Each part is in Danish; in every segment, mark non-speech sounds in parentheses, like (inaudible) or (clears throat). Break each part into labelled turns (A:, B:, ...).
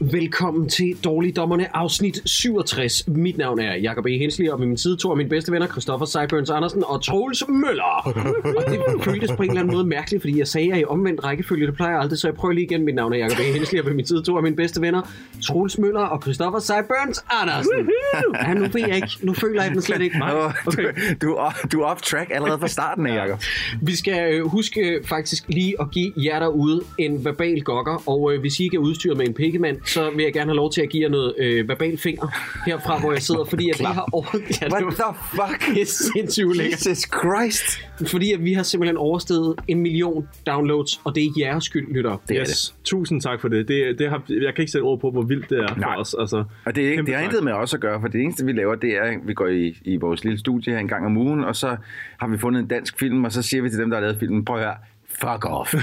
A: Velkommen til Dårligdommerne afsnit 67. Mit navn er Jakob E. Hensley, og med min side to af mine bedste venner, Christoffer Seiburns Andersen og Troels Møller. og det føltes på en eller anden måde mærkeligt, fordi jeg sagde, at i omvendt rækkefølge, det plejer jeg aldrig, så jeg prøver lige igen. Mit navn er Jakob E. Hensley, og med min side to af mine bedste venner, Troels Møller og Christoffer Seiburns Andersen. ja, nu ved jeg ikke. Nu føler jeg den slet ikke. Nej,
B: Okay. Du, du, er off- du er off track allerede fra starten af, Jacob.
A: Vi skal øh, huske øh, faktisk lige at give jer derude en verbal gokker, og øh, hvis I ikke er udstyret med en pikkemand, så vil jeg gerne have lov til at give jer noget øh, verbal finger herfra,
B: (laughs)
A: hvor jeg sidder, fordi at vi har over... Ja,
B: What
A: det var-
B: the fuck?
A: det er sindssygt ulækkert.
B: Jesus Christ.
A: Fordi at vi har simpelthen oversteget en million downloads, og det er jeres skyld, lytter.
B: Det er
C: Tusind tak for det. det, det har, jeg kan ikke sætte ord på, hvor vildt det er for
B: Nej.
C: os. Altså,
B: Og det, er ikke,
C: Kæmpe
B: det har
C: tak.
B: intet med os at gøre, for det eneste, vi laver, det er, at vi går i, i vores lille studie her en gang om ugen, og så har vi fundet en dansk film, og så siger vi til dem, der har lavet filmen, prøv at høre, fuck (laughs) off.
C: (laughs) ja,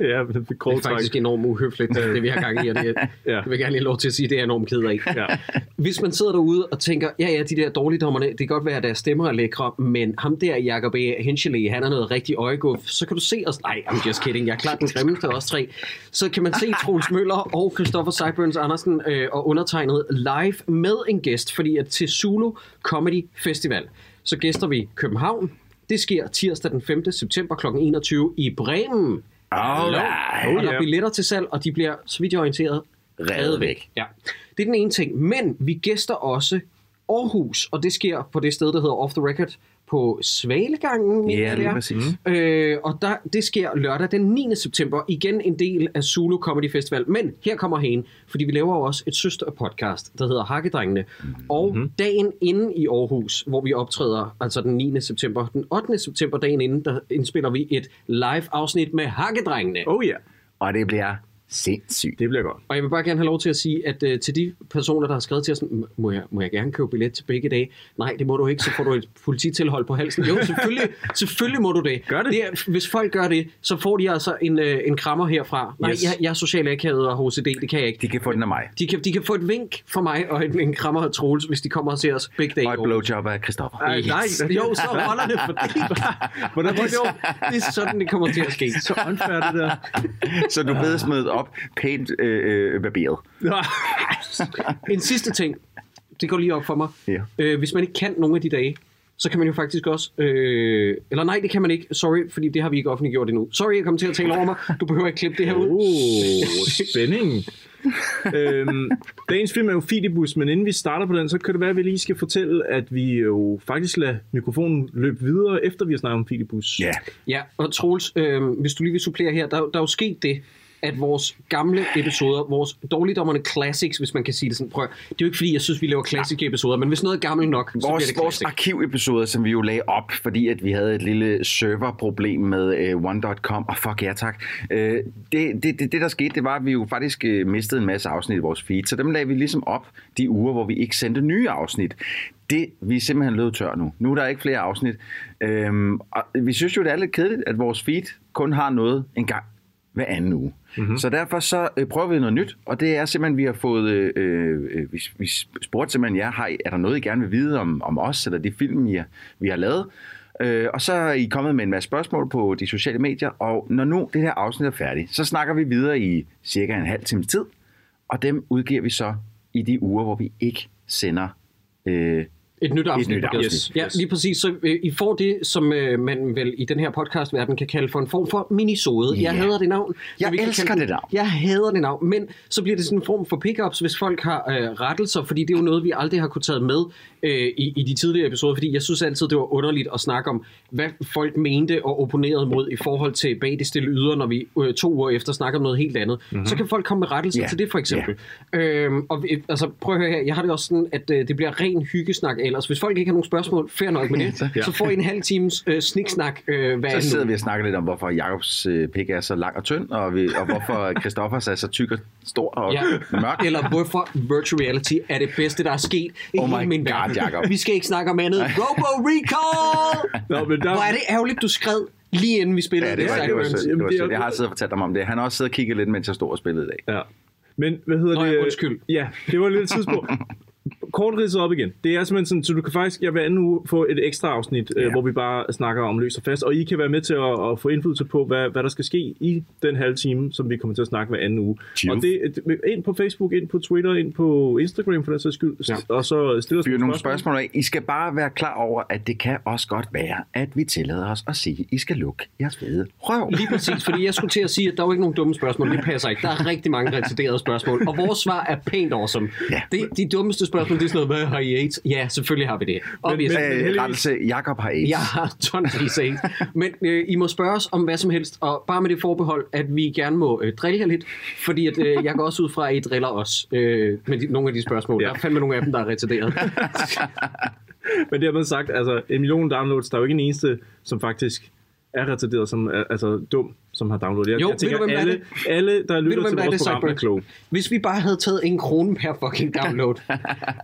C: det er
A: Det
C: grov
A: er
C: træk.
A: faktisk enormt uhøfligt, det vi har gang i, og det, ja.
C: (laughs) Ja.
A: det vil jeg gerne lige have lov til at sige, det er jeg enormt ked af.
C: Ja.
A: Hvis man sidder derude og tænker, ja ja, de der dårligdommerne, det kan godt være, at deres stemmer er lækre, men ham der, Jacob A. Henschele, han er noget rigtig øjeguff, så kan du se os, nej, I'm just kidding, jeg er klart den grimmeste af os tre, så kan
C: (laughs)
A: man se Troels Møller og Christoffer Seiburns Andersen øh, og undertegnet live med en gæst, fordi at til Zulu Comedy Festival, så gæster vi København, det sker tirsdag den 5. september kl. 21 i Bremen.
B: Alright.
A: Og der er
C: ja.
A: billetter til salg, og de bliver, så vidt jeg er orienteret,
B: Reddet væk.
A: Ja. Det er den ene ting. Men vi gæster også Aarhus, og det sker på det sted, der hedder Off the Record på Svalegangen. mener
B: Ja,
A: jeg,
B: lige
A: det er.
B: præcis.
A: Øh, og der, det sker lørdag den 9. september. Igen en del af Zulu Comedy Festival. Men her kommer hen, fordi vi laver jo også et søsterpodcast, der hedder Hakkedrengene.
B: Mm-hmm.
A: Og dagen inden i Aarhus, hvor vi optræder, altså den 9. september, den 8. september dagen inden, der indspiller vi et live afsnit med Hakkedrengene.
C: Oh ja,
B: Og det bliver sindssygt.
C: det bliver godt.
A: Og jeg vil bare gerne have lov til at sige, at øh, til de personer, der har skrevet til os, sådan, må jeg, må jeg gerne købe billet til begge dage? Nej, det må du ikke, så får du et polititilhold på halsen. Jo, selvfølgelig, selvfølgelig må du det.
C: Gør det.
A: er, hvis folk gør det, så får de altså en, øh, en krammer herfra. Nej,
C: Yes.
A: jeg, jeg er social akavet og HCD, det kan jeg ikke.
B: De kan få den af mig.
A: De kan, de kan få et vink fra mig og en, en krammer af Troels, hvis de kommer og ser os begge dage. i
B: Og et
A: år.
B: blowjob af Christoffer.
C: Ej,
A: Yes. Nej, jo, så holder det, fordi... Hvordan,
C: (laughs) Hvordan
A: det,
C: var
A: er,
C: det?
A: så- det er sådan, det kommer til at ske.
C: Så unfair, det der.
B: Så du blev smidt op pænt øh, øh, barberet.
A: En sidste ting, det går lige op for mig.
B: Ja.
A: Øh, hvis man ikke kan nogle af de dage, så kan man jo faktisk også... Øh, eller nej, det kan man ikke. Sorry, fordi det har vi ikke offentliggjort endnu. Sorry, jeg kom til at tale over mig. Du behøver ikke klippe det her ud.
C: Oh, (laughs) spænding. øhm, dagens film er jo Fidibus, men inden vi starter på den, så kan det være, at vi lige skal fortælle, at vi jo faktisk lader mikrofonen løbe videre, efter vi har snakket om Fidibus.
B: Ja.
A: Ja, og Troels, øh, hvis du lige vil supplere her, der, der er jo sket det, at vores gamle episoder, vores dårligdommerne classics, hvis man kan sige det sådan, prøv, at- det er jo ikke fordi, jeg synes, vi laver classic episoder, men hvis noget er gammelt nok, så bliver
B: Vores,
A: det
B: vores
A: classic.
B: arkivepisoder, som vi jo lagde op, fordi at vi havde et lille serverproblem med øh, One.com, og oh, fuck ja tak, øh, det, det, det, det der skete, det var, at vi jo faktisk øh, mistede en masse afsnit i vores feed, så dem lagde vi ligesom op de uger, hvor vi ikke sendte nye afsnit. Det, vi er simpelthen løbet tør nu. Nu er der ikke flere afsnit. Øhm, og vi synes jo, det er lidt kedeligt, at vores feed kun har noget en gang hver anden uge. Mm-hmm. Så derfor så øh, prøver vi noget nyt, og det er simpelthen, vi har fået, øh, øh, vi, vi spurgte simpelthen jer, har I, er der noget, I gerne vil vide om, om os, eller de film, I har, vi har lavet? Øh, og så er I kommet med en masse spørgsmål på de sociale medier, og når nu det her afsnit er færdigt, så snakker vi videre i cirka en halv times tid, og dem udgiver vi så i de uger, hvor vi ikke sender øh,
A: Et nyt afsnit.
B: Et nyt
A: på gaden.
B: afsnit,
A: Ja,
B: yes.
A: lige præcis. Så øh, I får det, som øh, man vel i den her podcastverden kan kalde for en form for minisode. Jeg
B: Ja.
A: hader det navn. så
B: Jeg
A: vi kan
B: elsker
A: kalde
B: det navn.
A: Jeg hader det navn. Men så bliver det sådan en form for pickups, hvis folk har øh, rettelser, fordi det er jo noget, vi aldrig har kunne tage med øh, i, i de tidligere episoder, fordi jeg synes altid, det var underligt at snakke om, hvad folk mente og opponerede mod i forhold til bag det stille yder, når vi øh, to uger efter snakker om noget helt andet. Mm-hmm. Så kan folk komme med rettelser
B: Mhm. Ja.
A: til det, for eksempel. Øhm, og vi- altså, prøv at høre her, jeg har det også sådan, at øh, det bliver ren hyggesnak, eller ellers. Hvis folk ikke har nogen spørgsmål, fair nok
B: (laughs)
A: med det,
C: Ja.
A: så får I en halv times øh, sniksnak øh, hver
B: Så
A: anden
B: sidder
A: uge.
B: vi og snakker lidt om, hvorfor Jacobs øh, pik er så lang og tynd, og, vi, og hvorfor Christoffers er så tyk og stor og
A: Ja.
B: ja. (laughs) mørk.
A: Eller hvorfor virtual reality er det bedste, der er sket i
B: Oh
A: hele
B: my
A: min
B: God,
A: verden.
B: Jacob.
A: Vi skal ikke snakke om andet. Robo
B: (laughs)
A: Recall!
C: Nå, men der,
A: Hvor er det ærgerligt, du skred lige inden vi spillede.
B: Ja, det var,
A: Zack
B: det var,
A: Burns.
B: sødt, det var
C: Jamen,
B: sødt. Jeg har
C: det-
B: siddet og fortalt ham om det. Han har også siddet og kigget lidt, mens jeg stod og spillede i dag.
C: Ja. Men hvad hedder
A: Nå,
C: det?
A: ja, undskyld.
C: Ja, det var et lille tidspunkt. Kort ridset op igen. Det er simpelthen sådan, så du kan faktisk jeg hver anden uge få et ekstra afsnit, ja. øh, hvor vi bare snakker om løs og fast, og I kan være med til at, at få indflydelse på, hvad, hvad der skal ske i den halve time, som vi kommer til at snakke hver anden uge.
B: Tjuf.
C: Og det, det- ind på Facebook, ind på Twitter, ind på Instagram for den sags skyld, ja. og så stille os
B: Fyr nogle spørgsmål af. I skal bare være klar over, at det kan også godt være, at vi tillader os at sige, I skal lukke jeres fede røv.
A: Lige præcis, fordi jeg skulle til at sige, at der er jo ikke nogen dumme spørgsmål. Det passer ikke. Der er rigtig mange retarderede spørgsmål, og vores svar er pænt awesome.
B: Ja.
A: Det, de dummeste spørgsmål, det er sådan noget, hvad har I AIDS? Ja, selvfølgelig har vi det. Obviously.
B: Øh, rettelse, Jakob har AIDS.
A: Jeg har tonsvis af AIDS. Men øh, I må spørge os om hvad som helst, og bare med det forbehold, at vi gerne må øh, drille jer lidt, fordi at, øh, jeg går også ud fra, at I driller os øh, med de, nogle af de spørgsmål. Ja.
C: Ja.
A: Der er fandme nogle af dem, der er retarderet.
C: Men dermed sagt, altså en million downloads, der er jo ikke en eneste, som faktisk er retarderet, som er altså, dum, som har downloadet. Jeg,
A: Jo,
C: jeg tænker,
A: ved du, hvem der er
C: alle, alle, der
A: Ved du,
C: lytter
A: hvem
C: til
A: der er det,
C: vores program, er
A: Cyborg?
C: kloge.
A: Hvis vi bare havde taget en krone per fucking download,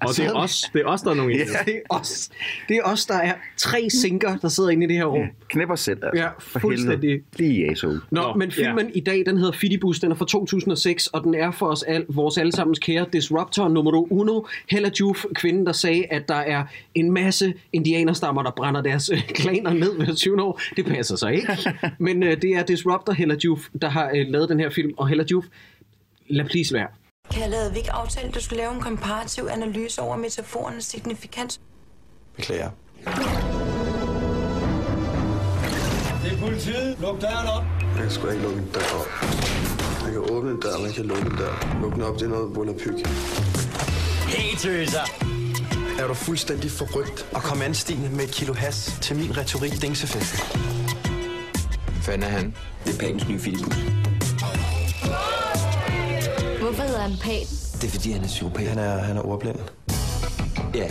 C: Og det er os, det er os der er nogle idioter.
A: det er os, det er os der er tre sinker, der sidder inde i det her rum.
B: Knep os selv, altså.
A: Ja,
B: For
A: fuldstændig.
B: helvede. Lige i asshole.
A: Nå,
C: Nå,
A: men filmen ja. i dag, den hedder Fidibus, den er fra 2006, og den er for os al, vores allesammens kære disruptor nummer uno, Hella Juf, kvinden, der sagde, at der er en masse indianerstammer, der brænder deres øh, klaner ned hver 20 år. Det passer sig (laughs) ikke. Men øh, det er disruptor Hella Juf, der har øh, lavet den her film, og Hella Juf, lad please være.
D: Kan jeg lade vi ikke aftale, at du skulle lave en komparativ analyse over metaforernes signifikans?
E: Beklager.
F: Det er politiet. Luk døren op.
E: Jeg kan sgu da ikke lukke en dør op. Jeg kan åbne en dør, men jeg kan lukke en dør. Lukke den op, det er noget volapyk.
F: Hey, tøser.
E: Er du fuldstændig forrygt og kom anstigende med et kilo has til min retorik dingsefest? Fanden er han?
F: Det er Pans nye film.
G: Hvorfor hedder han Pan?
F: Det er fordi, han er psykopat.
E: Han er, han er ordblind.
F: Ja.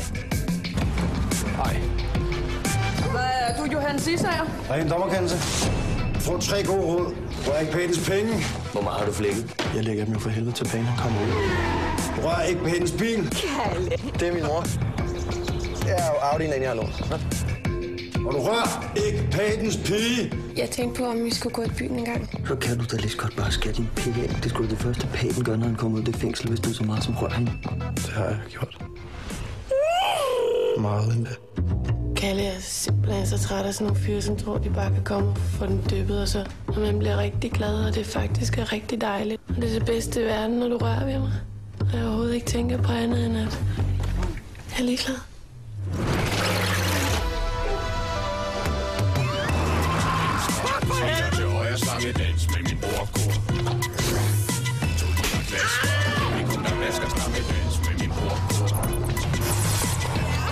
G: Er du Johan Sisager?
E: Der er en dommerkendelse. Få tre gode råd. Rør ikke pænens penge.
F: Hvor meget har du flækket?
E: Jeg lægger dem jo for helvede til banen. Kom ud. Rør ikke pænens bil. Det er min mor. Det er jo Audi'en, den jeg har lånt. Og du rør ikke pænens pige.
G: Jeg tænkte på, om vi skulle gå i byen en gang.
F: Så kan du da lige så godt bare skære din pik af. Det skulle det første paten gør, når han kommer ud af det fængsel, hvis du er så meget som rør hende.
E: Det har jeg gjort. Meget endda.
G: Kalle er simpelthen så træt af sådan nogle fyre, som tror, de bare kan komme og få den dyppet, og så og man bliver rigtig glad, og det faktisk er rigtig dejligt. Og det er det bedste i verden, når du rører ved mig. Og jeg overhovedet ikke tænker på andet end at jeg er ligeglad.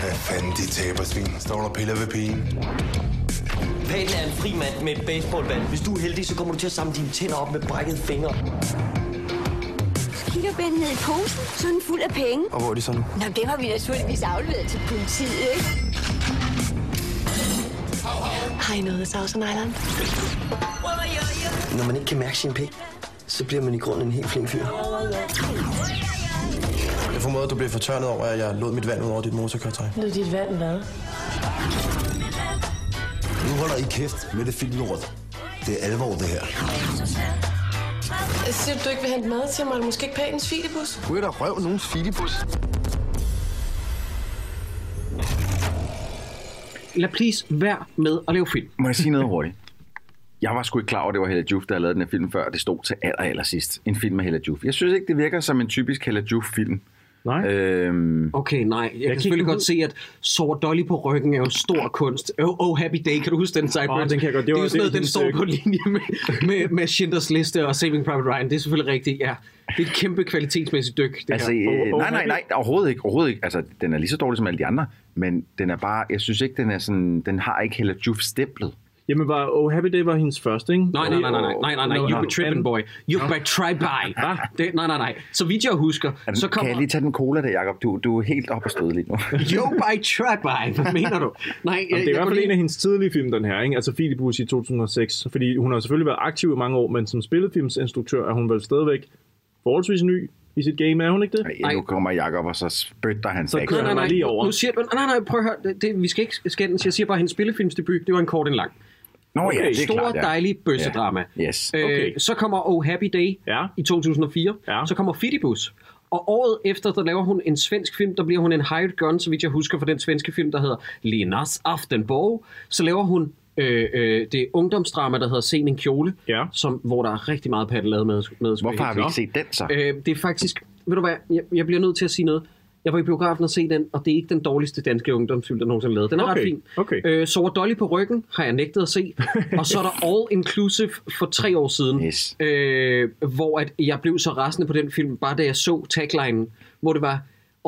E: Hvad fanden de taber, svin? Står der piller ved pigen?
F: Paten er en fri mand med et baseballbat. Hvis du er heldig, så kommer du til at samle dine tænder op med brækkede fingre.
G: Kigger Ben ned i posen, så er den fuld af penge.
E: Og hvor er de så nu?
G: Nå, det har vi naturligvis afleveret til politiet, ikke? Har I noget, Sausen Island?
F: Når man ikke kan mærke sin pik, så bliver man i grunden en helt flink fyr.
E: Jeg formoder, at du blev fortørnet over, at jeg lod mit vand ud over dit motorkøretøj.
G: Nu er dit vand hvad?
E: Nu holder I kæft med det fine lort. Det er alvor, det her.
G: Siger du, du ikke vil hente mad til mig, eller måske ikke pænens filibus?
E: Du er da røv nogens filibus.
A: Lad please være med at lave film.
B: Må jeg sige noget hurtigt? Jeg var sgu ikke klar over, at det var Hella Juf, der havde lavet den her film før, og det stod til aller, aller sidst. En film med Hella Juf. Jeg synes ikke, det virker som en typisk Hella Juf-film.
C: Nej.
A: Øh.
B: Øhm,
A: Okay, nej. Jeg, jeg kan
C: gik
A: selvfølgelig
C: ud-
A: godt se, at Sore Dolly på ryggen er jo stor kunst. Oh, oh Happy Day, kan du huske den? Cyber?
C: Åh, den kan jeg
A: Det,
C: godt. Det
A: det er
C: var-
A: jo sådan noget,
C: det
A: den
C: er
A: står
C: hendes,
A: på linje med, med, med Schindlers Liste og Saving Private Ryan. Det er selvfølgelig rigtigt, ja. Det er et kæmpe kvalitetsmæssigt dyk, det
B: altså,
A: her.
B: øh,
C: oh,
B: nej, nej, nej, overhovedet ikke, overhovedet ikke. Altså, den er lige så dårlig som alle de andre, men den er bare, jeg synes ikke, den er sådan, den har ikke Hella Juf-stemplet.
C: Jamen, var Oh Happy Day var hendes første, ikke?
A: Nej, nej, nej, nej, nej, nej, nej,
C: Nå,
A: you
C: nå.
A: be tripping boy. You be try by. Det, nej, nej, nej. Så vidt jeg husker, så
B: Så Kan
A: kommer...
B: jeg lige tage den cola der, Jacob? Du, du er helt op og støde (laughs) lige nu.
A: You by try by. (laughs) Hvad mener du? Nej, jeg,
C: Jamen, det er
A: jeg
C: i hvert
A: kunne
C: fald en
A: lige-
C: af hendes tidlige film, den her, ikke? Altså Filibus i 2006. Fordi hun har selvfølgelig været aktiv i mange år, men som spillefilmsinstruktør er hun vel stadigvæk forholdsvis ny i sit game, er hun ikke det?
B: Ej, nu kommer Jacob, og så spytter han
C: Så
B: sig.
C: kører
A: Nej, nej,
C: mig
A: nej.
C: lige over.
A: Nu siger du, nej, nej, prøv at høre. Det, det, vi skal ikke skændes. Jeg siger bare, at hendes spillefilmsdebut, det var en kort en lang.
B: Nå ja, det er
A: Store,
B: klart, ja.
A: dejlige bøssedrama.
B: Ja. Yes.
C: Okay.
A: Øh, så kommer Oh Happy Day
C: Ja.
A: i 2004.
C: Ja.
A: Så kommer Fidibus. Og året efter, der laver hun en svensk film, der bliver hun en hired gun, så vidt jeg husker fra den svenske film, der hedder Linas Aftenborg. Så laver hun øh, øh, det ungdomsdrama, der hedder Se en kjole,
C: Ja.
A: som, hvor der er rigtig meget paddelade med. med
B: Hvorfor har vi ikke set den så?
A: Øh, det er faktisk, ved du hvad, jeg, jeg bliver nødt til at sige noget. Jeg var i biografen og se den, og det er ikke den dårligste danske ungdomsfilm, der nogensinde er lavet. Den er
C: Okay,
A: ret fin.
C: okay.
A: Øh, Sover Dolly på ryggen har jeg nægtet at
B: (laughs)
A: se. og så er der All Inclusive for tre år siden,
B: Yes.
A: øh, hvor at jeg blev så rasende på den film, bare da jeg så taglinen, hvor det var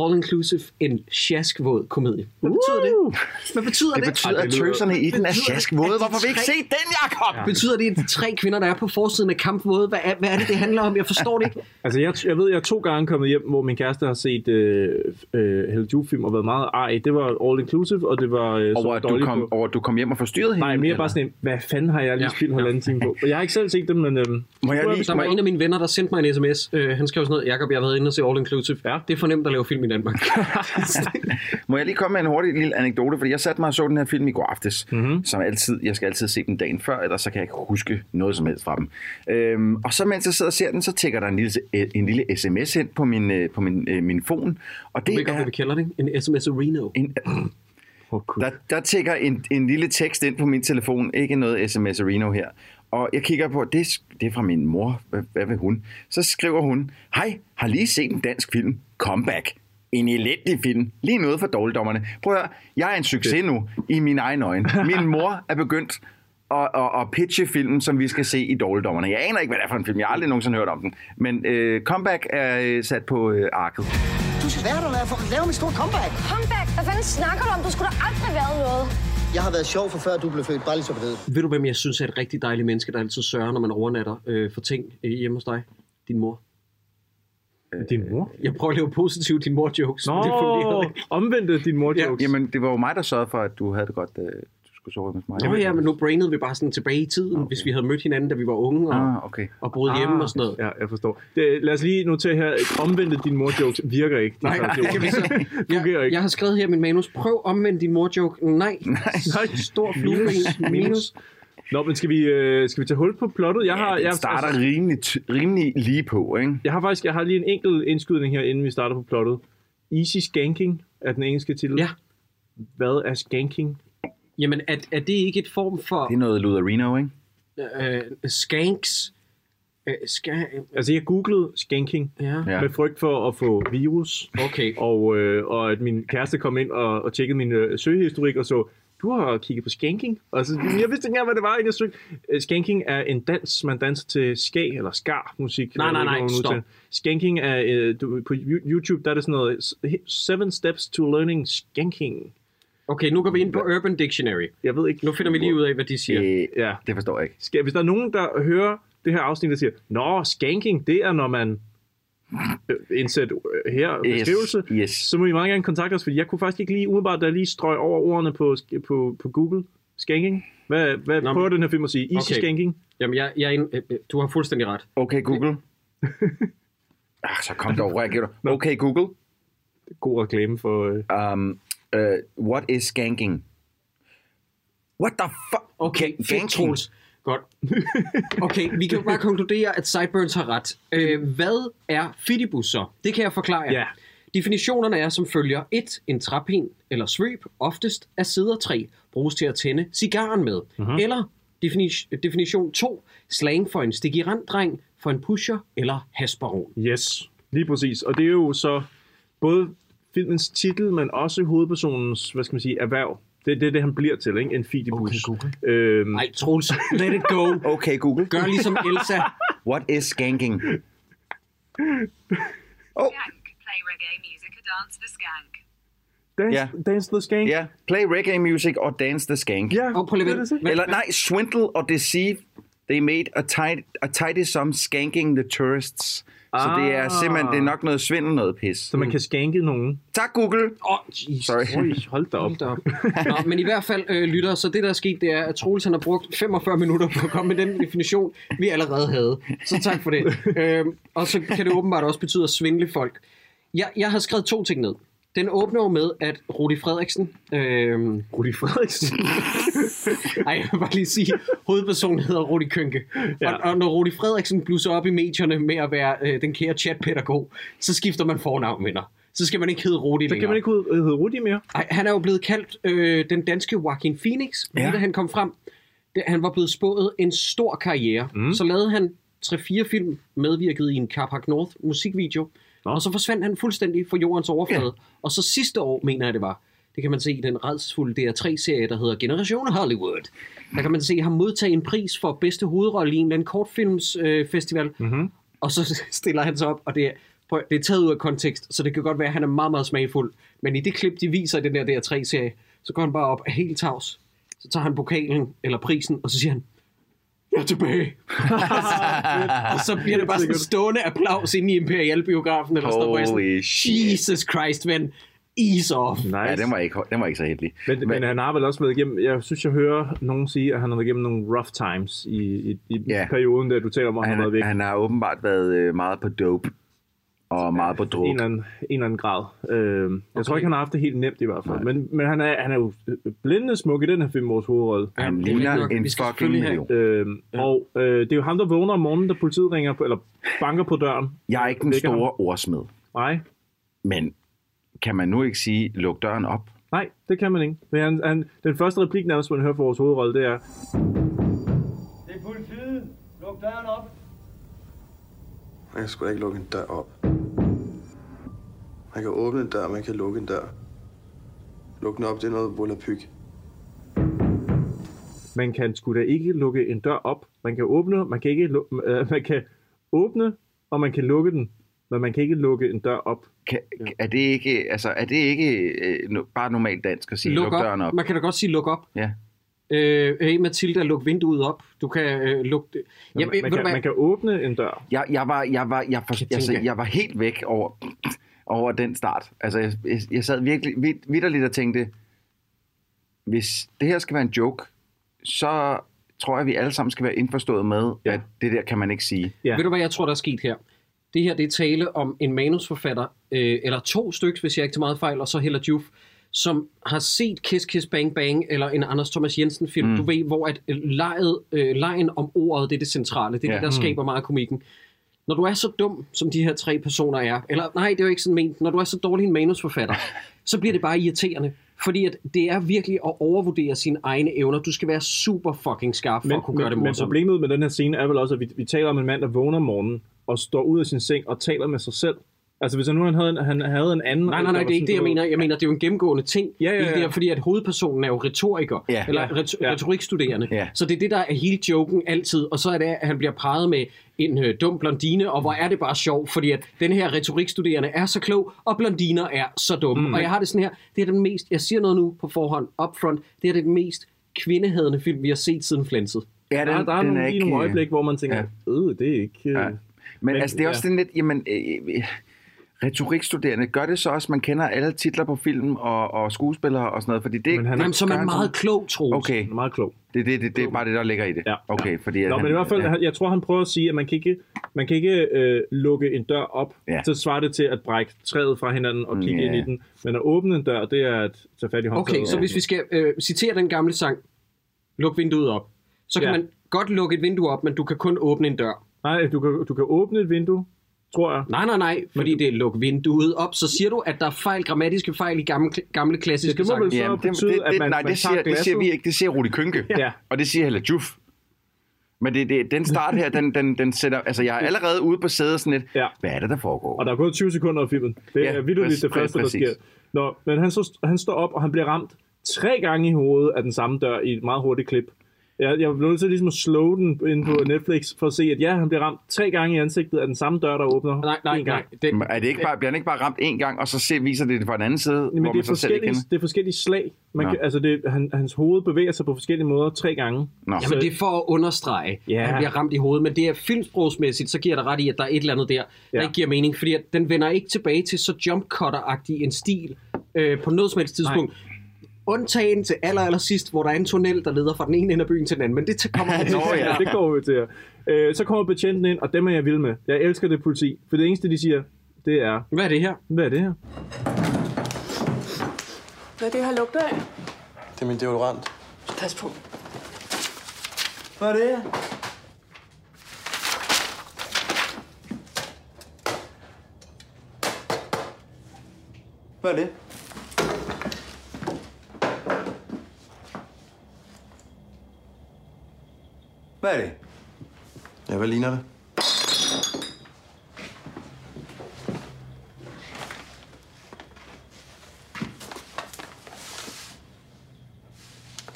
A: All Inclusive, en sjaskvåd komedie. Hvad betyder det? Hvad betyder det?
B: Det betyder,
A: Ej,
B: at tøserne i den er
A: betyder,
B: sjask
A: at
B: våde.
A: de
B: Hvorfor har vi ikke
A: tre-
B: set den, Jacob?
A: Betyder det, at de tre kvinder, der er på forsiden af kampvåde, hvad er, hvad er det, det handler om? Jeg forstår det ikke.
C: Altså, jeg, jeg ved, jeg er to gange kommet hjem, hvor min kæreste har set øh, øh, Helle Juhl-film og været meget ej. Det var All Inclusive, og det var øh,
B: Over at, du kom, over at du kom hjem og forstyrrede hende?
C: Nej, mere
B: eller?
C: bare sådan en, hvad fanden har jeg lige
A: Ja,
C: spildt
A: ja.
C: halvanden time på? Og Jeg har ikke selv set dem, men... Øhm,
B: Må jeg lige...
A: Der var
B: må jeg-
A: en af mine venner, der sendte mig en sms. Øh, han skrev sådan noget, Jakob, jeg har været inde og se All Inclusive. Ja. Det er for nemt at lave film i
B: (laughs)
A: Danmark.
B: Må jeg lige komme med en hurtig lille anekdote, fordi jeg satte mig og så den her film i går aftes, mm-hmm. som altid, jeg skal altid se den dagen før, ellers så kan jeg ikke huske noget som helst fra dem. Øhm, og så mens jeg sidder og ser den, så tækker der en lille, en lille sms ind på min, øh, på min, øh, min phone, og det
A: Hvilket
B: er...
A: er... vi kalder det, ikke? en sms Reno.
B: En,
C: oh, cool.
B: der, der tækker en, en lille tekst ind på min telefon, ikke noget sms Reno her. Og jeg kigger på, det, er- det er fra min mor, hvad, hvad vil hun? Så skriver hun, hej, har lige set en dansk film, Comeback. En elendig film, lige noget for dårligdommerne. Prøv at høre, jeg er en succes nu, i min egen øjne. Min mor er begyndt at, at, at pitche filmen, som vi skal se i dårligdommerne. Jeg aner ikke, hvad det er for en film, jeg har aldrig nogensinde hørt om den. Men øh, Comeback er øh, sat på øh, arket.
H: Du skal være der, lad for at lave mit store comeback.
I: Comeback? Hvad fanden snakker du om? Du skulle da aldrig været noget.
H: Jeg har været sjov for før du blev født, bare lige så du ved.
A: Ved du, hvem jeg synes er et rigtig dejligt menneske, der altid sørger, når man overnatter øh, for ting øh, hjemme hos dig? Din mor.
C: Din mor?
A: Jeg prøver at lave positivt din mor-jokes. men det fungerede
C: Nå,
A: ikke.
C: omvendte din mor jokes.
B: Jamen, det var jo mig, der sørgede for, at du havde det godt, øh, du skulle sove hos mig.
A: Nå ja, men nu brainede vi bare sådan tilbage i tiden, okay. hvis vi havde mødt hinanden, da vi var unge og,
B: Ah, okay.
A: og boede ah, hjemme og sådan noget.
C: Ja, jeg forstår. Det, lad os lige notere her, omvendte din mor jokes virker ikke. De
A: Nej,
C: første
A: det kan
C: ord.
A: vi så.
C: (laughs) Fungerer
A: Jeg,
C: ikke.
A: jeg har skrevet her i min manus, prøv omvendt din mor-joke. Nej, nej. stor flueben. Minus.
C: Nå, men skal vi, øh, skal vi tage hul på plottet? Jeg har,
B: Ja,
C: jeg, altså-
B: den starter rimelig, t- rimelig lige på, ikke?
C: jeg har faktisk jeg har lige en enkelt indskydning her, inden vi starter på plottet. Easy Skanking er den engelske titel.
A: Ja.
C: Hvad er skanking?
A: Jamen, er, er det ikke et form for...
B: Det er noget Luderino, ikke?
A: øh, skanks. Øh, ska,
C: Altså, jeg googlede skanking
A: ja.
B: Ja.
C: med frygt for at få virus.
A: Okay.
C: Og, øh, og at min kæreste kom ind og, og tjekkede min øh, søgehistorik og så, du har kigget på skanking. Og så, jeg vidste ikke engang, hvad det var, inden jeg søgte. Øh, Skanking er en dans, man danser til ska eller skar musik.
A: Nej,
C: Jeg ved
A: nej,
C: ikke,
A: nej,
C: hvad man
A: stop.
C: udtaler. Skanking er, øh, du, på Yo- YouTube, der er det sådan noget, s- he- seven steps to learning skanking.
A: Okay, nu går vi ind på Urban Dictionary.
C: Jeg ved ikke.
A: Nu finder vi lige ud af, hvad de siger.
B: Øh,
C: Ja.
B: Det forstår jeg ikke.
C: Skal, hvis der er nogen, der hører det her afsnit, der siger, Nå, skanking, det er, når man øh, indsæt øh, her
B: Yes,
C: beskrivelse,
B: yes.
C: så må I meget gerne kontakte os, fordi jeg kunne faktisk ikke lige umiddelbart, da jeg lige strøg over ordene på, sk- på, på Google, skanking. Hvad,
A: Nå,
C: hvad Nå, prøver
A: men-
C: den her film at sige? Easy
A: Okay.
C: okay. skanking?
A: Jamen, jeg, jeg, er en- øh, øh, du har fuldstændig ret.
B: Okay,
C: (laughs)
B: Google. Ah, så kom dog, reagerer du. Okay, Google.
C: God reklame for... Øh,
B: Um, uh, what is skanking? What the fuck?
A: Okay, fedt,
B: Ganking.
A: Troels. Godt. (laughs) Okay, vi kan jo bare konkludere, at Sideburns har ret. Øh, hvad er fidibus så? Det kan jeg forklare jer.
C: Ja.
A: Definitionerne er som følger. 1. En træpind eller svøb, oftest af sædertræ, bruges til at tænde cigaren med. Uh-huh. Eller defini- definition 2. Slang for en stikirant-dreng, for en pusher eller hasbaron.
C: yes, lige præcis. Og det er jo så både filmens titel, men også hovedpersonens, hvad skal man sige, erhverv. Det er det, er det, han bliver til, ikke? En fidibus.
A: Okay,
C: øhm,
A: Nej, Troels, let it go.
B: Okay, Google.
A: Gør ligesom Elsa.
B: What is skanking?
I: Skank. Play reggae music and dance the skank.
C: Dance,
B: Ja.
C: dance the Skank.
B: Ja, play reggae music og dance the skank.
C: Ja, Og prøv lige det er vent. det, ikke?
B: Eller nej, swindle og deceive. They made a tidy, a tidy sum skanking the tourists. Ah. Så det er
C: Ah.
B: simpelthen, det er nok noget svindel noget pis. Så
C: man kan skænke nogen.
B: Tak, Google.
A: Åh, oh, Jesus.
B: Sorry.
C: Ui, hold da op.
A: Hold da op. (laughs) Nå, men i hvert fald, øh, lytter, så det der er sket, det er, at Troels han har brugt 45 minutter på at komme med den definition, vi allerede havde. Så tak for
C: (laughs)
A: det. Øh, og så kan det åbenbart også betyde at svindle folk. Jeg, jeg har skrevet to ting ned. Den åbner jo med, at Rudi Frederiksen... Øh,
C: Rudi (laughs) Frederiksen?
A: Nej, jeg vil bare lige sige, hovedpersonen hedder Rudi Kønke. Ja. Og, og når Rudi Frederiksen blusser op i medierne med at være øh, den kære chatpædagog, så skifter man fornavn, venner. Så skal man ikke hedde Rudi
C: Så
A: længere.
C: kan man ikke hed- hedde Rudi mere.
A: Ej, han er jo blevet kaldt øh, den danske Joaquin Phoenix, ja. da han kom frem. Det, han var blevet spået en stor karriere. Mm. Så lavede han 3-4 film medvirket i en Carpark North musikvideo. Nå. Og så forsvandt han fuldstændig fra jordens overflade. Ja. Og så sidste år, mener jeg det var, det kan man se i den redsfulde DR3-serie, der hedder Generation Hollywood. Der kan man se ham modtage en pris for bedste hovedrolle i en eller anden kortfilmsfestival. Øh, festival.
C: Mm-hmm.
A: Og så (laughs) stiller han sig op, og det er, prøv, det er taget ud af kontekst, så det kan godt være, at han er meget, meget smagfuld. Men i det klip, de viser i den der DR3-serie, så går han bare op af helt tavs. Så tager han pokalen eller prisen, og så siger han, jeg er
B: (laughs)
A: tilbage. og så bliver det bare sådan en stående applaus inde i Imperial-biografen, eller sådan noget, hvor jeg er
B: Holy
A: sådan, Jesus Christ, ven, ease off.
C: Nice.
B: Ja, den var ikke, den var ikke så heldig.
C: Men, men, han har vel også været igennem, jeg synes, jeg hører nogen sige, at han har været igennem nogle rough times i, i, i
B: Ja.
C: ja. perioden, der du taler om, at han, har været væk.
B: han har åbenbart været øh, meget på dope. Og meget på druk.
C: en eller, anden, en eller anden grad. Øh, jeg tror ikke, han har haft det helt nemt i hvert fald. Men, men han, er, han er jo blændende smuk i den her film, vores hovedrolle.
B: Han det er ligner rigtigt nok. en Vi skal fucking selvfølgelig have-
C: million. Øh, og øh, det er jo ham, der vågner om morgenen, da politiet ringer på, eller banker på døren.
B: Jeg er ikke den
C: Vækker ham.
B: store ordsmed.
C: Nej.
B: Men kan man nu ikke sige, luk døren op?
C: Nej, det kan man ikke. Men han, han, den første replik, nærmest, man hører fra vores hovedrolle, det er,
J: Det er politiet. Luk døren op.
K: Man kan sgu da ikke lukke en dør op. Man kan åbne en dør, man kan lukke en dør. Lukke den op, det er noget volapyk.
C: man kan sgu da ikke lukke en dør op. Man kan åbne, man kan ikke lu- øh, man kan åbne, og man kan lukke den, men man kan ikke lukke en dør op.
B: Kan, er det ikke, altså, er det ikke øh, no, bare normalt dansk at sige, luk,
A: Luk op.
B: døren op?
A: Man kan da godt sige, luk op.
B: Ja.
A: Øh, hey Mathilda, luk vinduet op. Du kan øh, lukke det.
B: Men man-
A: ved
B: man
A: du
B: kan-
A: hvad?
B: man kan
C: åbne en dør.
B: Jeg, jeg, var, jeg, var, jeg, for,
A: Jeg
B: altså,
A: tænker-
B: jeg var helt væk over, over den start. Altså, jeg, jeg, jeg sad virkelig vid, vidderligt og tænkte, hvis det her skal være en joke, så tror jeg, vi alle sammen skal være indforstået med, ja. at det der kan man ikke sige.
A: Ja. Ved du, hvad jeg tror, der er sket her? Det her, det er tale om en manusforfatter, øh, eller to stykker, hvis jeg ikke tager meget fejl, og så Heller Juf, som har set Kiss Kiss Bang Bang, eller en Anders Thomas Jensen-film,
L: Mm.
A: mm. du ved, hvor at øh, lejet, øh, lejen om ordet, det er det centrale. Det er
L: Ja.
A: ja. det, der
L: Mm.
A: skaber meget af komikken. Når du er så dum, som de her tre personer er, eller nej, det er jo ikke sådan ment, når du er så dårlig en manusforfatter, så bliver det bare irriterende. Fordi at det er virkelig at overvurdere sine egne evner. Du skal være super fucking skarp for at kunne gøre det
C: men, men
A: morsomt.
C: problemet med den her scene er vel også, at vi, vi taler om en mand, der vågner om morgenen og står ud af sin seng og taler med sig selv. Altså hvis han nu han havde en, han havde en anden...
A: Nej, nej, nej, det er ikke det, jeg mener. Jeg mener, det er jo en gennemgående ting. Ja,
C: ja,
A: ja,
C: ja.
A: ja. Det er fordi, at hovedpersonen er jo retoriker,
C: Ja.
A: ja. eller
C: Ja.
A: ret-
C: Ja.
A: retorikstuderende. Ja. Så det er det, der er hele joken altid. Og så er det, at han bliver peget med en øh, dum blondine, og hvor er det bare sjovt, fordi at den her retorikstuderende er så klog, og blondiner er så dumme.
L: Mm.
A: Mm. Og jeg har det sådan her, det er den mest, jeg siger noget nu på forhånd, upfront, det er den mest kvindehadende film, vi har set siden Flænset.
B: Ja,
C: Der, der er, nogle, lige nogle øjeblik, hvor man tænker, ja. øh, det er ikke... Øh. Ja.
B: øh, Men, altså, det er også sådan lidt, jamen, øh, øh, retorikstuderende, gør det så også, man kender alle titler på film og, og skuespillere og sådan noget, fordi det...
C: Men han er-
B: det
C: Jamen, så er
B: gør
C: man
B: han
C: meget
A: klog, Troels.
B: Okay.
C: Meget klog.
B: Det, det, det, det er bare det, der ligger i det. Ja. Okay, fordi... at
C: Nå,
B: han,
C: men i hvert fald,
B: ja.
C: han, jeg tror, han prøver at sige, at man kan ikke, man kan ikke øh, lukke en dør op.
B: Ja.
C: Så svarer det til at brække træet fra hinanden og kigge
A: Ja.
C: ind i den. Men at åbne en dør, det er at tage fat i håndtaget.
A: Okay, så hvis vi skal øh, citere den gamle sang, luk vinduet op, så kan
C: Ja.
A: ja. man godt lukke et vindue op, men du kan kun åbne en dør.
C: Nej, du kan, du kan åbne et vindue, tror jeg.
A: Nej, nej, nej, fordi det er luk vinduet op, så siger du, at der er fejl, grammatiske fejl i gamle, gamle klassiske
C: Det må
A: sange.
C: vel så Jamen, det- betyde, det- at det- man-
B: Nej, det siger, det siger vi ikke. Det siger Rudi Kynke.
C: Ja.
B: Og det siger heller Juf. Men det, det, den start her, den, den, den sætter... Altså, jeg er allerede ude på sædet sådan lidt.
C: Ja.
B: Hvad er det, der foregår?
C: Og der er kun 20 sekunder af filmen. Det
B: Ja,
C: er vildt
B: præcis,
C: det første, der
B: præcis.
C: sker. Nå, men han, så, han står op, og han bliver ramt tre gange i hovedet af den samme dør i et meget hurtigt klip. Jeg, jeg blev nødt til ligesom at slow den ind på Netflix, for at se, at ja, han bliver ramt tre gange i ansigtet af den samme dør, der åbner.
A: Nej, nej, nej.
B: Det, er det ikke bare, bliver han ikke bare ramt en gang, og så se, viser det det fra den anden side,
C: Men
B: hvor
C: det er,
B: man så selv ikke
C: forskellige,
B: kender?
C: det er forskellige slag. Man
B: Nå.
C: kan, altså det, han, hans hoved bevæger sig på forskellige måder tre gange.
B: Nå.
A: Jamen, det er for at understrege,
C: Ja.
A: yeah. at han bliver ramt i hovedet, men det er filmsprogsmæssigt, så giver det ret i, at der er et eller andet der, der
C: Ja.
A: ikke giver mening, fordi at den vender ikke tilbage til så jumpcutter-agtig en stil øh, på noget som helst tidspunkt. Nej. Undtagen til aller, aller sidst, hvor der er en tunnel, der leder fra den ene ende af byen til den anden, men det
C: (laughs)
A: kommer han
C: Nå, ja. det går vi til her. Øh, så kommer betjenten ind, og dem er jeg vild med. Jeg elsker det politi, for det eneste, de siger, det er...
A: Hvad er det her?
C: Hvad er det her?
L: Hvad er det her lugter af?
K: Det er min deodorant.
L: Pas på.
J: Hvad er det her?
K: Hvad er det? Hvad er det? Ja, hvad ligner det?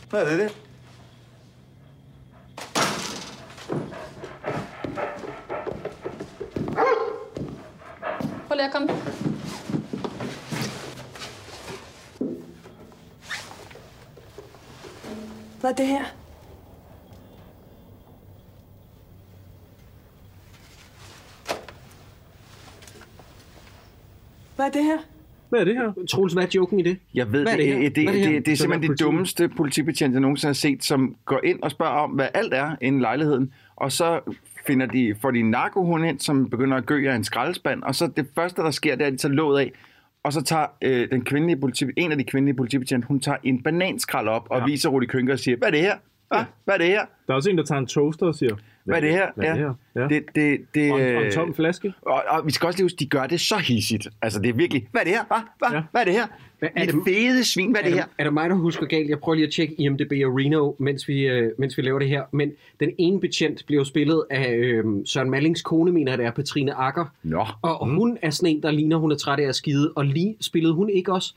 K: Hvad er det? det?
L: Prøv lige at komme. Hvad er det her? Hvad er det her?
C: Hvad er det her?
A: Troels, hvad er joken i det?
B: Jeg ved
A: Hvad er
B: det,
A: det her?
B: det, det,
A: Hvad er det her?
B: det, det er
A: Så
B: simpelthen
A: hvad
B: det
A: er
B: dummeste politibetjent, jeg nogensinde har set, som går ind og spørger om, hvad alt er inde i lejligheden, og så finder de, får de en narkohund ind, som begynder at gø af en skraldespand, og så det første, der sker, det er, at de tager låget af, og så tager øh, den kvindelige politi, en af de kvindelige politibetjente, hun tager en bananskrald op og
C: Ja.
B: ja. viser Rudi Kønker og siger, hvad er det her? Hva? Hvad er det her?
C: Der er også en, der tager en toaster og siger...
B: Hvad er det her?
C: Hvad er det her?
B: Ja. Det, det, det,
C: Og en- og en
B: øh,
C: tom flaske.
B: Og, og, vi skal også lige huske, de gør det så hissigt. Altså, det er virkelig, hvad er det her? Hva? Hva? Ja. Hvad er det her? Er det fede svin? Hvad er det her?
A: Er det mig, der husker galt? Jeg prøver lige at tjekke IMDb og Reno, mens vi, øh, mens vi laver det her. Men den ene betjent bliver jo spillet af øh, Søren Mallings kone, mener jeg, det er Petrine Akker.
B: Nå.
A: Og hun er sådan en, der ligner, hun er træt af at skide. Og lige spillede hun ikke også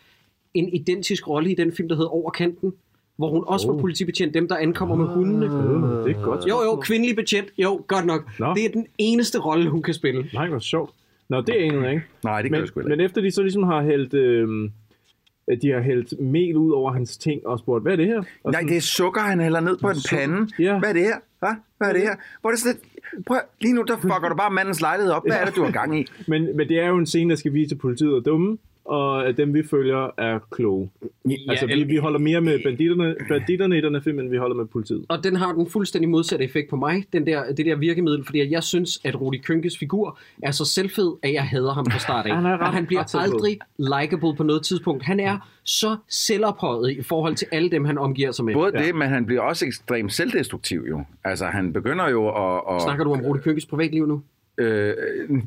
A: en identisk rolle i den film, der hedder Over kanten? Hvor hun også oh. var politibetjent, dem der ankommer med hundene.
C: Det er godt.
A: Jo, jo, kvindelig betjent. Jo, godt nok. Nå. Det er den eneste rolle, hun kan spille.
C: Nej, hvor sjovt. Nå, det anede jeg ikke.
B: Nej, det kan
C: men,
B: jeg sgu heller
C: Men efter de så ligesom har hældt... Øh, at de har hældt mel ud over hans ting og spurgt, hvad er det her? Og
B: Nej, det er sukker, han hælder ned på en pande.
C: Ja.
B: Hvad er det her? Hva? Hvad er det her? Hvor er det sådan lidt... Prøv, at- lige nu der fucker du bare mandens lejlighed op. Hvad er det, du har gang i?
C: Men, men det er jo en scene, der skal vise, at politiet er dumme, og at dem, vi følger, er kloge. Ja, altså, vi,
A: eller-
C: vi holder mere med banditterne, banditterne i den her film, end vi holder med politiet.
A: Og den har den fuldstændig modsatte effekt på mig, den der, det der virkemiddel, fordi jeg synes, at Rudi Kønkes figur er så selvfed, at jeg hader ham fra start af.
C: (laughs) Han er ret-
A: og han
C: ret
A: bliver
C: selvfed.
A: aldrig likable på noget tidspunkt. Han er så selvophøjet i forhold til alle dem, han omgiver sig med.
B: Både det, men han bliver også ekstremt selvdestruktiv jo. Altså, han begynder jo at... at
A: Snakker du om Rudi Kønkes privatliv nu?
B: Øh, øh,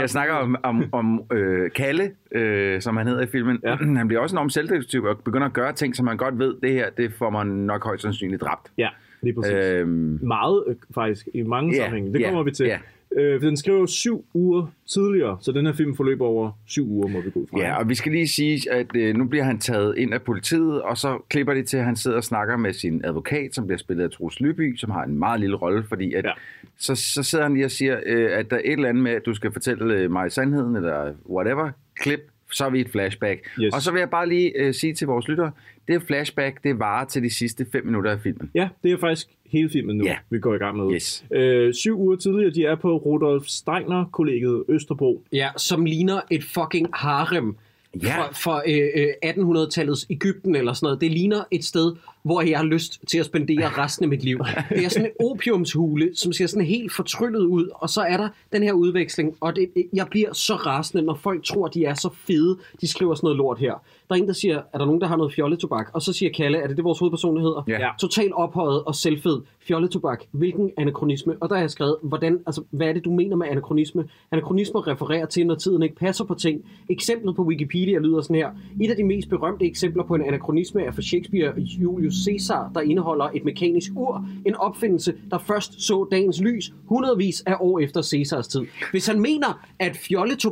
B: jeg snakker om, om, om øh, Kalle, øh, som han hedder i filmen. Ja. (clears throat) Han bliver også enormt selvdestruktiv og begynder at gøre ting, som han godt ved, det her, det får man nok højst sandsynligt dræbt.
C: Ja, lige præcis.
B: Øhm,
C: Meget, øh, faktisk, i mange
B: Ja,
C: sammenhænge. Det
B: ja,
C: kommer vi til.
B: ja.
C: Øh, for den skrev jo syv uger tidligere, så den her film forløber over syv uger, må vi gå ud fra.
B: Ja, og vi skal lige sige, at øh, nu bliver han taget ind af politiet, og så klipper det til, at han sidder og snakker med sin advokat, som bliver spillet af Troels Lyby, som har en meget lille rolle, fordi at, ja. så, så sidder han lige og siger, øh, at der er et eller andet med, at du skal fortælle øh, mig sandheden, eller whatever, klip, så er vi i et flashback.
C: Yes.
B: Yes. Og så vil jeg bare lige øh, sige til vores lyttere, det flashback, det varer til de sidste fem minutter af filmen.
C: Ja, det er faktisk hele filmen nu,
B: Ja.
C: vi går i gang med.
B: Yes.
C: Øh, syv uger tidligere, de er på Rudolf Steiner-kollegiet Østerbro.
A: Ja, som ligner et fucking harem
B: ja.
A: fra, fra øh, øh, 1800-tallets Ægypten eller sådan noget. Det ligner et sted, hvor jeg har lyst til at
B: (laughs)
A: spendere resten af mit liv. Det er sådan en opiumshule, som ser sådan helt fortryllet ud, og så er der den her udveksling, og det, jeg bliver så rasende, når folk tror, de er så fede, de skriver sådan noget lort her. Der er en, der siger, er der nogen, der har noget fjolletobak? Og så siger Kalle, er det det, vores hovedperson hedder?
B: Ja. Ja.
A: Total ophøjet og selvfed. Fjolletobak. Hvilken anachronisme? Og der har jeg skrevet, hvordan, altså, hvad er det, du mener med anachronisme? Anachronismer refererer til, når tiden ikke passer på ting. Eksemplet på Wikipedia Wikipedia lyder sådan her. Et af de mest berømte eksempler på en anachronisme er for Shakespeare Julius Caesar, der indeholder et mekanisk ur, en opfindelse, der først så dagens lys hundredvis af år efter Caesars tid. Hvis han mener, at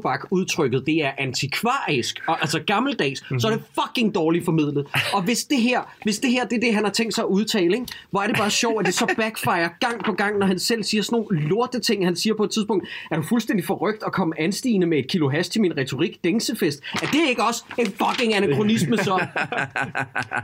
A: fjolletobak-udtrykket det er antikvarisk, og altså gammeldags, mm-hmm. så er det fucking dårligt formidlet. Og hvis det her, hvis det her det er det, han har tænkt sig at udtale, ikke? hvor er det bare sjovt, at det så backfire gang på gang, når han selv siger sådan nogle lorte ting. Han siger på et tidspunkt, er du fuldstændig forrygt at komme anstigende med et kilo hash til min retorik dængsefest? Er det ikke også en fucking anachronisme så?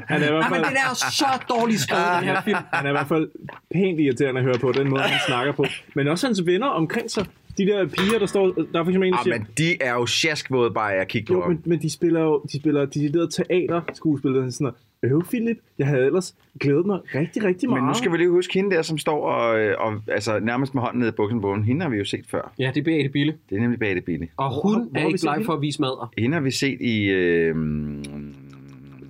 C: Han er i hvert
B: Ah,
A: Nej, men
C: fald-
A: den er så dårligt skrevet, den her film.
C: Han er i hvert fald pænt irriterende at høre på, den måde, han snakker på. Men også hans venner omkring sig. De der piger, der står... Der er for eksempel en, der
B: Ah,
C: siger...
B: men de er jo sjaskvåde bare af at kigge på
C: Jo,
B: ham.
C: men, men de spiller jo de spiller decideret teater, skuespillerne sådan noget. Øv, Philip, jeg havde ellers glædet mig rigtig, rigtig meget.
B: Men nu skal vi lige huske hende der, som står og, øh, og altså, nærmest med hånden nede i buksen på hende. Hende har vi jo set før.
A: Ja, det er Beate Bille.
B: Det er nemlig Beate Bille.
A: Og hun er ikke bleg for at vise madder.
B: Hende har vi set i... Øh,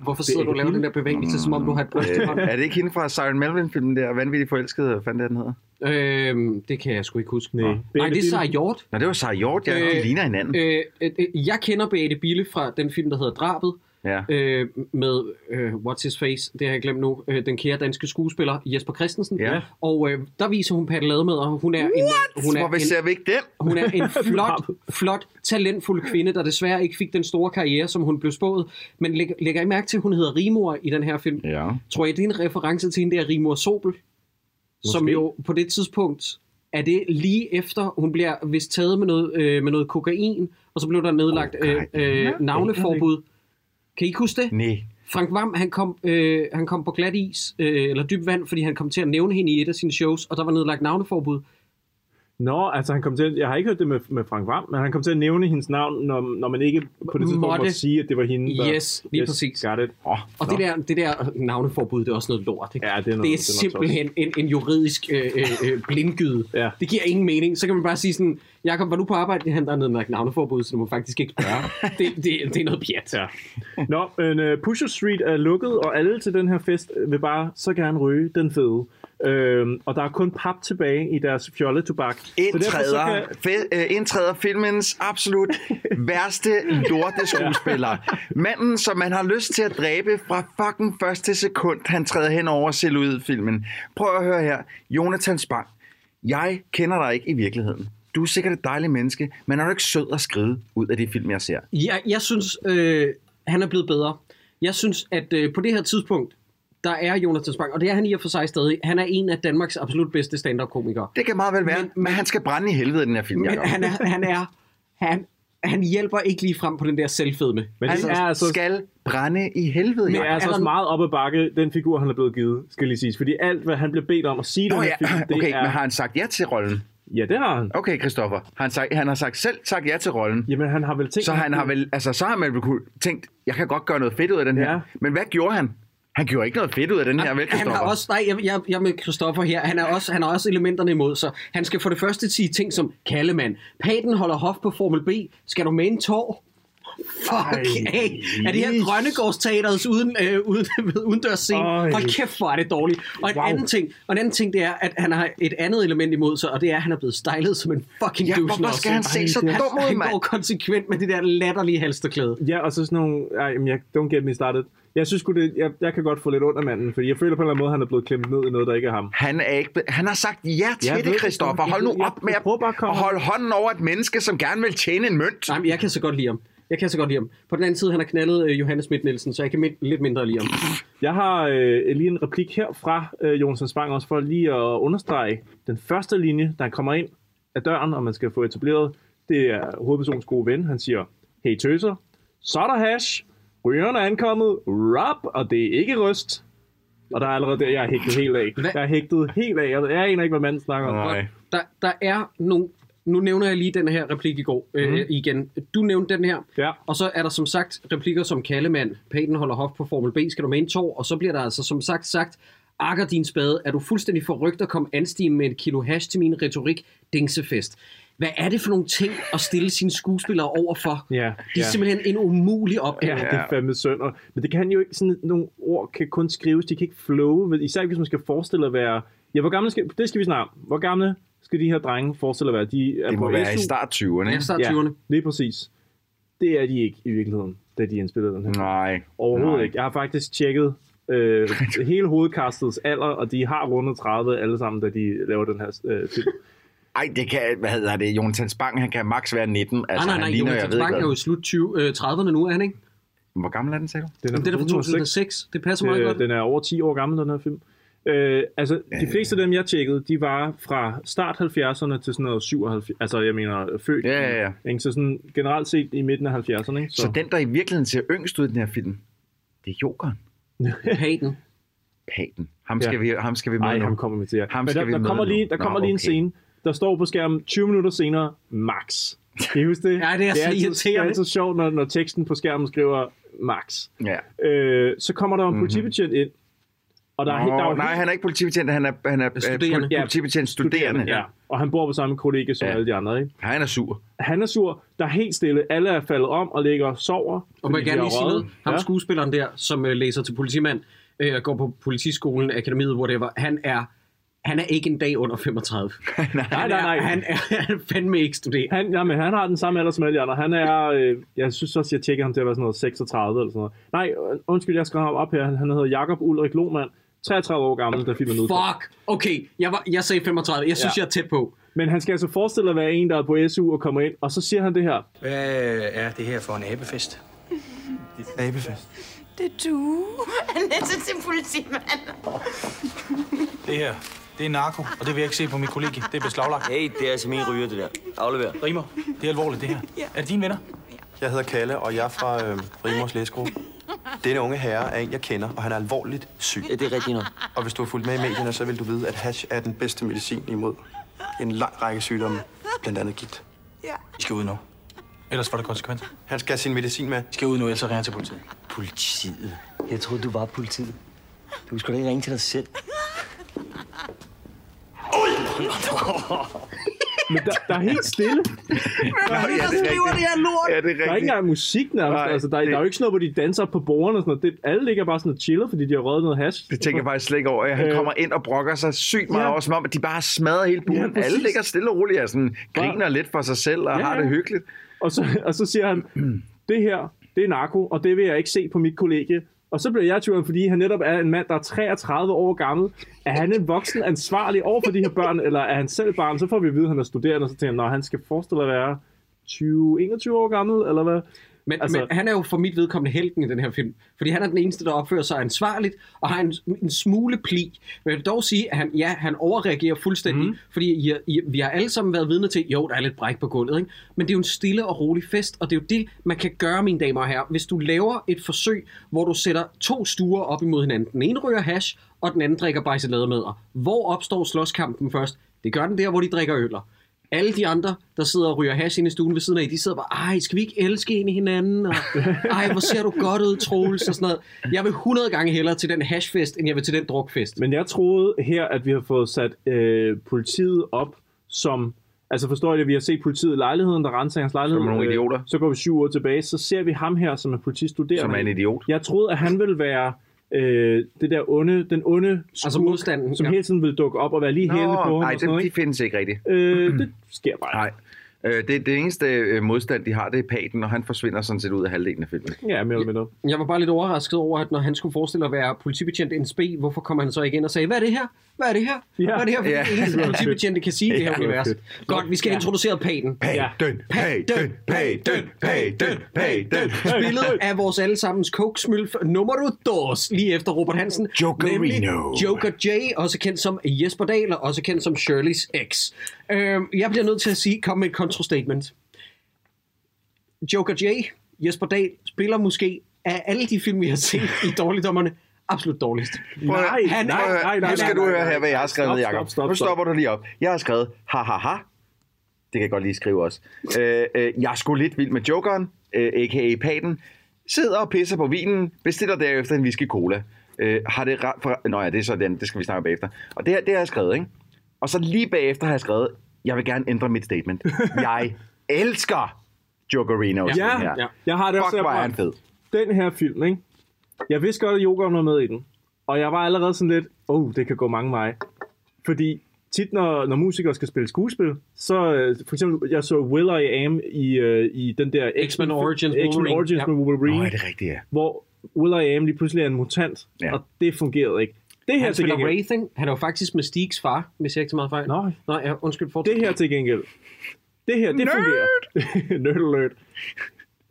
A: Hvorfor sidder du og laver den der bevægelse, som om du har et bryst i
B: øh,
A: hånden?
B: er det ikke hende fra Siren Melvin-filmen der, Vanvittig Forelsket, hvad fanden er den hedder?
A: Øhm, det kan jeg sgu ikke huske.
B: Nej,
A: Nej, det er Sarah Hjort.
B: Nå, det var Sarah Hjort, ja.
A: Øh,
B: de ligner hinanden.
A: Øh, øh, øh, jeg kender Beate Bille fra den film, der hedder Drabet.
B: Ja.
A: Øh, med øh, What's His Face, det har jeg glemt nu, øh, den kære danske skuespiller Jesper Christensen.
B: Ja.
A: Og øh, der viser hun Patte Lade med, og hun er en... Hun er
B: Hvorfor ser vi ikke det?
A: Hun er
B: (laughs)
A: en flot, flot, talentfuld kvinde, der desværre ikke fik den store karriere, som hun blev spået. Men læg, lægger I mærke til, at hun hedder Rimor i den her film?
B: Ja.
A: Tror I, det er en reference til hende der Rimor Sobel? Som jo på det tidspunkt, er det lige efter, hun bliver vist taget med noget, øh, med noget kokain, og så blev der nedlagt øh, øh, navneforbud. Kan I ikke huske det?
B: Nej.
A: Frank Vam, han kom, øh, han kom på glat is, øh, eller dyb vand, fordi han kom til at nævne hende i et af sine shows, og der var nedlagt navneforbud.
C: Nå, altså han kom til, jeg har ikke hørt det med, med Frank Vam, men han kom til at nævne hendes navn, når, når man ikke på det tidspunkt måtte
A: Måtte.
C: sige, at det var hende, der...
A: Yes, lige præcis.
C: Got it.
B: Oh,
A: Og det der, det der navneforbud, det er også noget lort. Ikke? Ja, det er, det
C: noget- det
A: er
C: er
A: simpelthen en, en juridisk øh, øh, øh, blindgyde. ja. Det giver ingen mening. Så kan man bare sige sådan, Jakob, var du på arbejde? Han der er nedmærket navneforbud, så du må faktisk ikke (laughs) spørge. det, det, det er noget pjat. Ja.
C: Nå, men uh, Pusher Street er lukket, og alle til den her fest øh, vil bare så gerne ryge den fede. Øhm, og der er kun pap tilbage i deres fjolletobak. Så derfor så
B: Indtræder,
C: kan-
B: fe, øh, indtræder filmens
C: (laughs)
B: absolut værste lorteskuespiller. Manden, som man har lyst til at dræbe fra fucking første sekund, han træder hen over selv ud filmen. Prøv at høre her. Jonathan Spang, jeg kender dig ikke i virkeligheden. Du er sikkert et dejligt menneske, men er du ikke sød at skride ud af det film, jeg ser?
A: Jeg, jeg synes, øh, han er blevet bedre. Jeg synes, at øh, på det her tidspunkt, der er Jonathan Spang, og det er han i og for sig stadig. Han er en af Danmarks absolut bedste stand-up-komikere.
B: Det kan meget vel være, men, men han skal brænde i helvede, den her film,
A: Men
B: Jacob.
A: han er, han er, han, han hjælper ikke lige frem på den der selvfedme.
C: Men
A: han
C: det
A: er altså,
B: skal brænde i helvede.
C: Men
B: Jacob.
C: det er altså også meget op ad bakke, den figur, han er blevet givet, skal lige siges. Fordi alt, hvad han blev bedt om at sige, i
B: Nå
C: den her
B: ja,
C: film, (laughs) det
B: okay,
C: er...
B: men har han sagt ja til rollen?
C: Ja, det har han.
B: Okay, Christoffer. Han, sag, han har sagt, selv sagt ja til rollen.
C: Jamen, han har vel tænkt...
B: Så han har vel, altså, så har man vel kunne tænkt, jeg kan godt gøre noget fedt ud af den her. Men hvad gjorde han? Han gjorde ikke noget fedt ud af den her, vel,
A: han
B: Christoffer?
A: har også, nej, jeg, jeg, jeg er med Christoffer her, han har også, han har også elementerne imod sig. Han skal for det første sige ting som, Kallemand, Paten holder hof på Formel B, skal du med en tår? Fuck
M: Ej,
A: af. Er det her
M: yes.
A: Grønnegårdsteaterets uden, øh, uden, (laughs) udendørs scene?
M: Ej.
A: Hold kæft, hvor er det dårligt. Og, wow. en anden ting, og en anden ting, det er, at han har et andet element imod sig, og det er, at han er blevet stylet som en fucking
B: Ja,
A: douche
B: hvorfor
A: nozzle.
B: skal han se
A: Ej,
B: så
A: det er-
B: dum ud,
A: Han
B: mand?
A: går konsekvent med det der latterlige halsterklæde.
C: Ja, og så sådan nogle... Ej, men jeg, don't get me started. Jeg synes sgu, det, jeg, jeg kan godt få lidt under manden, fordi jeg føler på en eller anden måde, han er blevet klemt ned i noget, der ikke er ham.
B: Han, er ikke, han har sagt ja til
C: Jeg ved
B: det,
C: det,
B: Christoffer.
C: Christoffer.
B: Hold nu
C: Jeg-
B: op med at og holde hånden over et menneske, som gerne vil tjene en mønt.
A: Nej, men jeg kan så godt lide ham. Jeg kan så godt lide ham. På den anden side, han har knaldet øh, Johannes Schmidt Nielsen, så jeg kan min- lidt mindre lide ham.
C: Jeg har øh, lige en replik her fra øh, Jonas Spang, også for lige at understrege den første linje, der kommer ind af døren, og man skal få etableret, det er hovedpersonens gode ven. Han siger, hey tøser, så er der hash, rygeren er ankommet, rap, og det er ikke røst. Og der er allerede der, jeg er hægtet helt af. Jeg er hægtet helt af, og jeg aner ikke, hvad manden snakker om.
B: Nej.
A: Der, der er nogle... Nu nævner jeg lige den her replik i går øh, igen. Du nævnte den her,
C: Mhm. ja.
A: og så er der som sagt replikker som Kallemand, Paten holder hof på Formel B, skal du med en tår, og så bliver der altså som sagt sagt, Akker din spade, er du fuldstændig forrygt at komme anstige med et kilo hash til min retorik, dingsefest. Hvad er det for nogle ting at stille sine skuespillere over for?
C: Ja,
A: det er
C: ja.
A: simpelthen en umulig opgave.
C: Ja, det er fandme synd. og- Men det kan jo ikke, sådan nogle ord kan kun skrives, de kan ikke flowe, ved- især hvis man skal forestille at være... Ja, hvor gamle skal... Det skal vi snart. Hvor gamle skal de her drenge forestille at være? De er
B: Det må
C: på
B: være
C: SU.
B: i start 20'erne, ikke? Ja, start 20'erne.
C: Ja, lige præcis. Det er de ikke i virkeligheden, da de indspillede den her.
B: Nej.
C: Overhovedet
B: nej.
C: ikke. Jeg har faktisk tjekket øh, hele hovedkastets alder, og de har rundet 30 alle sammen, da de laver den her øh, film.
B: Ej, det kan, hvad hedder det, Jonathan Spang, han kan max være 19.
A: nej,
B: Altså,
A: nej,
B: han
A: nej,
B: ligner,
A: Jonathan
B: jeg ved
A: Spang
B: ikke
A: er jo
B: hvad.
A: i slut 20, øh, 30'erne nu, er han ikke?
B: Hvor gammel er den, sagde du?
A: Den er, den er fra 2006. Det passer meget
C: Øh,
A: godt.
C: Den er over 10 år gammel, den her film. Øh, altså, de fleste af dem, jeg tjekkede, de var fra start 70'erne til sådan noget 77, altså jeg mener født.
B: Ja, ja, ja.
C: Ikke? Så sådan generelt set i midten af 70'erne. Ikke?
B: Så den, der i virkeligheden ser yngst ud i den her film, det er Jokeren.
A: Paten.
B: Paten. Ham
C: Ja.
B: skal, vi, ham skal vi møde
C: Ej,
B: nu.
C: ham kommer vi til.
B: Ham
C: Men
B: skal
C: der,
B: vi
C: der
B: møde
C: kommer
B: nu.
C: lige, der
B: Nå,
C: kommer lige en
B: okay.
C: scene, der står på skærmen 20 minutter senere, max. Kan I huske det?
A: Ja, det er så
C: altid, Det er
A: irriterende.
C: altid sjovt, når, når teksten på skærmen skriver max.
B: Ja.
C: Øh, så kommer der en politibetjent ind, og der er, helt- der er
B: Nå,
C: jo
B: Mhm. nej,
C: helt-
B: han er ikke politibetjent, han er, han er
C: Studerende.
B: studerende. politibetjent studerende.
C: Ja, og han bor på samme kollega som
B: Ja.
C: ja. alle de andre, ikke?
B: Han er sur.
C: Han er sur, der er helt stille, alle er faldet om og ligger og sover.
A: Og man
C: fordi
A: kan
C: de
A: gerne
C: har
A: lige sige
C: røget.
A: noget. Ham ja. skuespilleren der, som øh, læser til politimand, øh, går på politiskolen, akademiet, whatever, han er, han er ikke en dag under 35. nej,
C: (laughs) nej,
A: han er,
C: nej.
A: Han er, (laughs) han er fandme ikke studerende.
C: Han, jamen, han har den samme alder som alle de andre. Han er, øh, jeg synes også, jeg tjekkede ham til at være sådan noget 36 eller sådan noget. Nej, øh, undskyld, jeg skrev ham op her. Han, han hedder Jakob Ulrik Lohmann, 33 år gammel, der filmen ud.
A: Fuck! Okay, jeg, var, jeg sagde 35. Jeg synes,
C: Ja.
A: ja. jeg er tæt på.
C: Men han skal altså forestille at være en, der er på SU og kommer ind, og så siger han det her.
M: Hvad er det her for en abefest? Det er abefest.
N: Det er du. Annette til politimand.
M: Det her, det er narko, og det vil jeg ikke se på min kollega. Det er beslaglagt. Hey, det er altså min ryger, det der. Aflever. Rimer, det er alvorligt, det her. Er det dine venner?
K: Jeg hedder Kalle, og jeg er fra øh, Rimors Læsgruppe. Denne unge herre er en, jeg kender, og han er alvorligt syg. Ja, det er rigtigt nok. Og hvis du har fulgt med i medierne, så vil du vide, at hash er den bedste medicin imod en lang række sygdomme, blandt andet gigt.
N: Ja.
K: I skal ud nu. Ellers får det konsekvenser. Han skal have sin medicin med. I skal ud nu, ellers ringer jeg til politiet.
F: Politiet. Jeg troede, du var politiet. Du skulle da ikke ringe til dig selv.
C: Men der, der er helt
A: Hvem
C: stille.
A: er det, der skriver det her lort?
B: det
C: Der er ikke engang musik nærmest.
B: Nej,
C: altså, der, er-
B: det-
C: der er jo ikke sådan noget, hvor de danser på bordene og sådan noget. Det, alle ligger bare sådan og chiller, fordi de har røget noget hash.
B: Det tænker jeg faktisk slet ikke over. Han
C: Øh.
B: kommer ind og brokker sig sygt meget
C: Ja.
B: ja. over, som om at de bare smadrer hele buen.
C: Ja,
B: Ja,
C: præcis.
B: Alle ligger stille og roligt og sådan, griner lidt for sig selv og
C: Ja,
B: ja, har
C: ja.
B: det hyggeligt.
C: Og så, og så siger han, det her, det er narko, og det vil jeg ikke se på mit kollegie. Og så bliver jeg i tvivl, fordi han netop er en mand, der er 33 år gammel. Er han en voksen ansvarlig over for de her børn, eller er han selv barn? Så får vi at vide, at han er studerende, og så tænker han, han skal forestille at være 20-21 år gammel, eller hvad?
A: Men, altså, men han er jo for mit vedkommende helten i den her film. Fordi han er den eneste, der opfører sig ansvarligt og har en, en smule pli. Men jeg vil dog sige, at han, ja, han overreagerer fuldstændig. Mm. Fordi I, I, vi har alle sammen været vidne til, jo, der er lidt bræk på gulvet. Ikke? Men det er jo en stille og rolig fest, og det er jo det, man kan gøre, mine damer og herrer. Hvis du laver et forsøg, hvor du sætter to stuer op imod hinanden. Den ene ryger hash, og den anden drikker bajsalademadder. Hvor opstår slåskampen først? Det gør den der, hvor de drikker øller. Alle de andre, der sidder og ryger hash inde i stuen ved siden af, de sidder bare, ej, skal vi ikke elske en i hinanden?
C: (laughs)
A: Og, ej, hvor ser du godt ud, Troels? Og sådan noget. Jeg vil 100 gange hellere til den hashfest, end jeg vil til den drukfest.
C: Men jeg troede her, at vi har fået sat øh, politiet op som... Altså forstår I det? Vi har set politiet i lejligheden, der renser hans lejlighed.
B: Som nogle
C: Øh,
B: idioter.
C: Så går vi syv år tilbage, så ser vi ham her, som er politistuderende.
B: Som er en idiot.
C: Jeg troede, at han ville være øh, det der onde, den onde skurk, altså modstanden, som ja. hele tiden ville dukke op og være lige hælende på ham.
B: nej,
C: og sådan
B: dem,
C: noget,
B: de
C: ikke?
B: findes ikke rigtigt.
A: Mm.
C: Øh, det sker bare.
B: Nej. Øh, det, det eneste øh, modstand, de har, det er Paten, og han forsvinder sådan set ud af halvdelen af filmen.
C: Ja, mere eller mindre.
A: Jeg var bare lidt overrasket over, at når han skulle forestille at være politibetjent NSB, hvorfor kom han så ikke ind og sagde, hvad er det her? Hvad er det her?
C: Ja.
A: Hvad er det her? Fordi
C: (laughs) Ja.
A: det eneste politibetjente kan sige i det her
C: Ja.
A: univers. Godt, vi skal introducere Paten.
B: Paten, Paten, Paten, Paten, Paten.
A: (laughs) Spillet af vores allesammens kokesmølf nummer dos, lige efter Robert Hansen.
B: Jokerino.
A: nemlig Joker J, også kendt som Jesper Dahl, og også kendt som Shirley's ex. Øh, jeg bliver nødt til at sige, kom med et kontrastatement. Joker J, Jesper Dahl, spiller måske af alle de film, vi har set i Dårligdommerne, absolut dårligst.
B: Prøv at høre.
A: han,
B: Prøv at høre.
A: han-
B: Øh, Nu skal du høre her, hvad jeg har skrevet,
A: Stop,
B: ned,
A: stop,
B: Jacob.
A: stop,
B: Nu
A: stop.
B: stopper du lige op. Jeg har skrevet, ha ha ha. Det kan jeg godt lige skrive også. Øh, øh, jeg er sgu lidt vild med jokeren, øh, a.k.a. Paten. Sidder og pisser på vinen, bestiller derefter en whisky cola. Øh, har det ra- for... Nå ja, det er så den, det skal vi snakke om bagefter. Og det, her, det har jeg skrevet, ikke? Og så lige bagefter har jeg skrevet, jeg vil gerne ændre mit statement. Jeg elsker Jokerino.
C: Ja, ja. Jeg har det også
B: Fuck, hvor
C: herfra.
B: er han fed.
C: Den her film, ikke? Jeg vidste godt, at yoghurt var med i den. Og jeg var allerede sådan lidt, åh, oh, det kan gå mange veje. Fordi tit når, når musikere skal spille skuespil, så øh, for eksempel, jeg så Will I Am i, øh, i den der
A: X-Men Origins
C: X-Men
A: Wolverine.
C: Origins
A: Ja.
C: med Wolverine.
A: Nå, er det rigtigt, ja.
C: Hvor Will I Am lige pludselig er en mutant, ja. og det fungerede ikke. Det her
A: han
C: til
A: spiller
C: gengæld,
A: Wraithing. Han er jo faktisk Mystiques far, hvis jeg ikke tager meget fejl.
C: Nej.
A: Nej, ja, undskyld. Fortsæt.
C: det her til gengæld, det her, det
A: Nerd!
C: fungerer. (laughs) Nerd alert.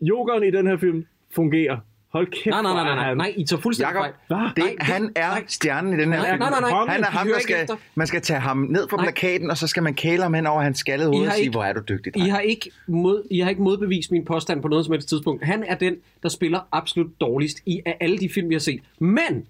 C: Jokeren i den her film fungerer. Hold kæft,
A: Nej, nej, nej, nej,
C: hvor er
A: nej,
C: han-
A: nej, I tager fuldstændig
B: Jakob,
A: fejl.
B: det, nej, han er nej, stjernen i den her
A: Nej,
B: film.
A: nej, nej, nej.
B: Han er
A: I
B: ham,
A: hører
B: der
A: ikke
B: skal,
A: efter.
B: man skal tage ham ned fra
A: Nej.
B: plakaten, og så skal man kæle ham hen over hans skaldede hoved
A: har
B: og sige,
A: ikke-
B: hvor er du dygtig.
A: I har, ikke mod, I har ikke modbevist min påstand på noget som helst tidspunkt. Han er den, der spiller absolut dårligst i af alle de film, vi har set. Men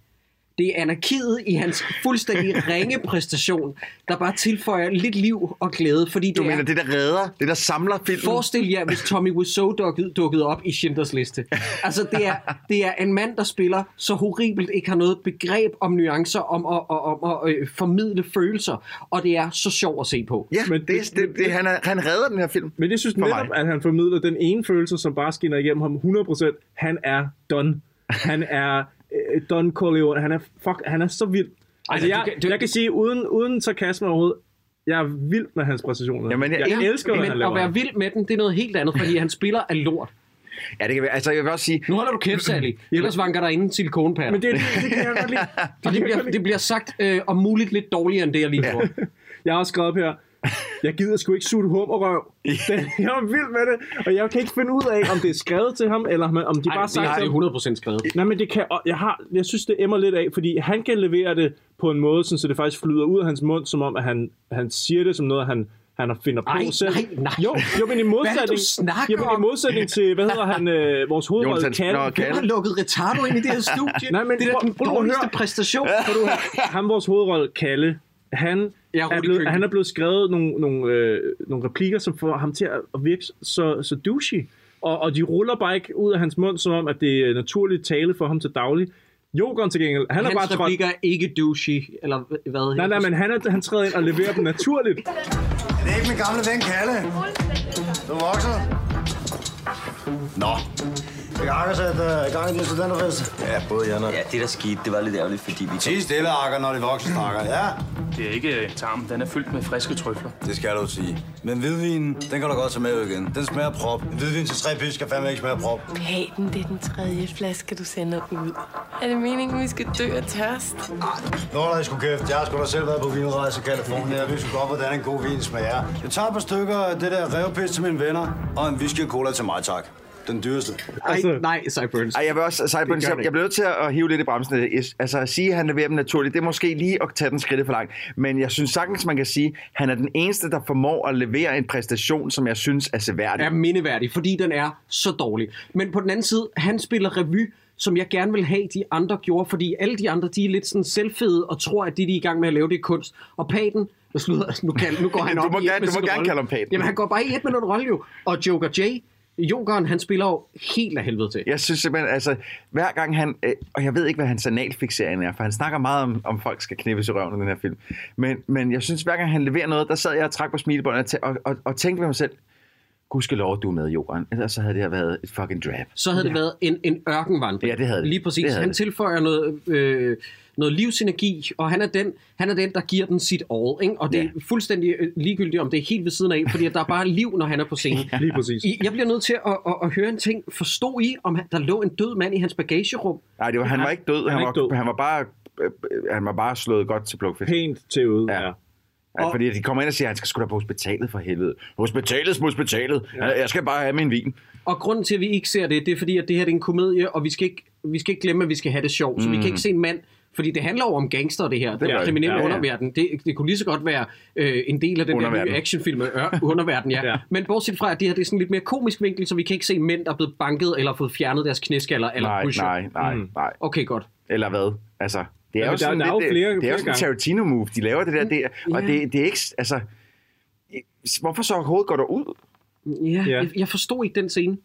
A: det er anarkiet i hans
B: (laughs)
A: fuldstændig ringe præstation, der bare tilføjer lidt liv og glæde, fordi det
B: Du
A: er...
B: mener, det der redder, det der samler filmen?
A: Forestil jer, hvis Tommy Wiseau dukkede, dukkede op i Schindlers liste. Altså, det er,
B: (laughs)
A: det er en mand, der spiller så horribelt, ikke har noget begreb om nuancer, om at, og, om at øh, formidle følelser, og det er så sjovt at se på.
B: Ja, men det, det, det, det, han, er, han redder den her film.
C: Men jeg synes
B: For
C: netop, at han formidler den ene følelse, som bare skinner igennem ham 100%. Han er done. Han er øh, Don Corleone. Han er, fuck, han er så vild.
A: Ej,
C: Altså,
A: du
C: jeg,
A: kan-
C: du, jeg kan sige, uden, uden sarkasme overhovedet, jeg er vild med hans præstationer.
B: Jamen, jeg-
C: jeg, jeg
B: ja,
C: elsker, hvad
A: men
C: han laver.
A: at være vild med den, det er noget helt andet, fordi han spiller af lort.
B: Ja, det kan være. Altså, jeg vil også sige...
A: Nu holder du kæft,
C: (laughs)
A: Sally. Ellers vanker der inden silikonpatter.
C: Men det, det, det kan jeg godt lide.
A: og det bliver, det bliver sagt øh, om muligt lidt dårligere, end det, jeg lige gjorde.
C: Jeg har også skrevet op her, jeg gider sgu ikke sutte
A: (laughs)
C: hummerøv. Den- Jeg er vild med det, og jeg kan ikke finde ud af, om det er skrevet til ham, eller om om de
A: Ej,
C: bare har
A: det
C: sagt
A: er-
C: til
A: det
C: ham,
A: er 100% skrevet.
C: Nej, men det kan, og jeg, har, jeg synes, det emmer lidt af, fordi han kan levere det på en måde, sådan, så det faktisk flyder ud af hans mund, som om, at han, han siger det som noget, han, han finder på
A: Ej,
C: selv.
A: nej, nej.
C: Jo, jo, men
A: Hvad er det,
C: i
A: du
C: modsætning,
A: snakker
C: jo, men
A: om?
C: i modsætning til, hvad hedder han, øh, vores hovedrolle,
B: Jonathan- Nå,
A: Du
B: Kalle.
C: Kalle.
A: har lukket retardo ind i det her (laughs) studie.
C: Nej, men
A: det er da
C: prøv-
A: den
C: prøv nu at
A: dårligste
C: høre.
A: præstation.
C: Kan
A: (laughs)
C: du høre? ham, vores hovedrolle, Kalle, han,
A: Ja,
C: er
A: Rudi
C: blevet,
A: Køkken.
C: han er blevet skrevet nogle, nogle, øh, nogle replikker, som får ham til at at virke så, så douchey. Og, og de ruller bare ikke ud af hans mund, som om, at det er naturligt tale for ham til daglig. Jokeren til gengæld, han er
A: Hans
C: bare trådt
A: replikker er ikke douchey, eller h- hvad?
C: Nej, nej, men han, er, han træder ind og leverer dem naturligt.
E: Er det ikke min gamle ven Kalle? Du vokser.
F: Nå.
E: Jeg har sagt, at der er gang øh, i min studenterfest.
F: Ja, både jeg og... Ja, det der skete, det var lidt ærgerligt, fordi vi...
E: Tis stille, Akker, når de voksne snakker, ja?
O: Det er ikke tarmen, den er fyldt med friske trøfler.
E: Det skal du sige. Men hvidvinen, den kan du godt tage med ud igen. Den smager prop. En Hvidvin til tre pis skal fandme ikke smage prop.
G: Paten, det er den tredje flaske, du sender ud. Er det meningen, vi skal dø af tørst?
E: Nå, der er sgu kæft. Jeg har sgu da selv været på vinrejse i Kalifornien. Jeg ved sgu godt, hvordan en god vin smager. Jeg tager et par stykker af det der revpis til mine venner, og en whisky og cola til mig, tak. Den dyreste.
A: Ej, nej, Cyburns.
B: Ej, jeg vil også,
A: Det
B: Cyburns,
A: gør det
B: jeg, jeg
A: ikke.
B: bliver nødt til at hive lidt i bremsen. Jeg- Altså at sige, at han leverer dem naturligt, det er måske lige at tage den skridt for langt. Men jeg synes sagtens, man kan sige, at han er den eneste, der formår at levere en præstation, som jeg synes er seværdig.
A: er mindeværdig, fordi den er så dårlig. Men på den anden side, han spiller revy, som jeg gerne vil have, de andre gjorde, fordi alle de andre, de er lidt sådan selvfede og tror, at det, de er i gang med at lave, det er kunst. Og Paten, nu, slutter, (laughs) nu, kan, nu går han
B: Du
A: op
B: må
A: i et
B: gerne-
A: med
B: du må
A: sin
B: gerne
A: rolle.
B: kalde ham Paten.
A: Jamen, han går bare i et med den rolle jo. Og Joker J, Jokeren, han spiller jo helt af helvede til.
B: Jeg synes simpelthen, altså, hver gang han, øh, og jeg ved ikke, hvad hans analfixering er, for han snakker meget om, om folk skal knippes i røven i den her film, men, men jeg synes, hver gang han leverer noget, der sad jeg og trak på smilebåndet og, tæ- og, og, og tænkte ved mig selv, gudskelov, at du er med i jorden, ellers så havde det her været et fucking drab.
A: så havde ja. det været en, en ørkenvandring.
B: Ja, det havde det.
A: Lige præcis.
B: Det
A: Det
B: havde
A: han
B: det.
A: tilføjer noget, øh, noget livsenergi, og han er, den, han er den, der giver den sit all. Ikke? Og det er fuldstændig øh, ligegyldigt, om det er helt ved siden af, fordi at der er bare liv, når han er på
B: (laughs)
A: scenen.
C: Lige præcis.
A: I, jeg bliver nødt til at, at, at høre en ting. Forstod I, om han, der lå en død mand i hans bagagerum?
B: Nej, det var, han var ikke død,
A: Han er
B: han,
A: ikke
B: var, han var bare... øh, øh, Han var bare slået godt til plukfisk.
C: Pænt til ude,
B: ja. ja. Fordi de kommer ind og siger, at han skal sgu da på hospitalet for helvede. Hospitalet, som hospitalet. Ja. Jeg skal bare have min vin.
A: Og grunden til, at vi ikke ser det, det er fordi, at det her det er en komedie, og vi skal ikke, vi skal ikke glemme, at vi skal have det sjovt. Mm. Så vi
B: Mm.
A: kan ikke se en mand, fordi det handler jo om gangster, det her.
B: gør
A: Den
B: det.
A: kriminelle
B: Ja,
A: ja,
B: ja.
A: ja. underverden. Det, det kunne lige så godt være øh, en del af den der
B: Underverden.
A: nye actionfilm, øh, underverden,
B: (laughs)
A: ja. ja. Men bortset fra, at det her det er sådan lidt mere komisk vinkel, så vi kan ikke se mænd, der er blevet banket eller fået fjernet deres knæskaller eller
B: Nej,
A: pusher.
B: nej, nej, nej.
A: Okay, godt.
B: Eller hvad? Altså, det er
A: Ja,
B: jo
A: men der-
B: sådan
A: der er jo
B: lidt, øh,
A: flere-
B: det, det
A: flere
B: er jo sådan en
A: gange. Mm.
B: Tarantino-move, de laver det der. Det, og
A: ja.
B: det, det er ikke... Altså, hvorfor så overhovedet går der ud?
A: Ja, ja. Jeg, jeg forstod ikke den scene.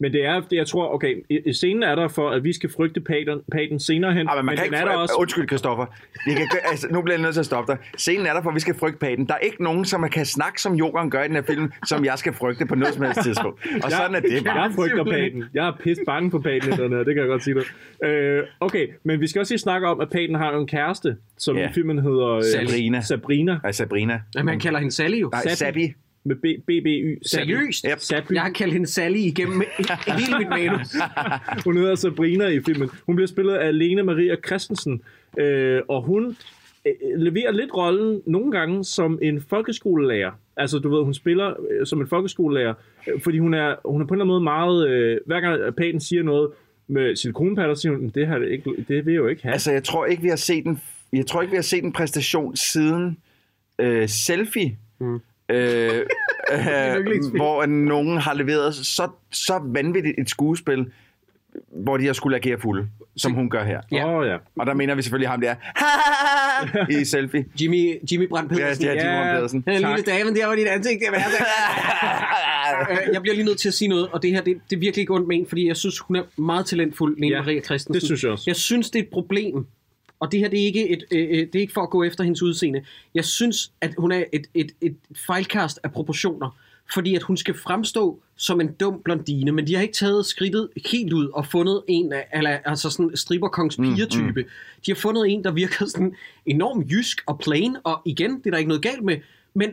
C: Men det er, det, jeg tror, okay, i- i scenen er der for, at vi skal frygte Paten, Paten senere hen.
B: Ah, men man kan
C: den
B: ikke
C: er der
B: frygte-
C: også...
B: Undskyld, Kristoffer. Jeg kan, gøre- altså, nu bliver jeg nødt til at stoppe dig. Scenen er der, for vi skal frygte paten. Der er ikke nogen, som kan snakke, som Jokeren gør i den her film, som jeg skal frygte på noget som helst tidspunkt. Og
C: Jeg-
B: sådan er det bare.
C: Jeg frygter Paten. Jeg er pisse bange for Paten i den her, det kan jeg godt sige dig. Øh, okay, men vi skal også lige snakke om, at Paten har jo en kæreste, som
B: Ja.
C: i filmen hedder... øh,
B: Sabrina.
C: Sabrina.
B: Nej, Sabrina.
A: Jamen, han kalder hende Sally jo.
B: Mm. Nej, Sabi.
C: Med B- BBY. Sabi.
A: Seriøst?
B: Yep.
C: Sabi.
A: Jeg har kaldt hende Sally
B: (laughs)
A: igennem hele mit manus.
C: hun hedder Sabrina i filmen. Hun bliver spillet af Lene Maria Christensen, øh, og hun øh, leverer lidt rollen nogle gange som en folkeskolelærer. Altså, du ved, hun spiller øh, som en folkeskolelærer, øh, fordi hun er, hun er på en eller anden måde meget... Øh, hver gang Paten siger noget med silikonpatter, siger hun, "Men det, har det, ikke, det vil jeg jo ikke have.
B: Altså, jeg tror ikke, vi har set en, jeg tror ikke, vi har set en præstation siden øh, selfie.
C: (laughs)
B: Mm. Øh, øh, hvor nogen har leveret så, så vanvittigt et skuespil, hvor de har skulle agere fulde, som hun gør her.
C: Ja. Oh,
A: Mm-hmm.
C: ja.
B: Og der mener vi selvfølgelig ham der i selfie.
A: Jimmy, Jimmy Brandt Pedersen.
B: Ja, ja, Jimmy Brandt
A: (laughs)
B: Pedersen.
A: Den lille dame, der var dit ansigt. Der var
C: (laughs)
A: Øh, jeg bliver lige nødt til at sige noget, og det her, det, det er virkelig ikke ondt men, fordi jeg synes, hun er meget talentfuld, Lene ja, Maria Christensen.
C: det synes jeg også.
A: Jeg synes, det er et problem, og det her, det er ikke, et, øh, øh, det er ikke for at gå efter hendes udseende. Jeg synes, at hun er et, et, et fejlkast af proportioner, fordi at hun skal fremstå som en dum blondine, men de har ikke taget skridtet helt ud og fundet en af, ala- altså sådan stripperkongs pigetype. Mm, mm. De har fundet en, der virker sådan enormt jysk og plain, og igen, det er der ikke noget galt med, men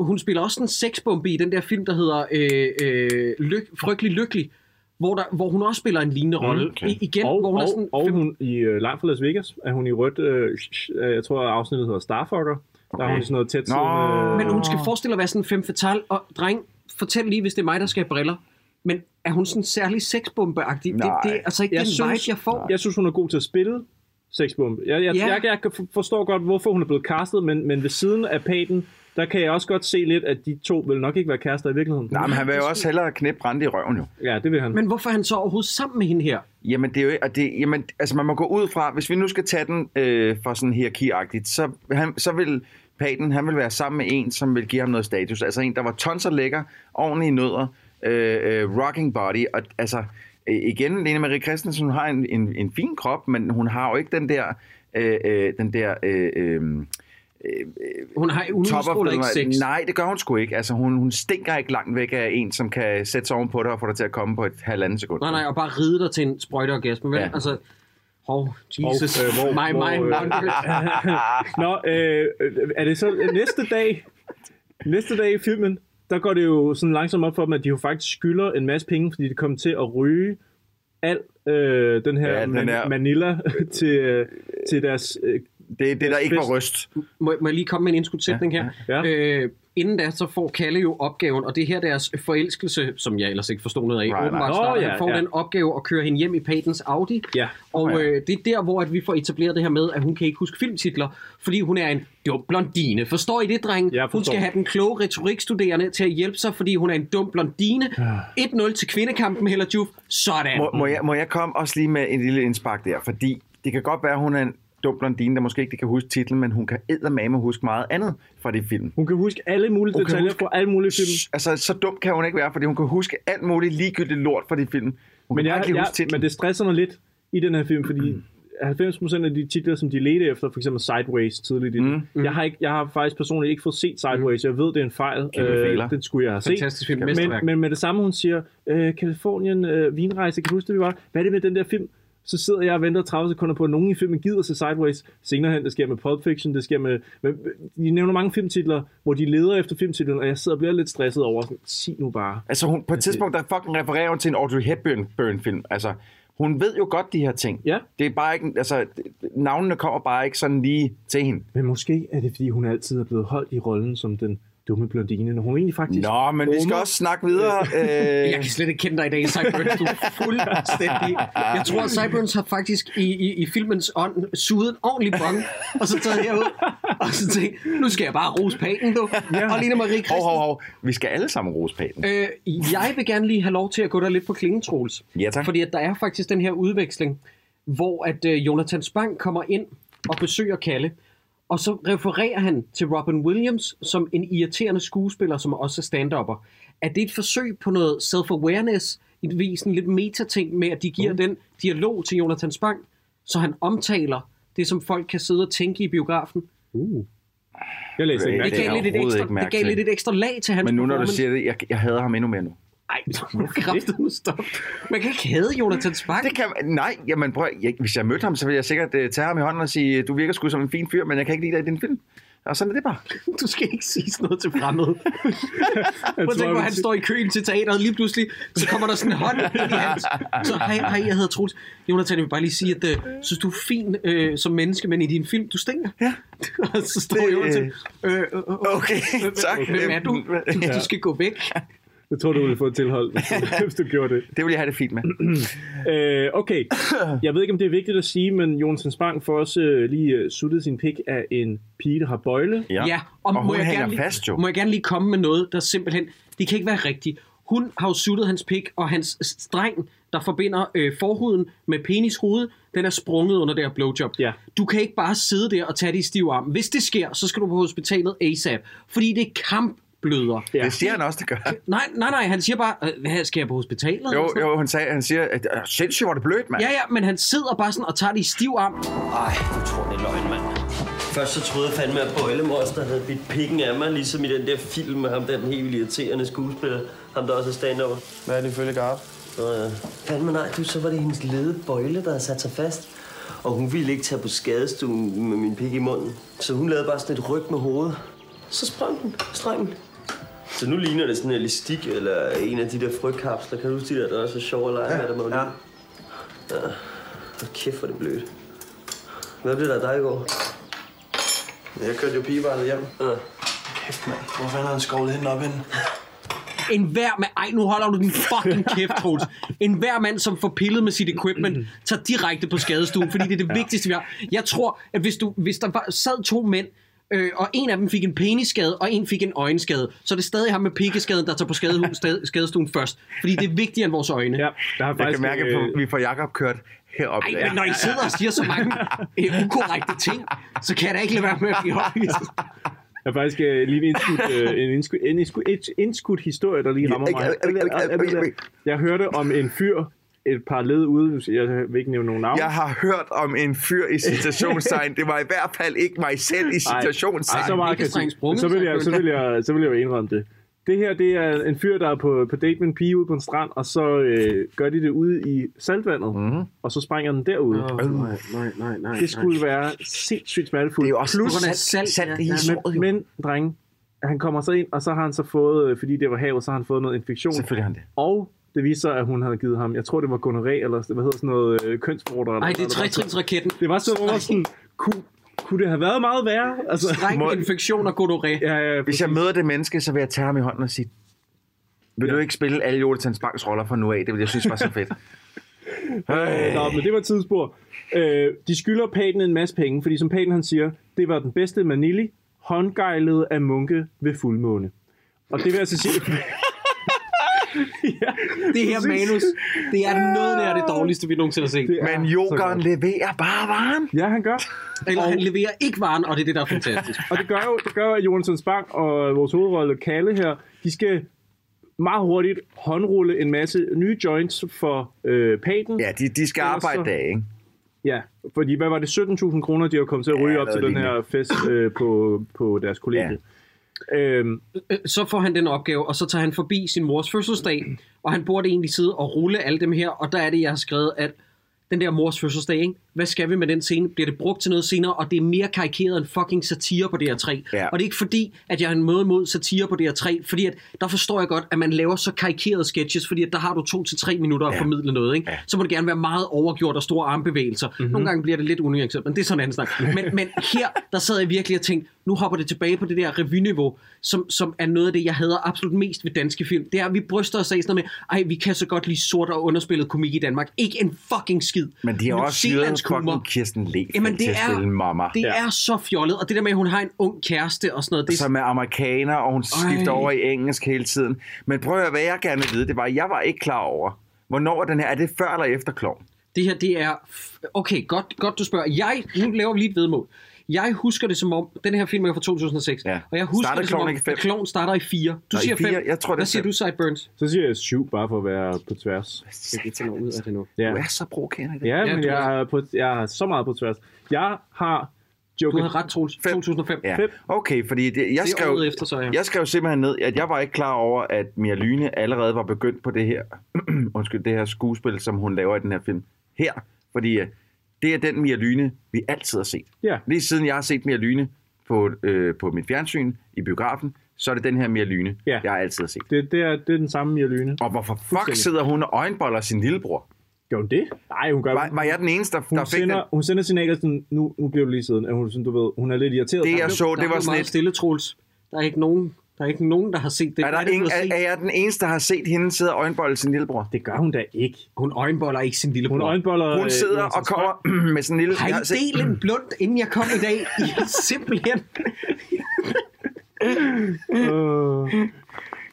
A: hun spiller også en sexbombe i den der film, der hedder øh, øh, Lyk, Frygtelig Lykkelig, hvor, der, hvor hun også spiller en lignende rolle. Okay. I, igen,
C: Mm, og,
A: hvor hun
C: og,
A: er sådan...
C: og hun i uh, Langt fra Las Vegas, er hun i rødt, øh, øh, jeg tror afsnittet hedder Starfucker, okay. der er hun i sådan noget tæt øh, siddende-
A: Men hun skal forestille at være sådan en femme fatale, og dreng, fortæl lige, hvis det er mig, der skal have briller, men er hun sådan særlig sexbombeagtig? Det, det er altså ikke den vibe, jeg får.
C: Jeg synes, hun er god til at spille sexbombe. Jeg, jeg,
A: Ja.
C: jeg, jeg, jeg kan- forstår godt, hvorfor hun er blevet castet, men, men ved siden af Paten, der kan jeg også godt se lidt, at de to vil nok ikke være kærester i virkeligheden.
B: Nej, men han vil jo også hellere knæppe Brandt i røven, jo.
C: Ja, det vil han.
A: Men hvorfor er han så overhovedet sammen med hende her?
B: Jamen, det er jo ikke- og det, jamen, altså man må gå ud fra, hvis vi nu skal tage den øh, for sådan hierarkiagtigt, så, han, så vil Paten, han vil være sammen med en, som vil give ham noget status. Altså en, der var tons og lækker, ordentlig nødder, øh, øh, rocking body, og altså øh, igen, Lene Marie Christensen, hun har en, en, en fin krop, men hun har jo ikke den der, øh, øh, den der øh, øh,
A: Hun har udstråler ikke sex.
B: Nej, det gør hun sgu ikke. Altså, hun, hun stinker ikke langt væk af en, som kan sætte sig ovenpå dig og få dig til at komme på et halvandet sekund.
A: Nej, nej, og bare ride dig til en sprøjteorgasme, vel? Ja.
B: Ja.
A: Altså, hov, Jesus,
C: Hov, øh, hvor-
A: my, my,
C: hvor, (laughs) Nå, øh, øh, er det så øh, næste dag, næste dag i filmen, der går det jo sådan langsomt op for dem, at de jo faktisk skylder en masse penge, fordi de kom til at ryge al øh, den her
B: Ja,
C: ja,
B: den
C: man,
B: er-
C: Manila (laughs) til, øh, til deres... Øh,
B: det, det der ikke var ryst.
A: Må, må jeg lige komme med en indskudsætning her?
C: Ja.
A: Øh, inden da, så får Kalle jo opgaven, og det er her deres forelskelse, som jeg ellers ikke forstod noget af,
C: Right,
A: right,
C: right.
A: åbenbart
C: Nå,
A: starter,
C: ja,
A: han får
C: ja.
A: den opgave at køre hende hjem i Patens Audi.
C: Ja.
A: Og
C: Ja.
A: øh, det er der, hvor at vi får etableret det her med, at hun kan ikke huske filmtitler, fordi hun er en dum blondine. Forstår I det, dreng?
C: Jeg
A: Hun
C: forstår.
A: skal have den kloge retorikstuderende til at hjælpe sig, fordi hun er en dum blondine.
C: Ah.
A: 1-0 til kvindekampen, Heller Juf. Sådan.
B: Må, må, jeg, må jeg komme også lige med en lille indspark der? Fordi det kan godt være, at hun er en dum blondine, der måske ikke kan huske titlen, men hun kan eddermame huske meget andet fra det film.
C: hun kan huske alle mulige
B: Hun kan
C: detaljer
B: huske-
C: fra alle mulige film.
B: Altså, så dum kan hun ikke være, fordi hun kan huske alt muligt ligegyldigt lort fra det film. Hun
C: Men,
B: kan bare
C: jeg,
B: ikke lige
C: jeg,
B: huske titlen.
C: men det stresser mig lidt i den her film, fordi 90% af de titler, som de ledte efter, for eksempel Sideways tidligt i den, jeg, har ikke, jeg har faktisk personligt ikke fået set Sideways, jeg ved, det er en fejl. Øh,
B: Kæmpe fejler.
C: den skulle jeg have
A: Fantastisk
C: set.
A: film,
C: men,
A: mesterværk.
C: men med det samme, hun siger, øh, Kalifornien, øh, vinrejse, kan du huske, det vi var? Hvad er det med den der film? Så sidder jeg og venter 30 sekunder på, at nogen i filmen gider se Sideways. Senere hen, det sker med Pulp Fiction, det sker med... med de nævner mange filmtitler, hvor de leder efter filmtitlen, og jeg sidder og bliver lidt stresset over, sådan, sig nu bare.
B: Altså, hun, på et tidspunkt, der fucking refererer hun til en Audrey Hepburn-film. Altså, hun ved jo godt de her ting.
C: Ja.
B: Det er bare ikke, altså, navnene kommer bare ikke sådan lige til hende.
C: Men måske er det, fordi hun altid er blevet holdt i rollen som den dumme blondine, når hun egentlig faktisk...
B: Nå, men vi skal også snakke videre. (laughs) øh,
A: Jeg kan slet ikke kende dig i dag, Cyburns. Du er fuldstændig... Jeg tror, at Cyburns har faktisk i, i, i filmens ånd suget en ordentlig bong, og så taget herud, og så tænkt, nu skal jeg bare rose paten, du. Ja. Og Lene Marie Christensen.
B: Hov, hov, hov. Vi skal alle sammen rose Paten.
A: Øh, jeg vil gerne lige have lov til at gå der lidt på klingen, Troels.
B: Ja, tak.
A: Fordi at der er faktisk den her udveksling, hvor at øh, Jonathan Spang kommer ind og besøger Kalle, og så refererer han til Robin Williams som en irriterende skuespiller, som også er stand-upper. Er det et forsøg på noget self-awareness, en væsen, lidt metating med, at de giver mm. den dialog til Jonathan Spang, så han omtaler det, som folk kan sidde og tænke i biografen.
C: Uh. Jeg læser ikke
A: Det
C: mærke
A: gav, lidt
C: til.
A: et ekstra, det gav lidt et ekstra lag til hans
B: Men nu når du
A: performance.
B: siger det, jeg, jeg hader ham endnu mere nu.
A: Ej, (laughs) nu kraftedeme stop. Man kan ikke hade Jonathan Spang.
B: Det kan, nej, jamen prøv, jeg, hvis jeg mødte ham, så ville jeg sikkert uh, tage ham i hånden og sige, du virker sgu som en fin fyr, men jeg kan ikke lide dig i din film. Og sådan er det bare.
A: Du skal ikke sige sådan noget til fremmede. (laughs) Prøv at tænke, hvor han står i køen til teateret, og lige pludselig, så kommer der sådan en hånd ind i hans. Så hej, hej, jeg hedder Troels. Jonathan, jeg vil bare lige sige, at øh, synes du er fin øh, som menneske, men i din film, du stinker.
B: Ja.
A: (laughs) og så står Jonathan, øh, øh, øh,
B: okay,
A: hvem,
B: tak.
A: Hvem er du?
B: Ja.
A: Du skal gå væk.
C: Jeg tror, du ville få et tilhold, hvis
B: (laughs)
C: du- hvis du gjorde det.
B: Det vil jeg have det fint med.
C: øh, okay, jeg ved ikke, om det er vigtigt at sige, men Jonsen Spang får også øh, lige øh, suttet sin pik af en pige, der har bøjle.
A: Ja, gerne lige, må jeg gerne lige komme med noget, der simpelthen... Det kan ikke være rigtigt. Hun har jo suttet hans pik, og hans streng, der forbinder øh, forhuden med penishovedet, den er sprunget under det her blowjob.
C: Ja.
A: Du kan ikke bare sidde der og tage det i stiv arm. Hvis det sker, så skal du på hospitalet ASAP, fordi det er kampbløder.
B: Ja. Det siger han også, det gør.
A: Nej, nej, nej, han siger bare, "Øh, hvad skal jeg på hospitalet? Eller
B: Jo,
A: sådan
B: jo, han, sagde, han siger, at "Øh, sindssygt var det blødt, mand.
A: noget. Ja, ja, men han sidder bare sådan og tager det i stiv arm.
F: Ej, du tror, det er løgn, mand. Først så troede jeg fandme, at Bøjlemonster havde bidt pikken af mig, ligesom i den der film med ham, der den helt vildt irriterende skuespiller. Ham, der også er stand -over. Hvad er det ifølge Garp? Nå ja. Fandme nej, du, så var det hendes lede bøjle, der havde sat sig fast. Og hun ville ikke tage på skadestuen med min pik i munden. Så hun lavede bare sådan et ryg med hovedet. Så sprang den, strengen. Så nu ligner det sådan en elastik eller en af de der frøkapsler. Kan du huske de der, der er så sjove at lege ja. med dem? Ja. ja. Hvor kæft, hvor er det blødt. Hvad blev der af dig i går?
K: Jeg kørte jo pigebarnet hjem. Ja. Kæft, mand. Hvor fanden har han skovlet hende op hende?
A: En hver mand, ej nu holder du din fucking kæft, Troels. En hver mand, som får pillet med sit equipment, tager direkte på skadestuen, fordi det er det ja. vigtigste, vi har. Jeg tror, at hvis, du, hvis der var, sad to mænd, øh, og en af dem fik en penisskade, og en fik en øjenskade, så er det stadig ham med pikkeskaden, der tager på skadehus- stad- skadestuen først. Fordi det er vigtigere end vores øjne. Ja,
C: der har øh,
B: Jeg kan mærke, at vi får Jakob kørt herop.
A: øh, Ej, men når I sidder og siger så mange øh, ukorrekte ting, så kan jeg da ikke lade være med at blive opvist.
C: Jeg har faktisk øh, lige en indskudt, øh, en indskudt, en indskudt, et, indskudt historie, der lige rammer mig. Jeg hørte om en fyr et par led ude, jeg vil ikke nævne nogen navn.
B: Jeg har hørt om en fyr i
A: (laughs)
B: citationstegn. Det var i hvert fald ikke mig selv i
C: Ej,
B: citationstegn.
C: ej, så meget kan jeg sige. Men så vil jeg, så vil jeg, så vil jeg jo indrømme det. Det her, det er en fyr, der er på, på date med en pige ude på en strand, og så øh, gør de det ude i saltvandet, mm. og så springer den derude.
A: Åh, nej, nej, nej, nej.
C: det skulle være sindssygt smertefuldt. Det er
B: også på grund af salt, salt i såret,
C: men, men, drenge, han kommer så ind, og så har han så fået, øh, fordi det var havet, så har han fået noget infektion.
B: Selvfølgelig har han det.
C: Og det viste sig, at hun havde givet ham, jeg tror det var gonoré, eller hvad hedder sådan noget, øh, kønsvorter. eller
A: Ej, det
C: sådan
A: er
C: noget.
A: tretrinsraketten.
C: Det var så, hvor man var sådan, kunne, kunne det have været meget værre? Altså,
A: Streng infektion og gonoré.
C: Ja, ja,
B: Hvis jeg møder det menneske, så vil jeg tage ham i hånden og sige, vil du ikke spille alle Jonathan Bangs roller fra nu af? Det ville jeg synes var så
A: (laughs)
B: fedt.
C: Øh, Nå, men det var et tidsspur. Øh, de skylder Paten en masse penge, fordi som Paten han siger, det var den bedste Manili, håndgejlet af munke ved fuldmåne. Og det vil altså sige... (laughs)
A: Det her manus, det er noget nær det dårligste, vi nogensinde har set.
B: Men jokeren leverer bare varen.
C: Ja, han gør.
A: Eller han leverer ikke varen, og det er det, der er fantastisk.
C: Og det gør jo, det gør, jo, at Jonathan Spang og vores hovedrolle Kalle her, de skal meget hurtigt håndrulle en masse nye joints for øh, Paten.
B: Ja, de, de skal arbejde i dag, ikke?
C: Ja, fordi hvad var det, 17.000 kroner, de har kommet til at ryge
B: Ja,
C: op til
B: noget
C: den her fest øh, på, på deres kollegie. Ja. Øhm,
A: Øh, Så får han den opgave, og så tager han forbi sin mors fødselsdag, og han burde egentlig sidde og rulle alle dem her, og der er det, jeg har skrevet, at den der mors fødselsdag, ikke? hvad skal vi med den scene? Bliver det brugt til noget senere? Og det er mere karikeret end fucking satire på DR3. Ja. Og det er ikke fordi, at jeg har en måde mod satire på DR3, fordi at der forstår jeg godt, at man laver så karikerede sketches, fordi at der har du to til tre minutter at ja. formidle noget. Ikke? Ja. Så må det gerne være meget overgjort og store armbevægelser.
B: Mhm.
A: Mm-hmm. Nogle gange bliver det lidt unuanceret, men det er sådan en anden
B: (laughs)
A: snak. Men, men her, der sad jeg virkelig og tænkte, nu hopper det tilbage på det der revyniveau, som, som er noget af det, jeg hader absolut mest ved danske film. Det er, at vi bryster os af sådan noget med, ej, vi kan så godt lide sort og underspillet komik i Danmark. Ikke en fucking skid.
B: Men de har
A: New
B: også hyret
A: Zealands humor.
B: fucking Kirsten Le
A: Jamen, det
B: til at
A: er-
B: spille mamma.
A: Det er så fjollet, og det der med, at hun har en ung kæreste og sådan noget, det er
B: som er amerikaner, og hun skifter
A: Ej.
B: over i engelsk hele tiden. Men prøv at høre, hvad jeg gerne vil vide, det var, at jeg var ikke klar over, hvornår er den her, er det før eller efter klovn?
A: Det her, det er... Okay, godt, godt du spørger. Jeg, nu laver vi lige et vedmål. Jeg husker det som om, den her film er fra 2006, ja. og jeg husker
B: Starter
A: det som
B: Klovn
A: om,
B: ikke i fem?
A: at Klovn starter i 4. Du
B: Nå, i
A: siger 5.
B: fire. Jeg tror, det er
A: Hvad siger
B: fem.
A: du, Sideburns?
C: Så siger jeg syv, bare for at være på tværs.
A: Jeg tænker ud af det nu.
C: Ja.
B: Du er så provokerende. i dag.
C: Ja,
A: Ja,
C: men
A: du
C: jeg er, på, jeg er så meget på tværs. Jeg har joket.
A: Du har ret, Troels. 2005.
B: Ja. Okay, fordi det, jeg,
A: Det er
B: skrev,
A: året efter, så, ja.
B: jeg skrev simpelthen ned, at jeg var ikke klar over, at Mia Lyne allerede var begyndt på det her, (clears throat) undskyld, det her skuespil, som hun laver i den her film her. Fordi øh, det er den Mia Lyne, vi altid har set.
C: Ja.
B: Lige siden jeg har set Mia Lyne på, øh, på mit fjernsyn i biografen, så er det den her Mia Lyne,
C: Ja.
B: jeg altid har set.
C: Det, det, er, det er den samme Mia Lyne.
B: Og hvorfor Fuck, sidder hun og øjenboller sin lillebror.
C: Gør hun det? Nej, hun gør
B: Var, var jeg den eneste, der,
C: Hun,
B: der fik
C: sender,
B: den?
C: hun sender signaler sådan, nu, nu bliver du lige siden, at hun, sådan, du ved, hun er lidt irriteret.
B: Det,
C: Der
B: jeg
C: blev-
B: så,
C: der
B: det var
C: blev
B: sådan
C: meget
B: et-
A: Stille, Troels. Der er ikke nogen, der er ikke nogen, der har set det.
B: Er,
A: Hvad
B: der
A: det, du
B: ingen,
A: har set?
B: er, er jeg den eneste, der har set hende sidde og øjenbolle sin lillebror?
C: Det gør hun da ikke.
A: Hun øjenboller ikke sin lillebror.
C: Hun øjenboller... øh,
B: Hun sidder og kommer (clears throat) med sådan en lille...
A: Har
B: Jeg
A: I
B: set-
A: delt en blund, inden jeg kom i dag? I er simpelthen...
C: "Øh."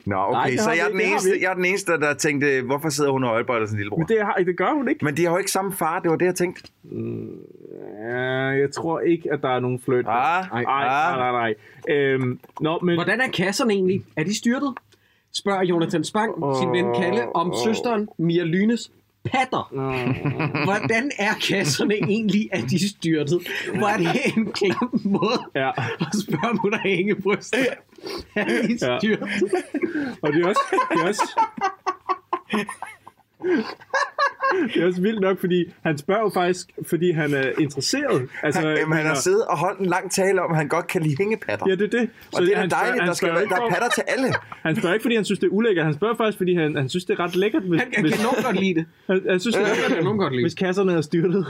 B: Nå,
C: Nej,
B: okay,
C: det
B: så
C: har
B: jeg er,
C: vi-
B: den
C: det har vi
B: eneste,
C: ikke.
B: jeg er den eneste, der tænkte, hvorfor sidder hun og øjebøjler sin lillebror?
C: Men det, har, det gør hun ikke.
B: Men de har jo ikke samme far, det var det, jeg tænkte.
C: Ja, jeg tror ikke, at der er nogen fløjt.
B: Ah,
C: nej, nej, nej, nej. Øhm, nå, men...
A: Hvordan er kasserne egentlig? Er de styrtet? Spørger Jonathan Spang, sin ven Kalle, om søsteren Mia Lynes patter. Hvordan er kasserne egentlig, at de styrtet? Var det en klam måde
C: Ja.
A: at spørge om hun har hængebryst? Er de
C: Ja.
A: styrtet?
C: Og det er også... Det er også det er også vildt nok, fordi han spørger jo faktisk, fordi han er interesseret. Altså,
B: Han, jamen, han har siddet og holdt en lang tale om, at han godt kan lide hængepatter.
C: Ja, det er det.
B: Og det er
C: han
B: da
C: spørger-
B: dejligt,
C: han
B: der, skal
C: spørger
B: være,
C: ikke
B: der er
C: om-
B: patter til alle.
C: Han spørger ikke, fordi han synes, det er ulækkert. Han spørger faktisk, fordi han, han synes, det er ret lækkert. Hvis,
A: Han, han kan nok godt lide det.
C: Han, han synes, det
A: Ja,
C: er
A: kan nogen godt lide.
C: Hvis kasserne havde styrtet.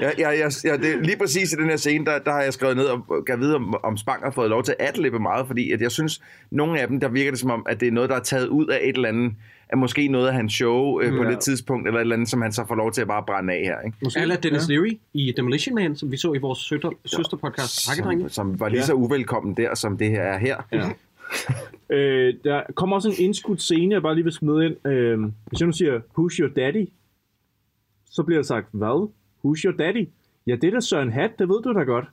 B: Ja, ja, ja, ja det, er lige præcis i den her scene, der, der har jeg skrevet ned og kan vide, om, om Spang har fået lov til at atlippe meget, fordi at jeg synes, nogle af dem, der virker det som om, at det er noget, der er taget ud af et eller andet, af måske noget af hans show øh, på
C: Ja.
B: det tidspunkt, eller et eller andet, som han så får lov til at bare brænde af her. Ikke?
A: Eller Dennis Leary i Demolition Man, som vi så i vores søster, søsterpodcast.
B: Som,
A: Hakkedrenge.
B: som var lige
C: Ja.
B: så uvelkommen der, som det her er her. Ja.
C: øh, der kommer også en indskudt scene, jeg bare lige vil smide ind. Øh, hvis jeg nu siger, who's your daddy? Så bliver der sagt, hvad? Who's your daddy? Ja, det er da Søren Hat, det ved du da godt.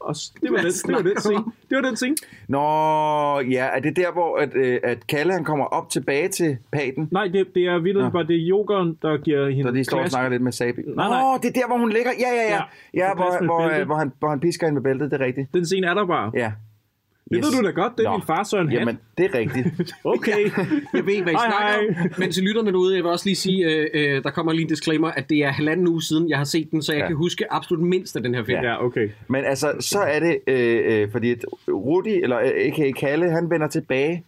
C: Og s- det var,
A: Hvad
C: den, det var den
A: snakker du
C: scene.
A: om?
C: Det var den scene.
B: Nå, ja, er det der, hvor at, øh, at Kalle han kommer op tilbage til paten,
C: Nej, det, det er vildt
B: Nå.
C: bare, det er yogeren, der giver hende
B: når de står og
C: klask.
B: snakker lidt med Sabi?
C: Nej, nej.
B: Nå, det er der, hvor hun ligger. Ja, ja, ja.
C: Ja,
B: Ja,
C: hun
B: hvor,
C: kaster med
B: hvor,
C: bæltet.
B: øh, hvor, han, hvor han pisker hende med bæltet, det er rigtigt.
C: Den scene er der bare.
B: Ja.
C: Det
B: Yes.
C: ved du da godt, det er
B: Nå.
C: min far Søren Hat.
B: Jamen, det er rigtigt.
C: Okay.
B: (laughs)
A: Jeg ved, hvad I
C: Hej,
A: snakker
C: hej.
A: om. Men til lytterne derude, jeg vil også lige sige, øh, øh, der kommer lige en disclaimer, at det er halvanden uge siden, jeg har set den, så jeg
B: Ja.
A: ja. kan huske absolut mindst af den her film. Ja.
C: Ja, okay.
B: Men altså, så er det, øh, øh, fordi at Rudi, eller øh, a.k.a. Kalle, han vender tilbage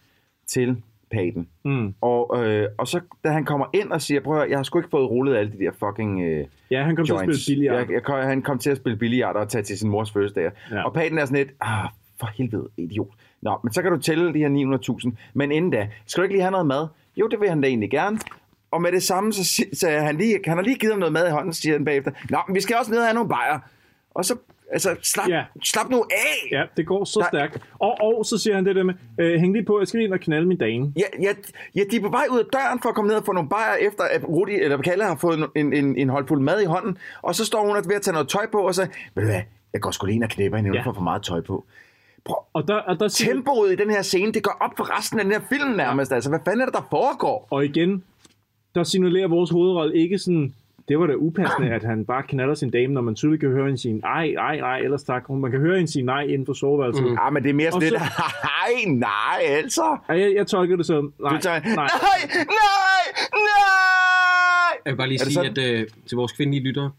B: til paten.
C: Mm.
B: Og, øh, og så, da han kommer ind og siger, prøv at høre, jeg har sgu ikke fået rullet alle de der fucking... Øh,
C: Ja, han kom til at
B: joints.
C: spille billigere.
B: Jeg, jeg, kom- han kom til at spille billiard og tage til sin mors fødselsdag.
C: Ja.
B: Ja. Og Paten er sådan lidt, ah, for helvede, idiot. Nå, men så kan du tælle de her 900.000. Men inden da, skal du ikke lige have noget mad? Jo, det vil han da egentlig gerne. Og med det samme, så, si- så er han, lige, han har lige givet ham noget mad i hånden, siger han bagefter. Nå, men vi skal også ned og have nogle bajer. Og så, altså, slap,
C: Ja.
B: ja. slap nu af!
C: Ja, det går så
B: Der-
C: stærkt. Og, og så siger han det der med, øh, hæng lige på, jeg skal lige ind og knalde min dame.
B: Ja, ja, ja, de er på vej ud af døren for at komme ned og få nogle bajer, efter at Rudi eller Kalle har fået en, en, en holdfuld mad i hånden. Og så står hun ved at tage noget tøj på, og så, ved du hvad, jeg går sgu lige ind og knipper hende, ja.
C: Ja.
B: for for meget tøj på. Prøv,
C: Og der, og der siger
B: tempoet i den her scene, det går op for resten af den her film nærmest. Altså, hvad fanden er det, der foregår?
C: Og igen, der signalerer vores hovedrolle ikke sådan, det var da upassende, at han bare knaller sin dame, når man tydeligt kan høre hende sige, nej, nej, nej, ellers tak. Man kan høre hende sige nej inden for soveværelset. Mm.
B: Ja, men det er mere
C: Og
B: sådan lidt,
C: så-
B: nej, nej, altså.
C: Jeg, jeg tolker det som, nej,
B: Du tager,
C: nej.
B: (laughs) nej, nej, nej.
A: Jeg vil bare lige
B: Er det
A: sige at, øh, til vores kvindelige lyttere,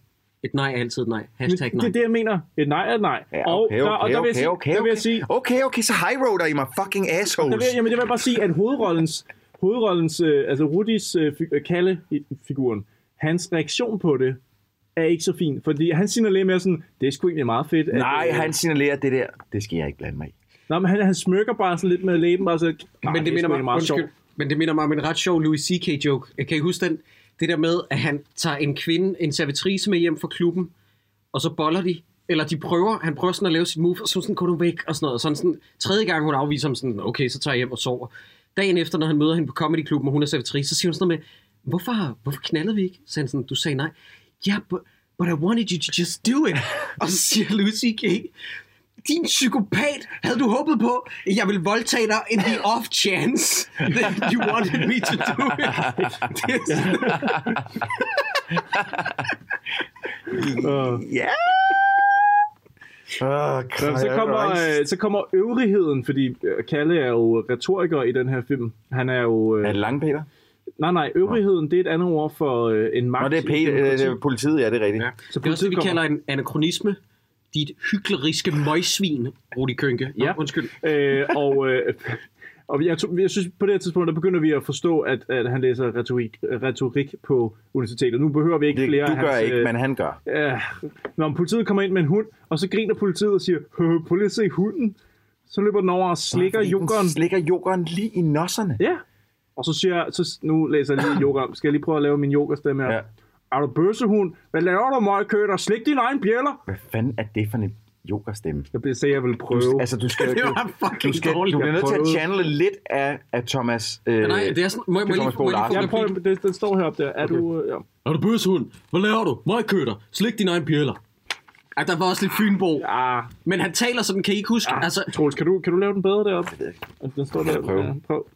A: et nej er altid et nej.
C: Men
A: Hashtag
C: Det
A: nej.
C: er det, jeg mener. Et nej er et nej.
B: Ja,
C: og,
B: okay,
C: der, og
B: okay,
C: der vil jeg
B: okay,
C: sige,
B: okay,
C: der vil jeg
B: okay.
C: sige,
B: Okay, okay, så highroader I mig fucking
C: der vil,
B: assholes.
C: jeg- jamen, jeg vil bare sige, at hovedrollens, hovedrollens øh, altså Rudis øh, fi- øh, Kalle-figuren, hans reaktion på det, er ikke så fin, fordi han signalerer mere sådan, det er sgu egentlig meget fedt. at,
B: Nej,
C: øh,
B: han signalerer det der. Det skal jeg ikke blande mig i.
C: Nå, men han, han smykker bare sådan lidt med læben, bare så... Nej,
A: men det,
C: er
A: minder
C: sgu egentlig
A: mig,
C: meget
A: undskyld,
C: sjovt.
A: men det minder mig om en ret sjov Louis C.K. joke. Kan I huske den? Det der med, at han tager en kvinde, en servitrice med hjem fra klubben, og så boller de, eller de prøver, han prøver sådan at lave sit move, og så sådan, gå nu væk, og sådan noget. Og sådan, sådan, tredje gang hun afviser ham sådan, okay, så tager jeg hjem og sover. Dagen efter, når han møder hende på Comedyklubben, og hun er servitrice, så siger hun sådan noget med, hvorfor, hvorfor knaldede vi ikke? Så han sådan, du sagde nej. Ja, b- but I wanted you to just do
C: (laughs)
A: it. Og så siger Lucy K., din psykopat, havde du håbet på, at jeg ville voldtage dig in the off chance that you wanted me to do it. Det er sådan-
B: Ja!
C: Oh, så, så,
A: Christ.
C: kommer, øh, så kommer øvrigheden, fordi øh, Kalle er jo retoriker i den her film. Han er jo... Øh, er
B: det Langpeter?
C: Nej, nej, øvrigheden, det er et andet ord for øh, en magt.
B: Nå, det er, Peter, det er politiet, ja, det er rigtigt. Ja.
A: Så det er også det, vi kalder en anachronisme. Dit hykleriske møgsvin, Rudi Kønke. Nå,
C: Ja.
A: undskyld.
C: Øh, og øh, (laughs) og jeg, tror- jeg synes, på det her tidspunkt, der begynder vi at forstå, at, at han læser retorik, retorik på universitetet. Nu behøver vi ikke
B: Det-
C: flere
B: du
C: af
B: gør
C: hans,
B: ikke, men han gør.
C: Øh, når politiet kommer ind med en hund, og så griner politiet og siger, "Hø, prøv lige at se hunden. Så løber den over og slikker
B: fordi den
C: jokeren.
B: slikker jokeren lige i nosserne.
C: Ja. Og så siger jeg, så nu læser jeg lige yoga. Skal jeg lige prøve at lave min yogastemme her? Ja. Er du bøssehund? Hvad laver du, møgkøter? Slik din egen bjæller!
B: Hvad fanden er det for en yoga-stemme?
C: Jeg blev sagde, jeg ville prøve.
B: Du, altså, du skal,
A: Det
B: du,
A: var fucking
B: du, skal, du
A: dårligt.
B: bliver
A: Jeg
B: nødt til at
A: prøvede.
B: channele lidt af, af Thomas...
A: Men nej, det er sådan- må jeg- må jeg lige- må jeg lige få
C: Jeg prøver, det, den står heroppe der. Er okay. du... øh, Ja.
A: Er du bøshund? Hvad laver du? Møgkøter. Slik din egen pjæller. Ej, der var også lidt Fynbo.
C: Ja.
A: Men han taler sådan, kan I ikke huske? Ja. Altså,
C: Troels, kan du, kan du lave den bedre deroppe? Den står der.
B: prøve.
C: Ja, prøv.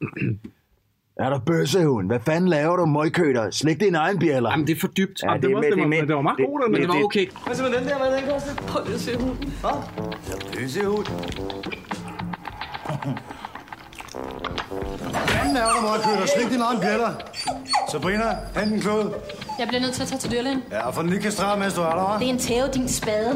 B: Er der bøssehund? Hvad fanden laver du, møgkøter? Slik din egen bjæller. Jamen,
A: det er for dybt.
B: Ja, det, er med- det, er med- det- det- det-
J: Hvad så med den der? Hvad er den, Karsten? Prøv lige at se hunden. Hvad?
E: Lysehund.
P: Fanden er der, Møgkøtter? Slik din egen bjæller. Sabrina, hent en klod.
Q: Jeg bliver nødt til at tage til dyrlægen.
P: Ja, og få den lige kastreret, mens du er der, hva'?
Q: Det er en tæve, din spade.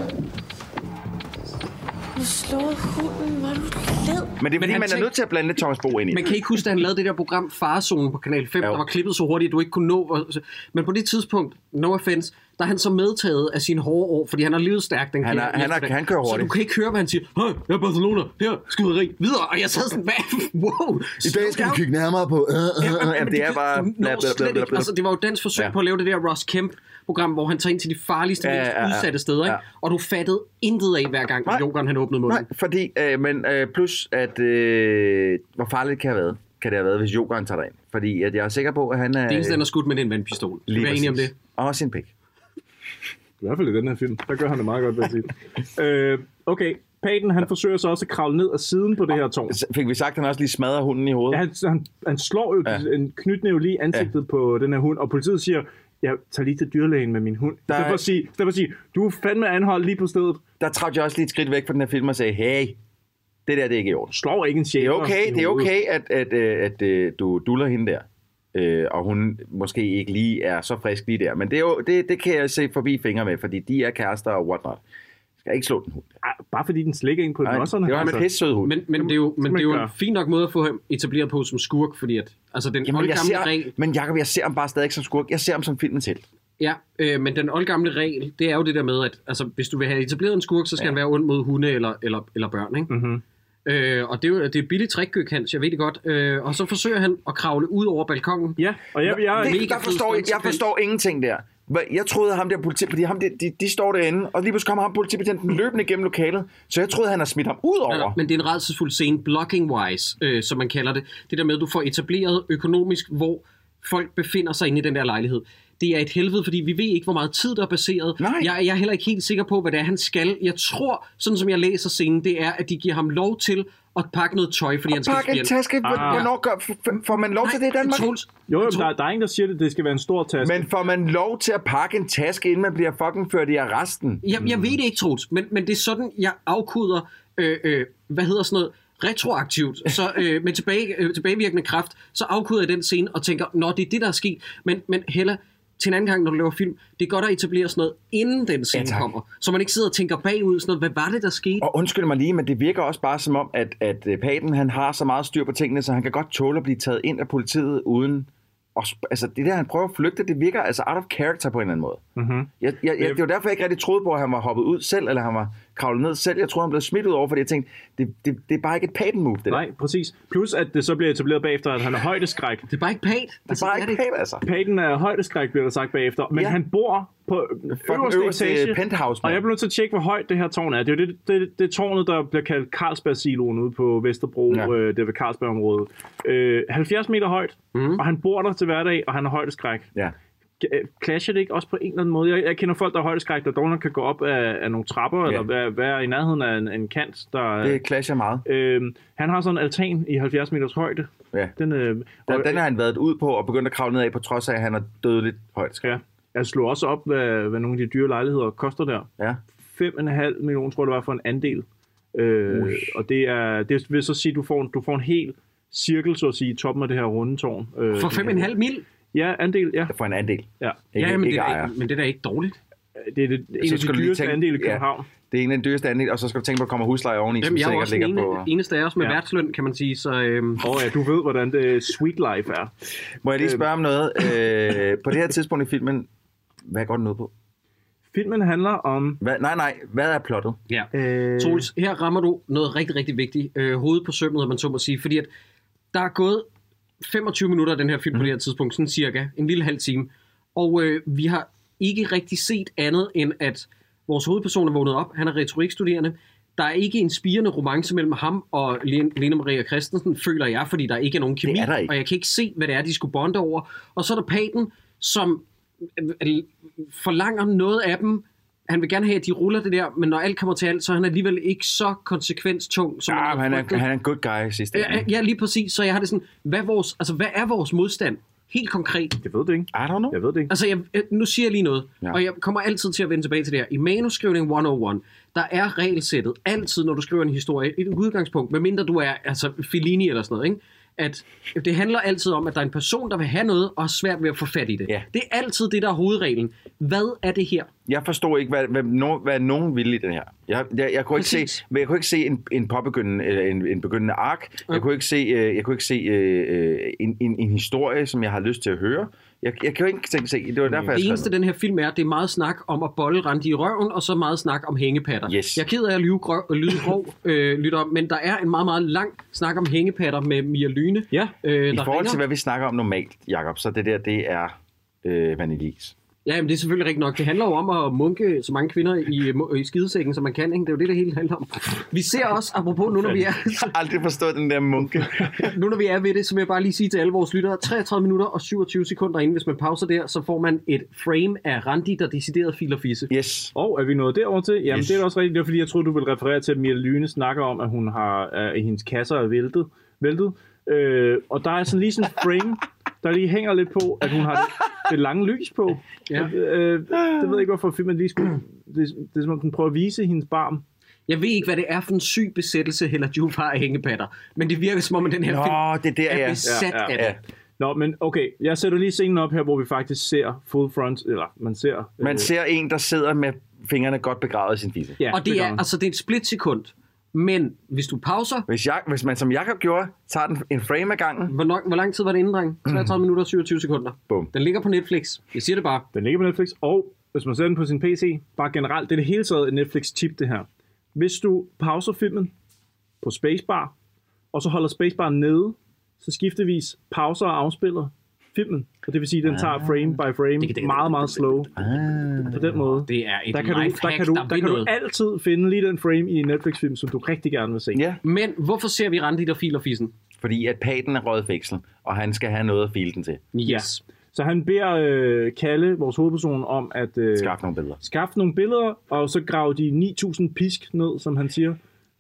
N: Du slåede hunden, var du led?
B: Men det er fordi,
A: han
B: man er
A: tænk-
B: nødt til at blande lidt Thomas Bo ind i
A: Man
B: det.
A: kan ikke huske, da han lavede det der program Farezonen på Kanal 5, jo. der var klippet så hurtigt, at du ikke kunne nå. og- Men på det tidspunkt, no offense, der er han så medtaget af sine hårde år, fordi han har levet stærkt. Den
B: Han er-
A: kære
B: han er-
A: eftermiddag.
B: han kører
A: Så du
B: hurtigt.
A: kan ikke høre, hvad han siger. Hey, jeg er Barcelona, her, skyderi, videre. Og jeg sad sådan, hvad? Wow.
B: I dag skal vi kigge nærmere på... Øh, øh, øh, Jamen, det er bare...
A: Nå, slet ikke. Altså, det var jo dans forsøg ja. på at lave det der Ross Kemp-program, hvor han tager ind til de farligste, ja, ja, ja,
B: ja.
A: udsatte steder, ikke? og du fattede intet af hver gang, jokeren han åbnede munden.
B: Nej, fordi... Øh, men øh, plus, at... Øh, hvor farligt kan det have været? Kan det have været, hvis jokeren tager dig ind? Fordi at jeg er sikker på, at han er... øh,
A: Det eneste, han har skudt med, det er en vandpistol. Skal vi være enige om det?
B: Og også en pik.
C: I hvert fald i den her film. Der gør han det meget godt, vil jeg
B: (laughs)
C: sige. øh, okay, Peyton, han forsøger så også at kravle ned ad siden på det her tårn.
B: Fik vi sagt, at han også lige smadrer hunden i hovedet?
C: Ja, han, han, han slår jo ja. en knytnæve lige i ansigtet ja. på den her hund, og politiet siger, jeg tager lige til dyrlægen med min hund.
B: Der
C: Der... Det er for
B: er-
C: at sige, det er for at sige, du er fandme anholdt lige på stedet.
B: Der trak jeg også lige et skridt væk fra den her film og sagde, hey, det der, det er ikke i orden.
C: Slår ikke en
B: Det
C: sjæl.
B: er okay, det er okay at, at, øh, at, øh, du duller hende der. Øh, og hun måske ikke lige er så frisk lige der. Men det, er jo, det, det kan jeg se forbi fingre med, fordi de er kærester og whatnot. Jeg skal ikke slå den hund.
C: Ej, bare fordi den slikker ind på Altså.
B: Nej,
C: nosserne.
B: det var en pisse sød hund.
A: altså- Men, men det er jo, men
C: man
A: det er jo
C: gøre.
A: en fin nok måde at få ham etableret på som skurk, fordi at, altså den
B: Jamen, jeg
A: oldgamle
B: ser,
A: regel,
B: men Jacob, jeg ser ham bare stadig ikke som skurk. Jeg ser ham som filmen til.
A: ja, øh, men den oldgamle regel, det er jo det der med, at altså, hvis du vil have etableret en skurk, så skal ja. han være ond mod hunde eller, eller, eller børn, ikke?
C: Mm-hmm.
A: Øh, og det er jo det er et billigt trick, Hans, jeg ved det godt. Øh, og så forsøger han at kravle ud over balkongen.
C: Ja, og jeg, jeg,
B: det, der forstår, jeg, jeg forstår ingenting der. Hva- Jeg troede ham der politi, fordi ham, de, de, de står derinde, og lige pludselig kommer ham politibetjenten løbende gennem lokalet, så jeg troede, han har smidt ham ud over.
A: Ja, men det er en redselsfuld scene, blocking-wise, øh, som man kalder det. Det der med, at du får etableret økonomisk, hvor folk befinder sig inde i den der lejlighed. Det er et helvede, fordi vi ved ikke, hvor meget tid der er baseret. Nej. Jeg, jeg er heller ikke helt sikker på, hvad det er, han skal. Jeg tror, sådan som jeg læser scenen, det er, at de giver ham lov til at pakke noget tøj, fordi han skal
B: Pakke en taske, hvor- hvornår gør, f- får man lov til det i Danmark?
C: Jo, jo, der, der er ingen, der siger det, det skal være en stor taske.
B: Men får man lov til at pakke en taske, inden man bliver fucking ført i arresten?
A: Jeg, jeg ved det ikke, Troels, men, men det er sådan, jeg afkoder, øh, øh, hvad hedder sådan noget, retroaktivt, så øh, med tilbage, øh, tilbagevirkende kraft, så afkoder jeg den scene og tænker, nå, det er det, der er sket, men, men Hella, til en anden gang, når du laver film, det er godt at etablere sådan noget, inden den scene ja, kommer, så man ikke sidder og tænker bagud, sådan noget, hvad var det, der skete?
B: Og undskyld mig lige, men det virker også bare som om, at, at øh, Paten han har så meget styr på tingene, så han kan godt tåle at blive taget ind af politiet uden... Og, sp- altså det der, han prøver at flygte, det virker altså out of character på en eller anden måde.
C: Mm-hmm.
B: Jeg, jeg, jeg, det var derfor, jeg ikke rigtig troede på, at han var hoppet ud selv, eller han var kravlet ned selv. Jeg troede, han blev smidt ud over, fordi jeg tænkte, det, det, det er bare ikke et Paten move, det
C: Nej, præcis. Plus, at det så bliver etableret bagefter, at han er højdeskræk. Det
A: er bare ikke pæt. Det
C: er bare
B: ikke pæt, altså.
C: Pæten er højdeskræk, bliver der sagt bagefter. Men
B: Ja.
C: ja. han bor på øverste,
B: øverste
C: etage.
B: penthouse,
C: og jeg bliver nødt til at tjekke, hvor højt det her tårn er. Det er jo det, det, det tårnet, der bliver kaldt Carlsberg-siloen ude på Vesterbro,
B: Ja.
C: ja. øh, der ved
B: Mhm.
C: Carlsberg-området. Øh, 70 meter højt, mm. og han bor der til hverdag, og han er højdeskræk.
B: Ja.
C: øh, clasher det ikke også på en eller anden måde? Jeg, jeg kender folk, der har højdeskræk, der dog nok kan gå op af, af nogle trapper, ja. eller være, være i nærheden af en, en kant. Der,
B: Det clasher meget.
C: Øhm, han har sådan en altan i 70 meters højde.
B: Ja.
C: Den, øh,
B: Den, den har han været ud på og begyndt at kravle nedad på trods af, at han er dødeligt højt.
C: Ja. Jeg slog også op, hvad, hvad nogle af de dyre lejligheder koster der.
B: Ja.
C: 5,5 millioner, tror jeg, det var for en andel. Øh, og det, er, det vil så sige, at du får, en- du får en hel cirkel, så at sige, i toppen af det her runde tårn. Øh,
A: For 5,5 mil?
C: Ja, andel, ja.
B: For en andel.
C: Ja,
B: Ikke- Ja, men ikke det er da- ejer.
C: men det er ikke dårligt. Det er det, en
B: Så
C: af
B: skal
C: de
B: du lige
C: dyreste
B: tænke-
C: andele i
B: ja,
C: København.
B: Det er en af de dyreste andel, og så skal du tænke på, at der kommer husleje oveni,
A: Jamen, jeg er jo også den ene,
B: på...
A: eneste af os med ja. værtsløn, kan man sige. Så, øhm...
C: oh, ja, du ved, hvordan det sweet life er.
B: Må jeg lige spørge om noget? Øh, på det her tidspunkt i filmen, hvad går den ud på?
C: Filmen handler om...
B: Hvad, nej, nej. Hvad er plottet?
A: Ja.
C: Øh...
A: Troels, her rammer du noget rigtig, rigtig vigtigt. Øh, hovedet på sømmet, om man så må sige. Fordi at der er gået 25 minutter af den her
B: Mhm.
A: film på det her tidspunkt, sådan cirka. En lille halv time. Og øh, vi har ikke rigtig set andet end, at vores hovedperson er vågnet op. Han er retorikstuderende. Der er ikke en spirende romance mellem ham og Len- Lene Maria Christensen, føler jeg, fordi der ikke er nogen kemi,
B: er der ikke.
A: og jeg kan ikke se, hvad det er, de skulle bonde over. Og så er der Paten, som øh, forlanger noget af dem. Han vil gerne have, at de ruller det der, men når alt kommer til alt, så er han alligevel ikke så konsekvenstung, som
B: Ja, Ah, men han er,
A: frygtet.
B: han er en good guy i sidste
A: Ja, ja, lige præcis. Så jeg har det sådan, hvad, er vores, altså, hvad er vores modstand? Helt konkret.
C: Jeg ved det ikke.
B: I don't know.
C: Jeg ved det ikke.
A: Altså, jeg, jeg- nu siger jeg lige noget,
B: Ja.
A: ja. og jeg kommer altid til at vende tilbage til det her. I manuskrivning 101, der er regelsættet altid, når du skriver en historie, et udgangspunkt, medmindre du er altså Fellini eller sådan noget, ikke? at det handler altid om, at der er en person, der vil have noget, og har svært ved at få fat i det. Ja. Det er altid det, der er hovedreglen. Hvad er det her?
B: Jeg forstod ikke, hvad, hvad, no, hvad nogen ville i den her. Jeg, jeg, jeg, kunne, ikke se, men jeg kunne ikke se en, en, påbegyndende, eller en, en begyndende ark. Jeg kunne ikke se, øh, jeg kunne ikke se øh, øh, en, en, en historie, som jeg har lyst til at høre. Jeg, jeg kan jo ikke tænke, se, det var derfor, jeg
A: Det
B: skrev
A: eneste,
B: ned.
A: den her film er, det er meget snak om at bolle rente i røven, og så meget snak om hængepatter.
B: Yes.
A: Jeg er ked af at lyve grø- og lyde
B: (laughs)
A: grov, øh, lytter, men der er en meget, meget lang snak om hængepatter med Mia Lyne.
C: Ja.
A: Øh,
B: I
A: der
B: forhold til,
A: ringer.
B: hvad vi snakker om normalt, Jakob, så det der, det er øh, vanillis.
A: Ja, men det er selvfølgelig rigtigt nok. Det handler jo om at munke så mange kvinder i, mu- i skidesækken, som man kan. Ikke? Det er jo det, det hele handler om. Vi ser også, apropos nu, når vi er... Jeg
B: har aldrig forstået den der munke.
A: (laughs) nu, når vi er ved det, så vil jeg bare lige sige til alle vores lyttere, 33 minutter og 27 sekunder inden, hvis man pauser der, så får man et frame af Randi, der decideret filer fisse.
B: (laughs) Yes.
C: Og er vi nået derover til? Jamen,
A: Yes.
C: yes. det er da også rigtigt. Det er fordi, jeg troede, du ville referere til, at Mia Lyne snakker om, at hun har, at hendes kasser er væltet. væltet. Øh, og der er sådan lige sådan en frame, der lige hænger lidt på, at hun har det, det lange lys på.
A: Ja.
C: Øh, det ved jeg ikke, hvorfor filmen lige skulle... Det, det er som om, den prøver at vise hendes barm.
A: Jeg ved ikke, hvad det er for en syg besættelse, Hella Juf har af hængepatter, men det virker som om, at den her film er besat af det.
C: Nå, men okay, jeg sætter lige scenen op her, hvor vi faktisk ser full front, eller man ser... øh,
B: Man ser en, der sidder med fingrene godt begravet i sin fisse.
C: Ja,
A: og det, er, altså, det er et splitsekund. Men hvis du pauser...
B: Hvis, jeg, hvis man som Jakob gjorde, tager den en frame af gangen...
A: Hvor, nok, hvor lang tid var det inden,
C: Mm.
A: dreng? 33 minutter og 27 sekunder.
B: Bum.
A: Den ligger på Netflix. Jeg siger det bare.
C: Den ligger på Netflix, og hvis man ser den på sin PC, bare generelt, det er det hele taget et Netflix-tip, det her. Hvis du pauser filmen på spacebar, og så holder spacebar nede, så skiftevis pauser og afspiller filmen. Og det vil sige, at den tager frame by frame, meget, meget slow. På den måde.
A: Det er et
C: Der kan, du, der,
A: lifehack,
C: kan du,
A: der
C: der
A: vil
C: kan du
A: noget.
C: altid finde lige den frame i en Netflix-film, som du rigtig gerne vil se.
B: Ja.
A: Men hvorfor ser vi Randi, der filer fissen?
B: Fordi at paten er rødfæksel, og han skal have noget at file den til.
A: Yes.
C: Så han beder øh, Kalle, vores hovedperson, om at øh,
B: Skaffe nogle billeder.
C: skaffe nogle billeder, og så grave de 9000 pisk ned, som han siger.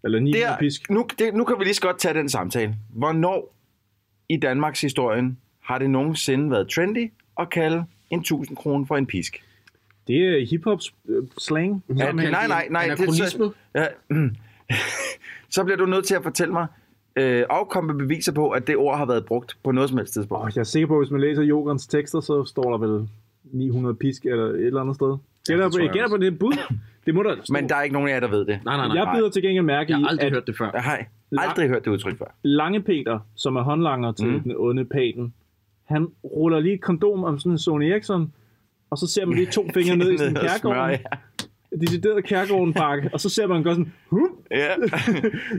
C: Eller 900
B: Der,
C: pisk.
B: nu, det, nu kan vi lige så godt tage den samtale. Hvornår i Danmarks historien har det nogensinde været trendy at kalde en 1000 kroner for en pisk?
C: Det er hiphops øh, slang.
B: Ja, nej, nej, nej. nej det, så, ja, (clears throat) så bliver du nødt til at fortælle mig, øh, og komme med beviser på, at det ord har været brugt på noget som helst tidspunkt.
C: Og jeg er sikker på, at hvis man læser Jokens tekster, så står der vel 900 pisk eller et eller andet sted. Gætter
B: det tror
C: på,
B: jeg
C: jeg gætter
B: også.
C: på det bud. Det må der stå.
B: Men der er ikke nogen af jer, der ved det.
C: nej, nej. Jeg bider til gengæld mærke Jeg har i, aldrig at- hørt
A: det før.
B: Jeg har aldrig hørt det udtryk før.
C: Lange Peter, som er håndlanger til
B: Mm.
C: mm. den onde paten, han ruller lige et kondom om sådan en Sony Eriksson, og så ser man lige to (laughs) fingre ned i sådan en
B: Ned og smør,
C: kærgården. Decideret kærgården pakke, og så ser man godt sådan, huh? (laughs)
B: Ja,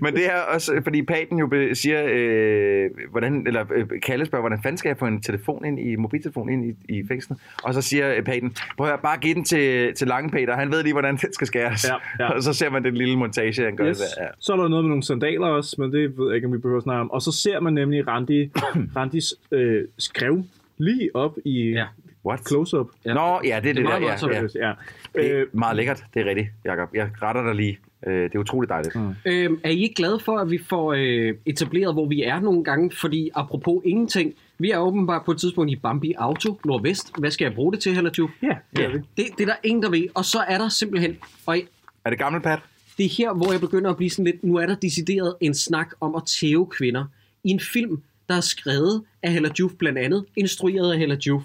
B: men det er også, fordi Paten jo be- siger, øh, hvordan, eller øh, Kalle spørger, hvordan fanden skal jeg få en telefon ind i, mobiltelefon ind i, i fængslet? Og så siger øh, Paten, prøv at høre, bare give den til, til Lange Peter, han ved lige, hvordan den skal skæres.
C: Ja, ja.
B: (laughs) Og så ser man den lille montage, han gør
C: Yes.
B: yes. der. Ja.
C: Så er der noget med nogle sandaler også, men det ved jeg ikke, om vi behøver at snakke (coughs) om. Og så ser man nemlig Randi, Randis øh, skrev lige op i ja.
B: What?
C: Close-up.
B: Ja. Nå, ja, det er det,
C: meget
B: der.
C: voldsomt,
B: ja,
C: hvis-
B: ja.
C: Øh,
B: Det er meget lækkert, det er rigtigt, Jacob. Jeg retter dig lige. Øh, Det er utroligt dejligt. Mm.
A: Øhm, er I ikke glade for, at vi får øh, etableret, hvor vi er nogle gange? Fordi apropos ingenting, vi er åbenbart på et tidspunkt i Bambi Auto, Nordvest. Hvad skal jeg bruge det til, Heller Ja,
C: det er vi.
A: det, det er der ingen, der ved. Og så er der simpelthen... Og
B: er det gammel pat?
A: Det er her, hvor jeg begynder at blive sådan lidt... Nu er der decideret en snak om at tæve kvinder i en film, der er skrevet af Hella Juf blandt andet, instrueret af Hella Juf.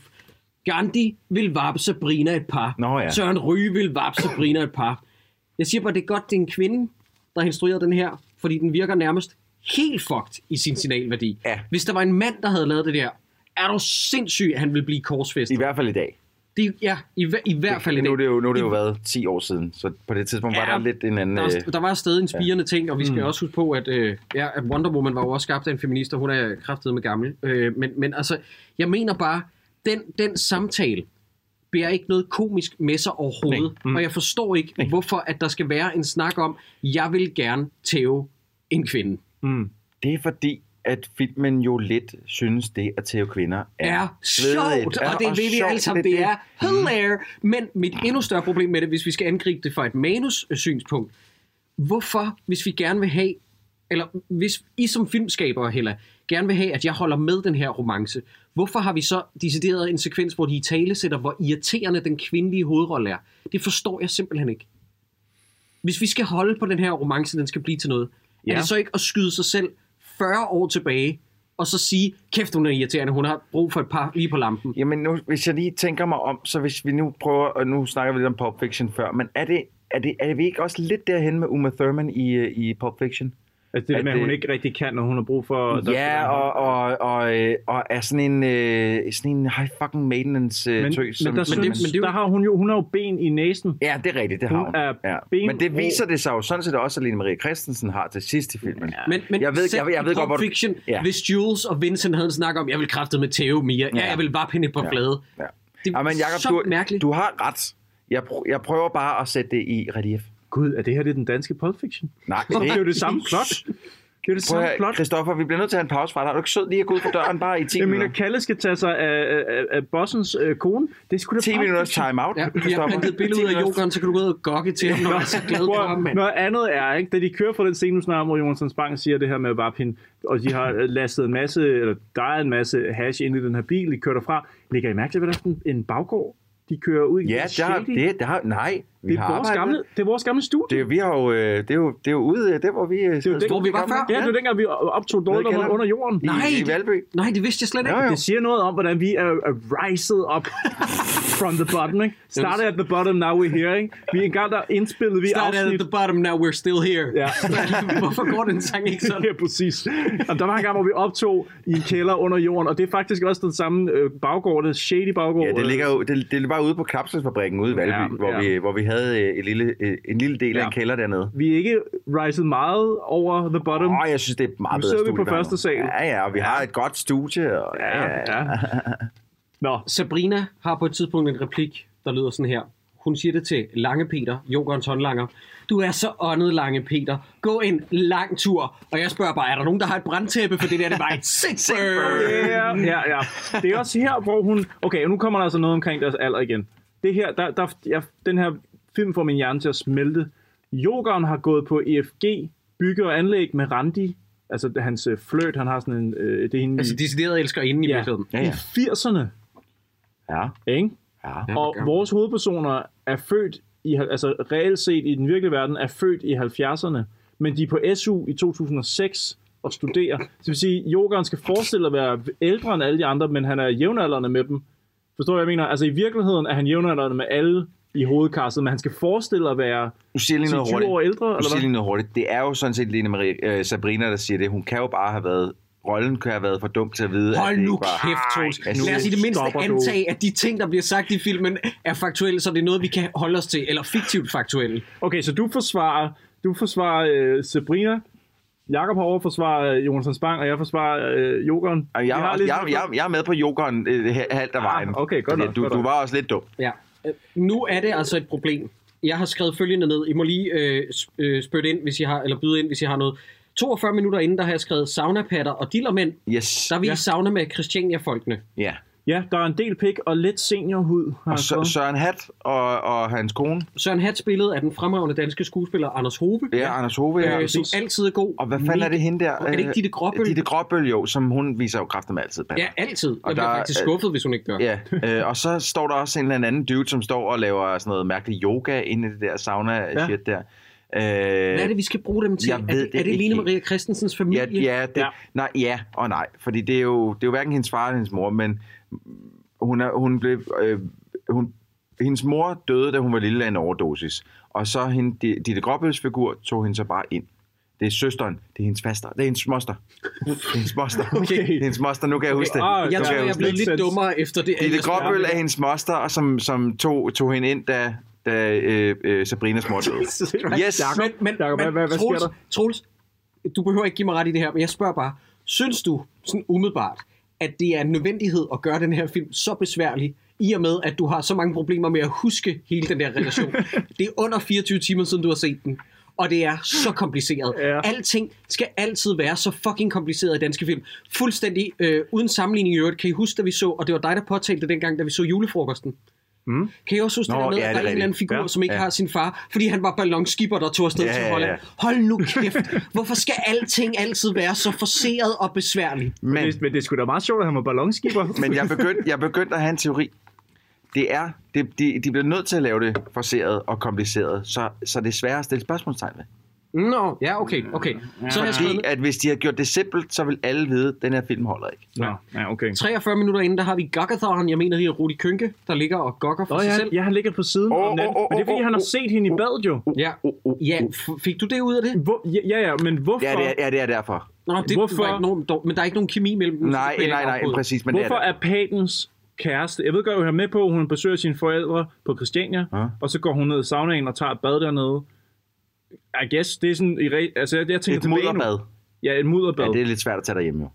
A: Gandhi vil vappe Sabrina et par.
B: Nå ja.
A: Søren Ryge vil vappe Sabrina et par. Jeg siger bare, det er godt, det er en kvinde, der har instrueret den her, fordi den virker nærmest helt fucked i sin signalværdi. Ja. Hvis der var en mand, der havde lavet det der, er du sindssyg, at han ville blive korsfæstet? I
B: hvert fald i dag.
A: Det, ja, i, hver- i hvert fald i dag.
B: Nu er det jo, nu er det jo været 10 år siden, så på det tidspunkt ja, var der lidt en anden...
A: Der,
B: øh,
A: er- der var stadig en spirende ja. ting, og vi skal
B: Mm.
A: mm. også huske på, at, øh, ja, at Wonder Woman var jo også skabt af en feminist, og hun er kraftet med gammel. Øh, men, men altså, jeg mener bare, den, den samtale bærer ikke noget komisk med sig overhovedet,
B: Nej. Mm.
A: og jeg forstår ikke, hvorfor at der skal være en snak om, jeg vil gerne tæve en kvinde.
B: Mm. Det er fordi, at filmen jo lidt synes, det at tæve kvinder er,
A: er
B: svedigt.
A: sjovt,
B: Ja,
A: og det ved vi
B: sjovt,
A: alle sammen, det Mhm. er hilarious. Men mit endnu større problem med det, hvis vi skal angribe det fra et manus-synspunkt, hvorfor, hvis vi gerne vil have, eller hvis I som filmskabere heller gerne vil have, at jeg holder med den her romance, hvorfor har vi så decideret en sekvens, hvor de i tale sætter, hvor irriterende den kvindelige hovedrolle er? Det forstår jeg simpelthen ikke. Hvis vi skal holde på den her romance, den skal blive til noget, ja.
B: Ja.
A: er det så ikke at skyde sig selv 40 år tilbage, og så sige, kæft hun er irriterende, hun har brug for et par lige på lampen.
B: Jamen nu, hvis jeg lige tænker mig om, så hvis vi nu prøver, og nu snakker vi lidt om Pulp Fiction før, men er, det, er, det, er vi ikke også lidt derhen med Uma Thurman i, øh, i Pulp Fiction?
C: Altså det der med, at hun ikke rigtig kan, når hun har brug for... der skal
B: Ja,
C: være-
B: og, og, og, øh, og er sådan en, øh, sådan en high fucking maintenance øh,
C: Men,
B: tøs.
C: men, der, synes, men, det, men det, der har hun jo, hun har jo ben i næsen.
B: Ja, det er rigtigt, det har hun.
C: Er
B: Ja.
C: ben,
B: Men det viser det sig jo sådan set også, at Lene Marie Christensen har til sidst i filmen. Ja.
A: Men, men
B: jeg ved, jeg,
A: selv
B: ved- jeg
A: i
B: ved godt, hvor
A: Pulp
B: du-
A: Fiction, ja. hvis Jules og Vincent havde en snak om, jeg vil kræftet med Theo Mia, ja,
B: Ja.
A: jeg vil vappe hende på
B: Ja.
A: flade.
B: Ja.
A: Det er
B: ja, men Jacob,
A: så
B: du, mærkeligt. du har ret. Jeg, pr- jeg prøver bare at sætte det i relief.
C: Gud, er det her det er den danske Pulp Fiction?
B: Nej,
C: Så det er jo det samme plot. Det er det samme plot.
B: Christoffer, vi bliver nødt til at have en pause fra dig. Er du ikke sød lige at gå ud på døren bare i 10
C: (laughs) Jeg
B: minutter?
C: mener, Kalle skal tage sig af, af, af bossens øh, kone. Det skulle
B: 10 minutters time-out,
A: Ja, vi har plantet billedet ud af Jokeren, så kan du gå ud og gokke til ham, når du er så glad for ham, mand.
C: (laughs) Noget andet er, ikke, da de kører fra den scene, du snakker om, hvor Jonas Spang siger det her med at vappe hende, og de har øh, lastet en masse, eller der er en masse hash ind i den her bil, de kører derfra. Lægger I mærke til, hvad der er for en- en baggård? De kører ud i
B: Ja,
C: noget
B: der, har-
C: shady?
B: det, der, har- nej. Vi
C: Det er
B: har
C: vores
B: arbejdet.
C: gamle- det er vores gamle studie.
B: Det, vi har jo, øh, det, er jo, det er jo ude, øh, der hvor vi... øh,
C: Det er jo
B: stod-
C: dengang, Ja, det er jo dengang, vi optog
B: Nede i
C: dårligere
B: kælderen.
C: under jorden.
B: I- i Valby.
A: nej, det vidste jeg slet ikke.
C: Det siger noget om, hvordan vi er, er rised up from the bottom, ikke? Started at the bottom, now we're here, ikke? Vi er engang, der indspillede vi
A: Started at
C: afsnit...
A: the bottom, now we're still here.
C: Ja.
A: (laughs) Hvorfor går den sang ikke sådan?
C: Ja, præcis. Og der var en gang, hvor vi optog i en kælder under jorden, og det er faktisk også den samme øh, baggård, det er shady baggård.
B: Ja, det ligger jo, det, det var ude på Klapselsfabrikken ude i Valby,
C: øh, Ja,
B: ja, hvor,
C: ja.
B: Vi, hvor vi havde øh, et lille, øh, en lille del af
C: Ja.
B: en kælder dernede.
C: Vi er ikke rised meget over the bottom.
B: Åh, jeg synes, det er et meget
C: Nu
B: bedre
C: sidder vi
B: studie
C: på første sal.
B: Ja, ja, og vi har et godt studie. Og, ja,
C: ja. Nå.
A: Sabrina har på et tidspunkt en replik, der lyder sådan her. Hun siger det til Lange Peter, Jokerens håndlanger. Du er så åndet, Lange Peter. Gå en lang tur. Og jeg spørger bare, er der nogen, der har et brandtæppe? For det der, det var et sick burn.
C: Ja, ja, ja. Det er også her, hvor hun... Okay, nu kommer der altså noget omkring deres alder igen. Det her, der, der, jeg, den her film får min hjerne til at smelte. Jokeren har gået på E EFG, bygge og anlæg med Randi. Altså hans øh, fløt, han har sådan en... Øh, det er hende,
A: Altså, decideret elsker inden i
C: Ja.
A: virkeligheden.
C: Ja, ja. I 80'erne.
B: Ja.
C: Ikke?
B: Ja.
C: Og vores hovedpersoner er født, i, altså reelt set i den virkelige verden, er født i 70'erne, men de er på SU i 2006 og studerer. Så det vil sige, yogeren skal forestille at være ældre end alle de andre, men han er jævnaldrende med dem. Forstår du, hvad jeg mener? Altså i virkeligheden er han jævnaldrende med alle i hovedkastet, men han skal forestille at være
B: Nu siger jeg lige noget
C: 10-20
B: hurtigt.
C: år ældre,
B: nu
C: eller
B: siger jeg
C: hvad?
B: lige noget hurtigt. Det er jo sådan set Lene Marie øh, Sabrina, der siger det. Hun kan jo bare have været... Rollen kan have været for dum til at vide,
A: Hold
B: at det
A: nu
B: ikke var...
A: kæft, Troels.
B: Ej, altså,
A: Lad os i det mindste
B: stopper du.
A: antage, at de ting, der bliver sagt i filmen, er faktuelle, så det er noget, vi kan holde os til, eller fiktivt faktuelle.
C: Okay, så du forsvarer, du forsvarer øh, Sabrina, Jakob har overforsvaret øh, Jonas Spang, og jeg forsvarer øh, Jokeren.
B: Og Jeg, jeg, jeg, jeg, jeg er med på jokeren øh, her- halvt af vejen.
C: Ah, okay, godt
B: Fordi
C: nok,
B: Du,
C: godt
B: du
C: nok.
B: var også lidt dum.
A: Ja. Øh, Nu er det altså et problem. Jeg har skrevet følgende ned. I må lige øh, sp- øh, spytte ind, hvis I har, eller byde ind, hvis I har noget. 42 minutter inden, der har jeg skrevet saunapatter og dillermænd.
B: Yes.
A: Der er vi ja. i sauna med Christiania-folkene.
B: Ja.
C: Ja, der er en del pik og lidt seniorhud.
B: Og
C: har jeg
B: Sø-
C: fået.
B: Søren Hat og, og hans kone.
A: Søren Hat spillet af den fremragende danske skuespiller Anders Hove.
B: Ja, Anders Hove.
A: Øh, som altid er god.
B: Og hvad fanden er det hende der? øh,
A: Er det ikke Ditte Gråbøl?
B: Ditte Gråbøl, jo, som hun viser jo kraften med altid.
A: Ja, altid. Jeg bliver faktisk skuffet, hvis hun ikke gør.
B: Ja, øh, og så står der også en eller anden dude, som står og laver sådan noget mærkelig yoga inde i det der sauna-shit der. Øh,
A: Hvad er det, vi skal bruge dem til?
B: Jeg
A: er
B: ved
A: det, er det
B: ikke
A: Lene
B: helt.
A: Maria Christensens familie?
B: Ja, det, ja. Nej, ja og nej. Fordi det er, jo, det er jo hverken hendes far eller hendes mor, men hun, er, hun blev... Øh, hun, hendes mor døde, da hun var lille af en overdosis. Og så hende, Di- Ditte Gråbøls figur tog hende så bare ind. Det er søsteren, det er hendes faster, det er hendes moster. Det er hendes moster.
A: (laughs) Okay.
B: Det er hendes moster, nu kan jeg huske det.
A: Ah, jeg
B: Nu kan
A: tror, jeg
B: huske
A: blev
B: det.
A: lidt dummere efter det.
B: Ditte Gråbøl er hendes moster, og som, som tog, tog hende ind, da, da øh, øh, Sabrinas mor døde.
A: Yes. Men, men,
C: Jacob,
A: men
C: hvad- hvad- hvad sker
A: Troels,
C: der?
A: Troels, du behøver ikke give mig ret i det her, men jeg spørger bare, synes du sådan umiddelbart, at det er en nødvendighed at gøre den her film så besværlig, i og med, at du har så mange problemer med at huske hele den der relation. det er under 24 timer siden, du har set den. Og det er så kompliceret. Ja. Alting skal altid være så fucking kompliceret i danske film. Fuldstændig øh, uden sammenligning i øvrigt. Kan I huske, da vi så, og det var dig, der påtalte det dengang, da vi så julefrokosten?
B: Mm.
A: Kan I også huske
B: Nå,
A: det der med,
B: ja,
A: at
B: det er
A: der er en eller anden
B: rigtigt.
A: figur,
B: Ja,
A: som ikke
B: ja.
A: har sin far, fordi han var ballonskipper, der tog afsted
B: Ja,
A: til
B: ja, ja.
A: Holland. Hold nu kæft. Hvorfor skal alting altid være så forceret og besværligt?
B: Men, men,
C: men det skulle da meget sjovt, at han var ballonskipper.
B: (laughs) men jeg begyndte, jeg begyndte at have en teori. Det er, det, de, de bliver nødt til at lave det forceret og kompliceret, så, så det er sværere at stille spørgsmålstegn ved.
A: Nå, ja, okay, okay. Så har jeg skrevet
B: Fordi, at hvis de har gjort det simpelt, så vil alle vide, at den her film holder ikke.
C: Nå, ja, okay.
A: 43 minutter inden, der har vi Gagathon. Jeg mener, det er Rudi Kynke, der ligger og gokker for
C: Nå,
A: sig
C: ja,
A: selv.
C: ja, han ligger på siden
A: Åh,
C: om natten.
A: åh, åh,
C: Men det er, fordi
A: åh,
C: han har
A: åh,
C: set hende i badet, jo.
A: Ja,
B: Oh,
A: ja f- fik du det ud af det?
C: Hvor, ja, ja, ja, men hvorfor?
B: Ja, det er, ja, det er derfor.
A: Nå, det
C: Hvorfor-
A: Hvorfor? Var ikke nogen, dår- men der er ikke nogen kemi mellem dem. så
B: Nej,
A: det bliver
B: nej,
A: ikke
B: nej,
A: afbrudt.
B: præcis, men det er
C: Hvorfor er Patens kæreste, jeg ved godt, at hun er med på, at hun besøger sine forældre på Christiania,
B: Ja.
C: og så går hun ned i saunaen og tager et bad dernede. I guess, det er sådan, i re- altså jeg, jeg tænker
B: Et
C: tilbage nu.
B: mudderbad.
C: Ja, et mudderbad.
B: Ja, det er lidt svært at tage derhjemme jo.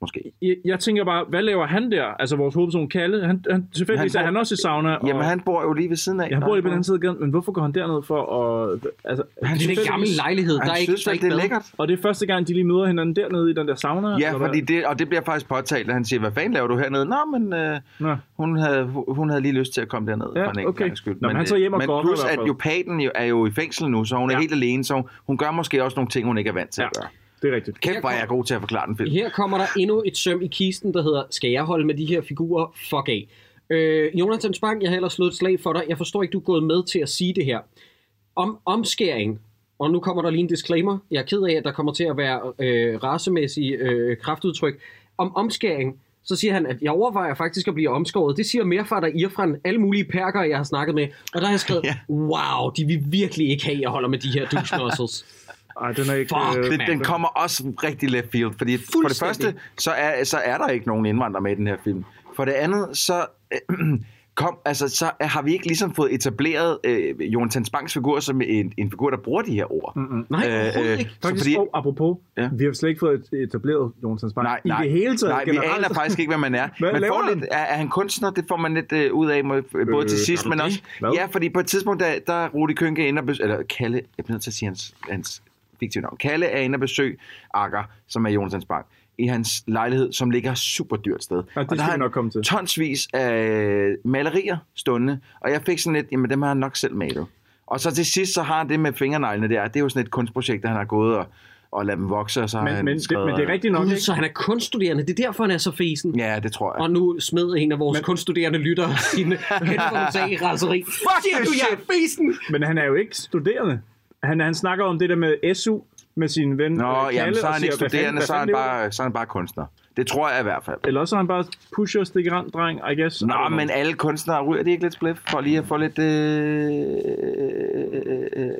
B: Måske.
C: Jeg, jeg tænker bare, hvad laver han der? Altså vores hovedperson Kalle, han, han, tilfældigvis
B: Han
C: er
B: bor-
C: han også i sauna. Og,
B: Jamen, han bor jo lige ved siden af.
C: Ja, han bor lige på den anden side af gaden, men hvorfor går han derned for at... Altså,
B: Han
C: tilfældigvis-
B: synes- Det er en gammel lejlighed, han der er ikke- synes, der er at ikke det er bad. lækkert.
C: Og det er første gang, de lige møder hinanden dernede i den der sauna.
B: Ja,
C: eller hvad?
B: fordi det, og det bliver faktisk påtalt, at han siger, hvad fanden laver du hernede? Nå, men øh,
C: Nå.
B: hun, havde, hun havde lige lyst til at komme derned
C: Ja,
B: for en enkelt
C: okay.
B: gangs skyld.
C: Nå, men han
B: øh,
C: tager hjem og
B: men
C: går op i
B: plus,
C: hvert fald.
B: at jo Paten jo, er jo i fængsel nu, så hun er helt alene, så hun, hun gør måske også nogle ting, hun ikke er vant til ja. at gøre.
C: Det er rigtigt.
B: Kæft, hvor er jeg god til at forklare den film.
A: Her kommer der endnu et søm i kisten, der hedder, skal jeg holde med de her figurer? Fuck af. Øh, Jonathan Spang, jeg har ellers slået et slag for dig. Jeg forstår ikke, du er gået med til at sige det her. Om omskæring, og nu kommer der lige en disclaimer. Jeg er ked af, at der kommer til at være øh, racemæssige øh, kraftudtryk. Om omskæring, så siger han, at jeg overvejer faktisk at blive omskåret. Det siger mere fra dig, Irfan, alle mulige perker, jeg har snakket med. Og der har jeg skrevet, ja. wow, de vil virkelig ikke have, at jeg holder med de her douche nozzles.
C: Ej, den er ikke... øh,
A: Fuck,
B: Den,
A: mand.
B: den kommer også rigtig left field, fordi for det første, så er, så er der ikke nogen indvandrere med i den her film. For det andet, så, (clears throat) øh, kom, altså, så har vi ikke ligesom fået etableret øh, Jonathan Spangs figur som en, en figur, der bruger de her ord.
C: Mm-mm.
A: Nej,
B: overhovedet ikke.
C: Faktisk,
B: så fordi-
C: fordi... og apropos, ja. vi har slet ikke fået et- etableret Jonathan Spang
B: Nej,
C: i
B: nej,
C: det hele taget.
B: nej vi
C: generelt.
B: aner faktisk ikke, hvad man er.
C: (laughs) Hvad
B: man
C: laver
B: får
C: han?
B: lidt, er, er han kunstner? Det får man lidt øh, ud af, må- både til
C: Øh,
B: sidst,
C: gør du
B: men
C: det?
B: også...
C: Hvad?
B: Ja, fordi på et tidspunkt, der, der er Rudi Kynke inde og besøg, Eller Kalle, jeg bliver nødt til at sige hans, hans fiktive navn. Kalle er inde og besøg Akker, som er Jonathans Bank i hans lejlighed, som ligger super dyrt sted.
C: Ja, det skal
B: der
C: vi
B: han
C: nok komme til.
B: tonsvis af malerier stående, og jeg fik sådan lidt, jamen dem har han nok selv malet. Og så til sidst, så har han det med fingerneglene der, det er jo sådan et kunstprojekt, der han har gået og, og ladet dem vokse, og så har
C: Men-
B: han
C: men det-
B: skrevet,
C: men det er rigtigt nok,
A: Gud,
C: ikke?
A: så han er kunststuderende. Det er derfor, han er så fesen.
B: Ja, det tror jeg.
A: Og nu smed en af vores men... kunststuderende lytter (laughs) sine headphones af i raseri.
B: Fuck
A: Siger du, jeg er fesen?
C: Men han er jo ikke studerende. Han, han snakker om det der med SU med sin ven øh,
B: Nå,
C: Kalle,
B: jamen, så er
C: og
B: han
C: siger,
B: ikke
C: hvad fanden-
B: studerende,
C: hvad
B: så er han,
C: fanden lever
B: bare, så er han bare kunstner. Det tror jeg i hvert fald.
C: du? Eller også er han bare pusher og stikker rand, dreng, I guess. I
B: Nå,
C: don't know.
B: men alle kunstnere ryger de ikke lidt spliff for lige at få lidt øh, øh, øh, øh,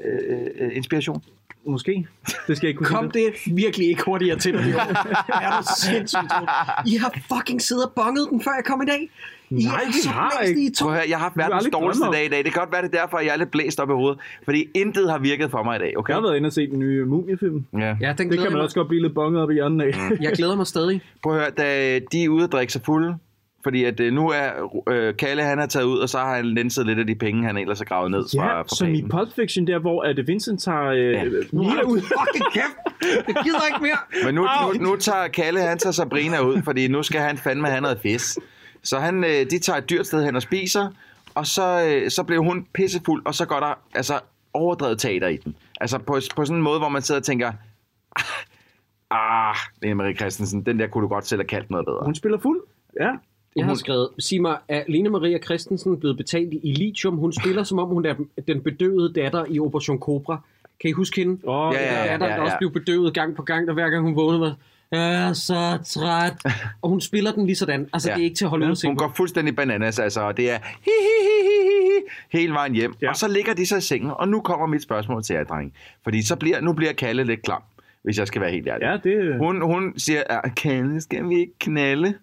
B: øh, inspiration?
C: Måske. Det skal jeg ikke kunne
A: Kom det virkelig ikke hurtigere til dig i (laughs) år. Er du sindssygt,
C: (laughs)
A: Troels? I har fucking siddet og bonget den, før jeg kom i dag. I
B: Nej,
A: er
B: vi
A: så
B: har
A: blæste i to.
B: Prøv at høre, jeg har haft
C: har
B: verdens
C: aldrig
B: dårligste
C: drømt om-
B: dag i dag. Det kan godt være, det er derfor, at jeg er lidt blæst op i hovedet. Fordi intet har virket for mig i dag, okay?
C: Jeg har været inde og se den nye mumiefilm.
B: Ja.
A: Ja, den
C: Det
A: glæder
C: kan man
A: jeg
C: også godt blive lidt bonget op i hjernen
B: Mm,
C: af.
A: mig. Jeg glæder mig stadig.
B: Prøv at høre, da de er ude og drikke sig fulde, fordi at øh, nu er øh, Kalle, han er taget ud, og så har han lenset lidt af de penge, han ellers har gravet ned fra,
C: Ja,
B: fra
C: som i
B: planen.
C: Pulp Fiction der, hvor at Vincent tager øh, ja. Mia ud.
A: Fucking kæft. Jeg gider ikke mere.
B: Men nu, nu, nu tager Kalle, han tager Sabrina ud, fordi nu skal han fandme have noget fisk. Så han, øh, de tager et dyrt sted hen og spiser, og så, øh, så bliver hun pissefuld, og så går der altså, overdrevet teater i den. Altså på, på sådan en måde, hvor man sidder og tænker, ah, Lene Marie Christensen, den der kunne du godt selv have kaldt noget bedre.
A: Hun spiller fuld, ja. Jeg har skrevet, sig mig, er Lene Maria Christensen blevet betalt i litium? Hun spiller, som om hun er den bedøvede datter i Operation Cobra. Kan I huske hende? Oh,
B: ja, ja, ja,
A: datter,
B: ja,
A: der
B: ja.
A: også blev bedøvet gang på gang, og hver gang hun vågnede, var jeg er så træt. Og hun spiller den lige sådan. Altså, ja. det er ikke til at holde ud at se
B: Hun
A: på.
B: går fuldstændig bananas, altså, og det er hi, hi, hi, hi, hi, hi, hele vejen hjem. Ja. Og så ligger de sig i sengen, og nu kommer mit spørgsmål til jer, dreng. Fordi så bliver, nu bliver Kalle lidt klam, hvis jeg skal være helt ærlig.
C: Ja, det...
B: Hun, hun siger, "Ah, Kalle, skal vi ikke knalde?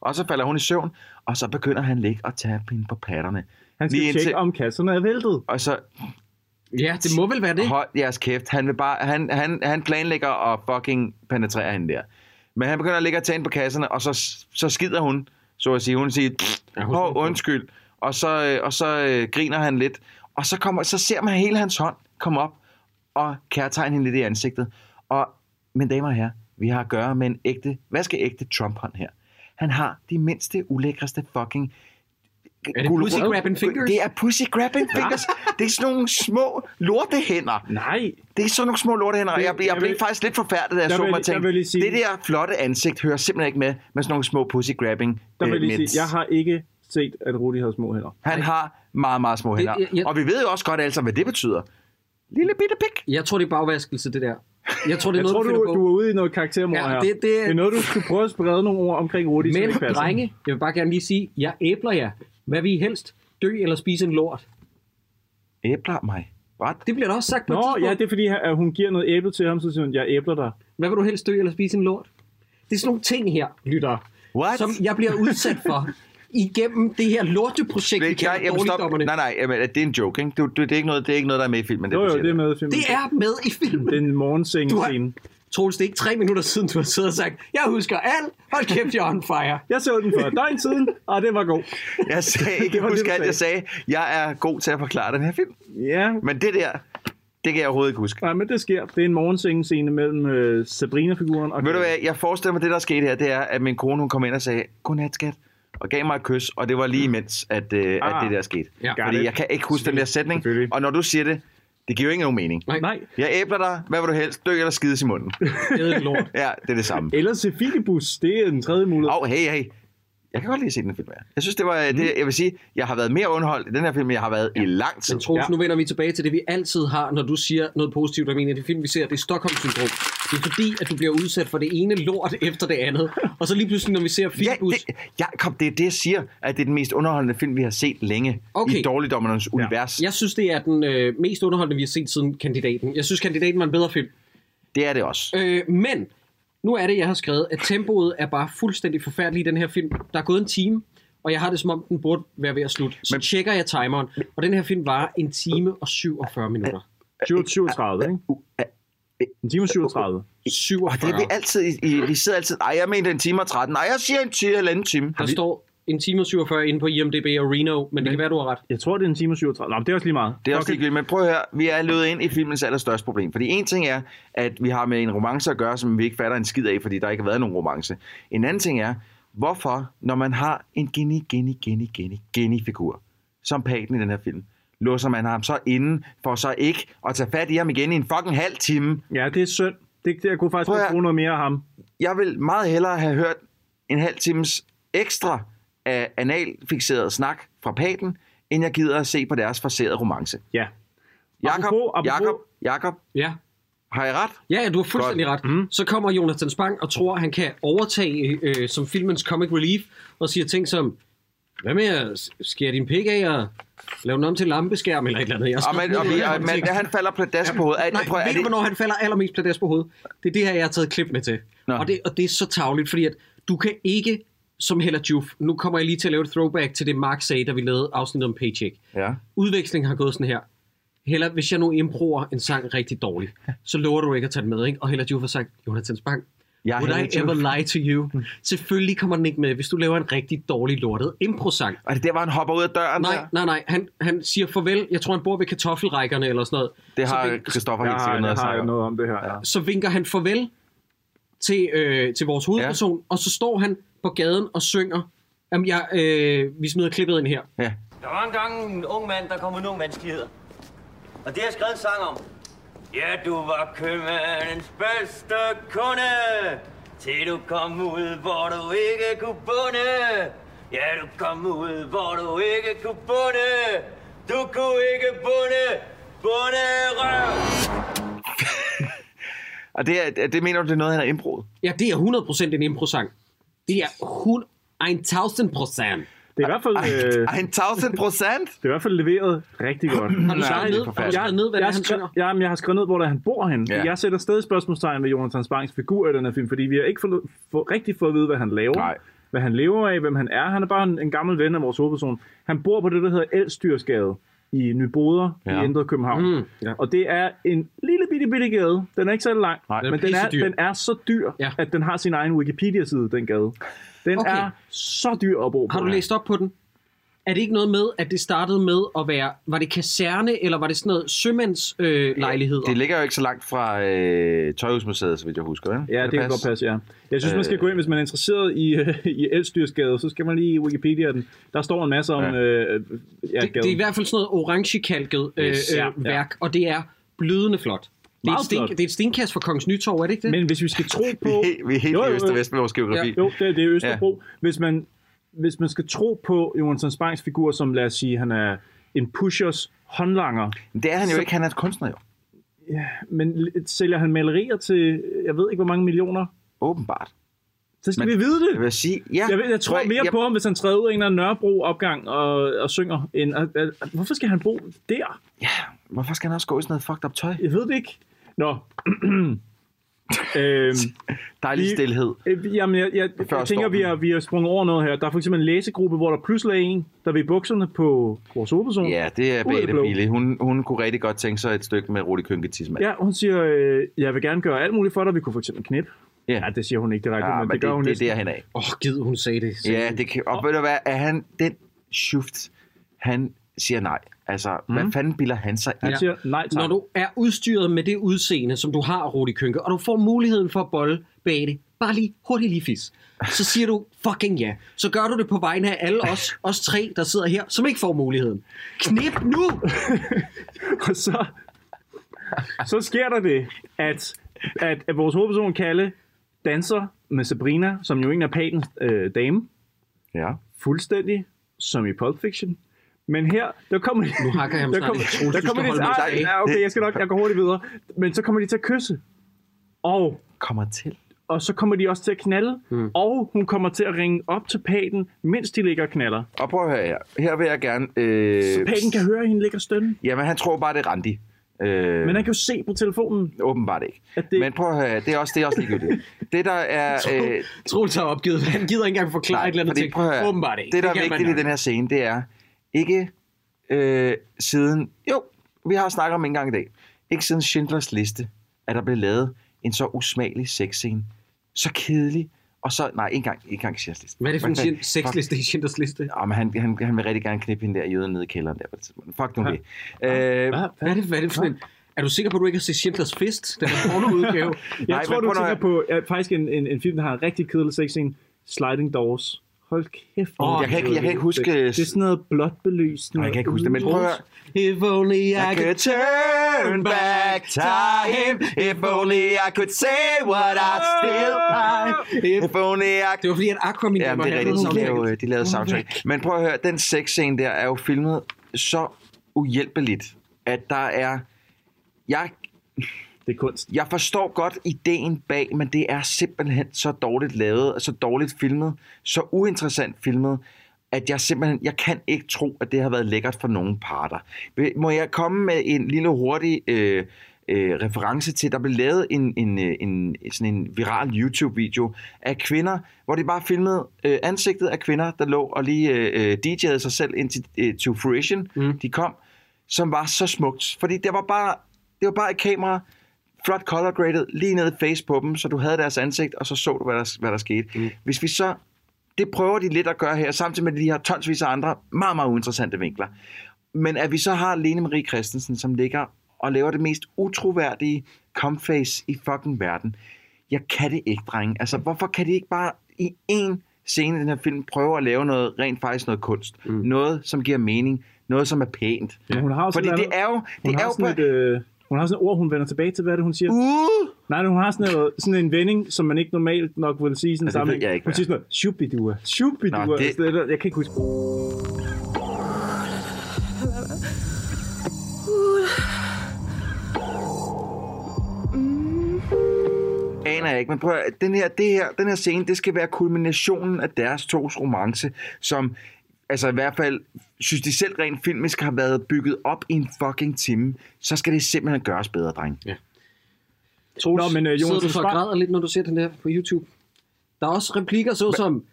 B: og så falder hun i søvn, og så begynder han ligge og tage hende på patterne.
C: Han skal tjekke, om kasserne er væltet.
B: Og så...
A: Ja, det må vel være det.
B: Hold jeres kæft. Han, vil bare, han, han, han planlægger at fucking penetrere hende der. Men han begynder at ligge og tage hende på kasserne, og så, så skider hun, så at sige. Hun siger, åh, undskyld. Og så, øh, og så øh, griner han lidt. Og så, kommer, så ser man hele hans hånd komme op og kærtegne hende lidt i ansigtet. Og, mine damer og herrer, vi har at gøre med en ægte, hvad skal ægte Trump-hånd her? Han har de mindste, ulækreste fucking
A: Er det pussy grabbing fingers?
B: Det er pussy grabbing fingers. det er sådan nogle små lortehænder.
C: Nej.
B: Det er sådan nogle små lortehænder, og
C: Det-
B: jeg, jeg,
C: jeg
B: jeg blev
C: vil-
B: faktisk lidt forfærdet, da jeg
C: Der
B: så
C: vil-
B: mig
C: jeg vil lige
B: tænke, det
C: sige-
B: der flotte ansigt hører simpelthen ikke med med sådan nogle små pussy grabbing øh,
C: Der vil jeg lige sige, jeg har ikke set, at Rudi havde små hænder.
B: Han har meget, meget små hænder.
C: jeg- jeg-
B: Og vi ved jo også godt altså, hvad det betyder. Lille bitte pik.
A: Jeg tror, det er bagvaskelse, det der. Jeg tror, det er
C: Jeg
A: noget,
C: tror,
A: du, finder
C: du,
A: på.
C: du er ude i noget karaktermor
A: Ja,
C: her.
A: det- det er-
C: det er noget, du skulle prøve at sprede nogle ord omkring Rudi, som
A: Men
C: ikke passer.
A: drenge, jeg vil bare gerne lige sige, jeg æbler jer. Hvad vi helst? Dø eller spise en lort?
B: Æbler mig? What?
A: Det bliver da også sagt på et
C: Nå,
A: tidspunkt.
C: ja, det er fordi, at hun giver noget æble til ham, så siger hun, jeg æbler dig.
A: Hvad vil du helst dø eller spise en lort? Det er sådan nogle ting her, lytter,
B: What?
A: som jeg bliver udsat
B: (laughs)
A: for igennem det her lorteprojekt, vi kalder
B: jamen, stop.
A: dårligdommerne.
B: Nej, nej, jamen, det er en joke, ikke? Du, du, det, er ikke noget, det er ikke noget, der er med i filmen. Det,
C: Jo,
B: du
C: jo,
B: siger
C: det er
B: der.
C: med i filmen.
A: Det er med i filmen.
C: Det er en morgenseng
A: Du
C: scene.
A: har, Troels, det er ikke tre minutter siden, du har siddet og sagt, jeg husker alt, hold kæft, jeg er on fire.
C: Jeg så den for et døgn siden, og det var god.
B: Jeg sagde
C: (laughs)
B: ikke,
C: Det var det,
B: husk
C: du
B: alt, jeg sagde, jeg er god til at forklare den her film.
C: Ja.
B: Men det der, det kan jeg overhovedet ikke huske.
C: Nej, men det sker. Det er en morgenseng scene mellem øh, Sabrina-figuren og...
B: Ved du hvad, jeg forestiller mig, det der skete her, det er, at min kone hun kom ind og sagde, godnat skat, og gav mig et kys, og det var lige imens, at, øh, ah, at
C: Ah,
B: det der skete.
C: ja. Got
B: Fordi
C: it.
B: jeg kan ikke huske den der sætning, og når du siger det, det giver jo ikke nogen mening.
C: Nej.
B: Jeg æbler dig, hvad vil du helst, dø eller skides i munden.
A: Det er lort.
B: ja, det er det (laughs) samme.
C: Eller Sefilibus, det er den tredje mulighed.
B: Åh, oh, hey, hey. Jeg kan godt lide at se den film her. Jeg synes, det var, mm. det, jeg vil sige, jeg har været mere underholdt i den her film, end jeg har været ja. i lang tid.
A: Men Troels, ja. nu vender vi tilbage til det, vi altid har, når du siger noget positivt om en af de film, vi ser, det er Stockholm-syndrom. Det er fordi, at du bliver udsat for det ene lort (laughs) efter det andet, og så lige pludselig, når vi ser Filbus, ja,
B: det, ja, kom, det er det, jeg siger, at det er den mest underholdende film, vi har set længe
A: Okay.
B: i Dårligdommernes ja. univers.
A: Jeg synes, det er den øh, mest underholdende, vi har set siden Kandidaten. Jeg synes, Kandidaten var en bedre film.
B: Det er det også.
A: Øh, men nu er det, jeg har skrevet, at tempoet er bare fuldstændig forfærdeligt i den her film. Der er gået en time, og jeg har det som om, den burde være ved at slutte. Så men, tjekker jeg timeren, og den her film var en time og 47 minutter.
C: 37, ikke? En time og 37.
A: 47.
B: Det altså- er vi altid, i, i, vi sidder altid, ej, jeg mente en time og 13, ej, jeg siger en time eller anden time.
A: Der står en time og 47 inde på IMDb og Reno, men, men det kan være, du har ret.
C: Jeg tror, det er en time og 37. Nå, men det er også lige meget.
B: Det er også
C: Fuck it.
B: ligegyldigt, men prøv her, vi er løbet ind i filmens allerstørste problem. Fordi en ting er, at vi har med en romance at gøre, som vi ikke fatter en skid af, fordi der ikke har været nogen romance. En anden ting er, hvorfor, når man har en geni, geni, geni, geni, geni-figur, som Paten i den her film, låser man ham så inden, for så ikke at tage fat i ham igen i en fucking halv time.
C: Ja, det er synd. Det, det jeg kunne faktisk
B: Prøv
C: godt
B: at-
C: bruge noget mere af ham.
B: Jeg vil meget hellere have hørt en halv times ekstra af analfixeret snak fra Paten, end jeg gider at se på deres forserede romance.
C: Ja.
B: Jakob, Jakob, Jakob,
A: Ja.
B: har jeg ret?
A: Ja, ja, du har fuldstændig
B: Godt. Mhm.
A: ret. Mm. Så kommer Jonathan Spang og tror, han kan overtage øh, som filmens comic relief, og siger ting som, hvad med at s- skære din pik af og lave den om til lampeskærm eller et eller andet? Jeg har
B: Og, man,
A: skrevet
B: Ah, og,
A: ned
B: vi,
A: i
B: og man,
A: kontekst.
B: han falder pladask Altså på hovedet. Er,
A: Nej,
B: prøv,
A: ved
B: er
A: du,
B: det,
A: hvornår han falder allermest pladask på hovedet? Det er det her, jeg har taget klip med til. Nå. Og det, og det er så tavligt, fordi at du kan ikke som Hella Juf, nu kommer jeg lige til at lave et throwback til det, Mark sagde, da vi lavede afsnittet om Paycheck.
B: Ja.
A: Udvekslingen har gået sådan her. Heller, hvis jeg nu improver en sang rigtig dårligt, så lover du ikke at tage den med, ikke? Og Heller Juf har sagt, Jonathan Spang,
B: Jeg
A: jeg
B: er
A: would
B: Hella
A: I
B: Joof."
A: ever lie to you? Selvfølgelig kommer den ikke med, hvis du laver en rigtig dårlig lortet improsang.
B: er det der, hvor han hopper ud af døren?
A: Nej,
B: der?
A: nej, nej. Han, han siger farvel. Jeg tror, han bor ved kartoffelrækkerne eller sådan noget.
B: Det
A: Så
B: har
A: vink-
B: Christoffer
C: Jeg
B: helt
C: har-
B: sikkert noget at
C: jeg har
B: snakke om.
C: noget om det her, ja.
A: så vinker han farvel til, øh, til vores hovedperson, ja. og så står han på gaden og synger, jamen jeg, øh, vi smider klippet ind her.
B: Ja.
F: Der var engang en ung mand, der kom ud i nogle vanskeligheder. Og det har jeg skrevet en sang om. Ja, du var købmandens bedste kunde, til du kom ud, hvor du ikke kunne bunde. Ja, du kom ud, hvor du ikke kunne bunde. Du kunne ikke bunde, bunde røv.
B: Og det, er, det mener du, det er noget, han har indbrudt?
C: Øh.
A: Ja, det er 100% en improsang. Det er 100, 1000%.
C: Det er i hvert fald... Øh,
B: 1000 procent?
C: Det er i hvert fald leveret rigtig godt.
A: Har du skrevet ned- har du skrevet ned, hvad det er,
C: jeg,
A: han synger?
C: Ja, men jeg har skrevet ned, hvor det er, han bor henne.
B: Ja.
C: Ja. Jeg sætter stadig spørgsmålstegn ved Jonathan Spangs figur i den her film, fordi vi har ikke fået, for, rigtig fået at vide, hvad han laver. Nej. Hvad han lever af, hvem han er. Han er bare en, en gammel ven af vores hovedperson. Han bor på det, der hedder Elstyrsgade i Nyboder
B: Ja.
C: ja. i Indre København. Mm, ja. Og det er en lille bitte bitte gade. Den er ikke særlig lang,
B: Nej, den er
C: men den er,
B: pissedyr.
C: den er så dyr, ja. at den har sin egen Wikipedia-side, den gade. Den
A: Okay.
C: okay. er så dyr at bo på.
A: Har du læst op på den? Er det ikke noget med, at det startede med at være, var det kaserne, eller var det sådan noget sømands øh, lejlighed?
B: Det ligger jo ikke så langt fra øh, Tøjhusmuseet, så vidt jeg husker. Ikke?
C: Ja, det kan godt passe, ja. Jeg synes,
B: Øh.
C: man skal gå ind, hvis man er interesseret i, (laughs) øh, i elstyrsgade, så skal man lige i Wikipedia den. Der står en masse om ja. Øh, ja,
A: Det, det er i hvert fald sådan noget orangekalket øh,
C: Yes.
A: øh,
C: Ja, ja.
A: værk, og det er blydende flot. Det er,
C: Meget
A: et sten,
C: flot.
A: det er et stenkast fra Kongens Nytorv, er det ikke det?
C: Men hvis vi skal tro på...
B: (laughs) Vi er helt
C: Jo,
B: i
C: jo,
B: Øst- og
C: jo.
B: Vestmors geografi.
C: Ja. Jo, det, er- det er Østerbro. Ja. Hvis, man, hvis man skal tro på Jonathan Spangs figur, som lad os sige, han er en pushers håndlanger.
B: Det er han jo ikke, han er et kunstner jo.
C: Ja, men l- sælger han malerier til, jeg ved ikke, hvor mange millioner?
B: Åbenbart.
C: Så skal men, vi vide det. Jeg
B: vil sige, ja.
C: Jeg, ved, jeg tror
B: Prøv-
C: mere
B: jeg-
C: jeg, på ham, hvis han træder ud af en eller anden Nørrebro-opgang og, og synger, end... At, at, at, hvorfor skal han bo der?
B: Ja, hvorfor skal han også gå i sådan noget fucked up tøj?
C: Jeg ved det ikke. Nå. (clears throat) øhm,
B: Dejlig stilhed.
C: Øh, jamen, jeg, jeg,
B: Før
C: jeg tænker, vi har, vi har sprunget over noget her. Der er for eksempel en læsegruppe, hvor der pludselig er en, der vil i bukserne på vores hovedperson.
B: Ja, det er
C: Ud af
B: Bette
C: blå.
B: Bille. Hun, hun kunne rigtig godt tænke sig et stykke med Rudi Kønke Tismand.
C: Ja, hun siger, øh, jeg vil gerne gøre alt muligt for dig. Vi kunne for eksempel knip.
B: Ja.
C: ja, det siger hun ikke direkte,
B: Ja,
C: ja, men,
B: men
C: det gør
B: det-
C: hun
B: det er
C: næsten.
B: derhenad.
A: Åh, oh, gid hun sagde det.
B: Ja, det kan, og ved du hvad, er han den shift, han siger nej. Altså, mm. hvad fanden bilder han sig ind?
A: Når du er udstyret med det udseende, som du har, Rudi Kønke, og du får muligheden for at bolle bag det, bare lige hurtigt lige fis, så siger du fucking ja. Så gør du det på vegne af alle os, os tre, der sidder her, som ikke får muligheden. Knip nu!
C: og så, så sker der det, at, at, at vores hovedperson Kalle danser med Sabrina, som jo en af Patens øh, dame.
B: Ja.
C: Fuldstændig som i Pulp Fiction. Men her, der kommer de...
A: Nu hakker jeg ham
C: der
A: snart
C: kommer,
A: i. Troels,
C: der
A: du
C: kommer
A: skal
C: de til,
A: holde mig
C: ej,
A: tilbage.
C: ja, okay, jeg skal nok, jeg går hurtigt videre. Men så kommer de til at kysse. Og...
B: Kommer til.
C: Og så kommer de også til at knalde. Mm. Og hun kommer til at ringe op til Paten, mens de ligger og knaller.
B: Og prøv at høre her. Her vil jeg gerne... Øh,
C: Så Paten kan høre hende ligge og stønne.
B: Jamen, han tror bare, det er Randi. Øh,
C: Men han kan jo se på telefonen.
B: Åbenbart ikke. Det... Men prøv at høre, her, det er også, det er også
A: (laughs)
B: ligegyldigt. det, der er... øh,
A: Tro- Troels har opgivet. Han gider ikke engang forklare et eller andet
B: fordi,
A: ting.
B: prøv at høre,
A: Åbenbart ikke.
B: Det, der
A: Det
B: er
A: kan man
B: vigtigt
A: nok.
B: i den her scene, det er ikke øh, siden... Jo, vi har snakket om en gang i dag. Ikke siden Schindlers Liste, at der blev lavet en så usmagelig sexscene. Så kedelig. Og så... Nej, ikke engang, ikke engang Schindlers Liste.
A: Hvad er det for en
B: fanden-
A: Schind- sexliste i Schindlers Liste?
B: Fuck. Jamen, han, han, han vil rigtig gerne knippe hende der jøden nede i kælderen der på det tidspunkt. Fuck nu det. Øh,
A: Hvad, hvad er det, hvad er det for en... Er du sikker på, at du ikke har set Schindlers Fist? Den er
B: (laughs)
A: pornoudgave.
C: Jeg Nej, tror, du tænker på ja, faktisk en, en, en film, der har en rigtig kedelig sexscene. Sliding Doors. Hold kæft.
B: Åh, jeg kan ikke- jeg kan ikke huske-
C: Det, det er sådan noget blåt belysende.
B: Nej, jeg kan ikke huske det, men prøv at høre.
A: If only
B: I could turn back time If only I could say what I still like If only I
A: Det var fordi, at Aquamin
B: Ja, det er rigtigt, de lavede, øh, de lavede soundtrack Men prøv at høre, den sexscene der er jo filmet så uhjælpeligt At der er Jeg
C: det er kunst.
B: Jeg forstår godt ideen bag, men det er simpelthen så dårligt lavet, så dårligt filmet, så uinteressant filmet, at jeg simpelthen, jeg kan ikke tro, at det har været lækkert for nogen parter. Vil- Må jeg komme med en lille hurtig øh, øh, reference til, der blev lavet en, en, øh, en, sådan en viral YouTube-video af kvinder, hvor de bare filmede øh, ansigtet af kvinder, der lå og lige øh, øh, DJ'ede sig selv ind til øh, to fruition. Mm. De kom, som var så smukt, fordi det var bare, det var bare et kamera, flot color graded, lige ned i face på dem, så du havde deres ansigt, og så så du, hvad der, hvad der skete. Mm. Hvis vi så, det prøver de lidt at gøre her, samtidig med, at de har tonsvis af andre, meget, meget uinteressante vinkler. Men at vi så har Lene Marie Christensen, som ligger og laver det mest utroværdige comface i fucking verden. Jeg kan det ikke, drenge. Altså, hvorfor kan de ikke bare i én scene i den her film prøver at lave noget rent faktisk noget kunst. Mm. Noget, som giver mening. Noget, som er pænt.
C: Ja, hun har jo
B: Fordi
C: sådan
B: det
C: noget-
B: er jo...
C: Hun
B: Det er
C: har
B: jo
C: sådan et, øh, hun har sådan et ord, hun vender tilbage til, hvad er det, hun siger?
B: Uh!
C: Nej, hun har sådan, noget, sådan en vending, som man ikke normalt nok vil sige i sådan en
B: Ja, Altså, det ved
C: sammenhæng.
B: jeg ikke,
C: Hun
B: hvad
C: siger sådan noget, shubidua, shubidua.
B: Nå, det-
C: Altså, det... Jeg kan ikke huske.
B: aner jeg ikke, men prøv at, høre, den her, det her, den her scene, det skal være kulminationen af deres tos romance, som altså i hvert fald, synes de selv rent filmisk har været bygget op i en fucking time, så skal det simpelthen gøres bedre, dreng.
A: Ja.
B: Troels,
A: Nå, men, øh,
B: sidder
A: Jonas,
B: du
A: du så
B: og
A: græder lidt, når du ser den der på YouTube. Der er også replikker så som...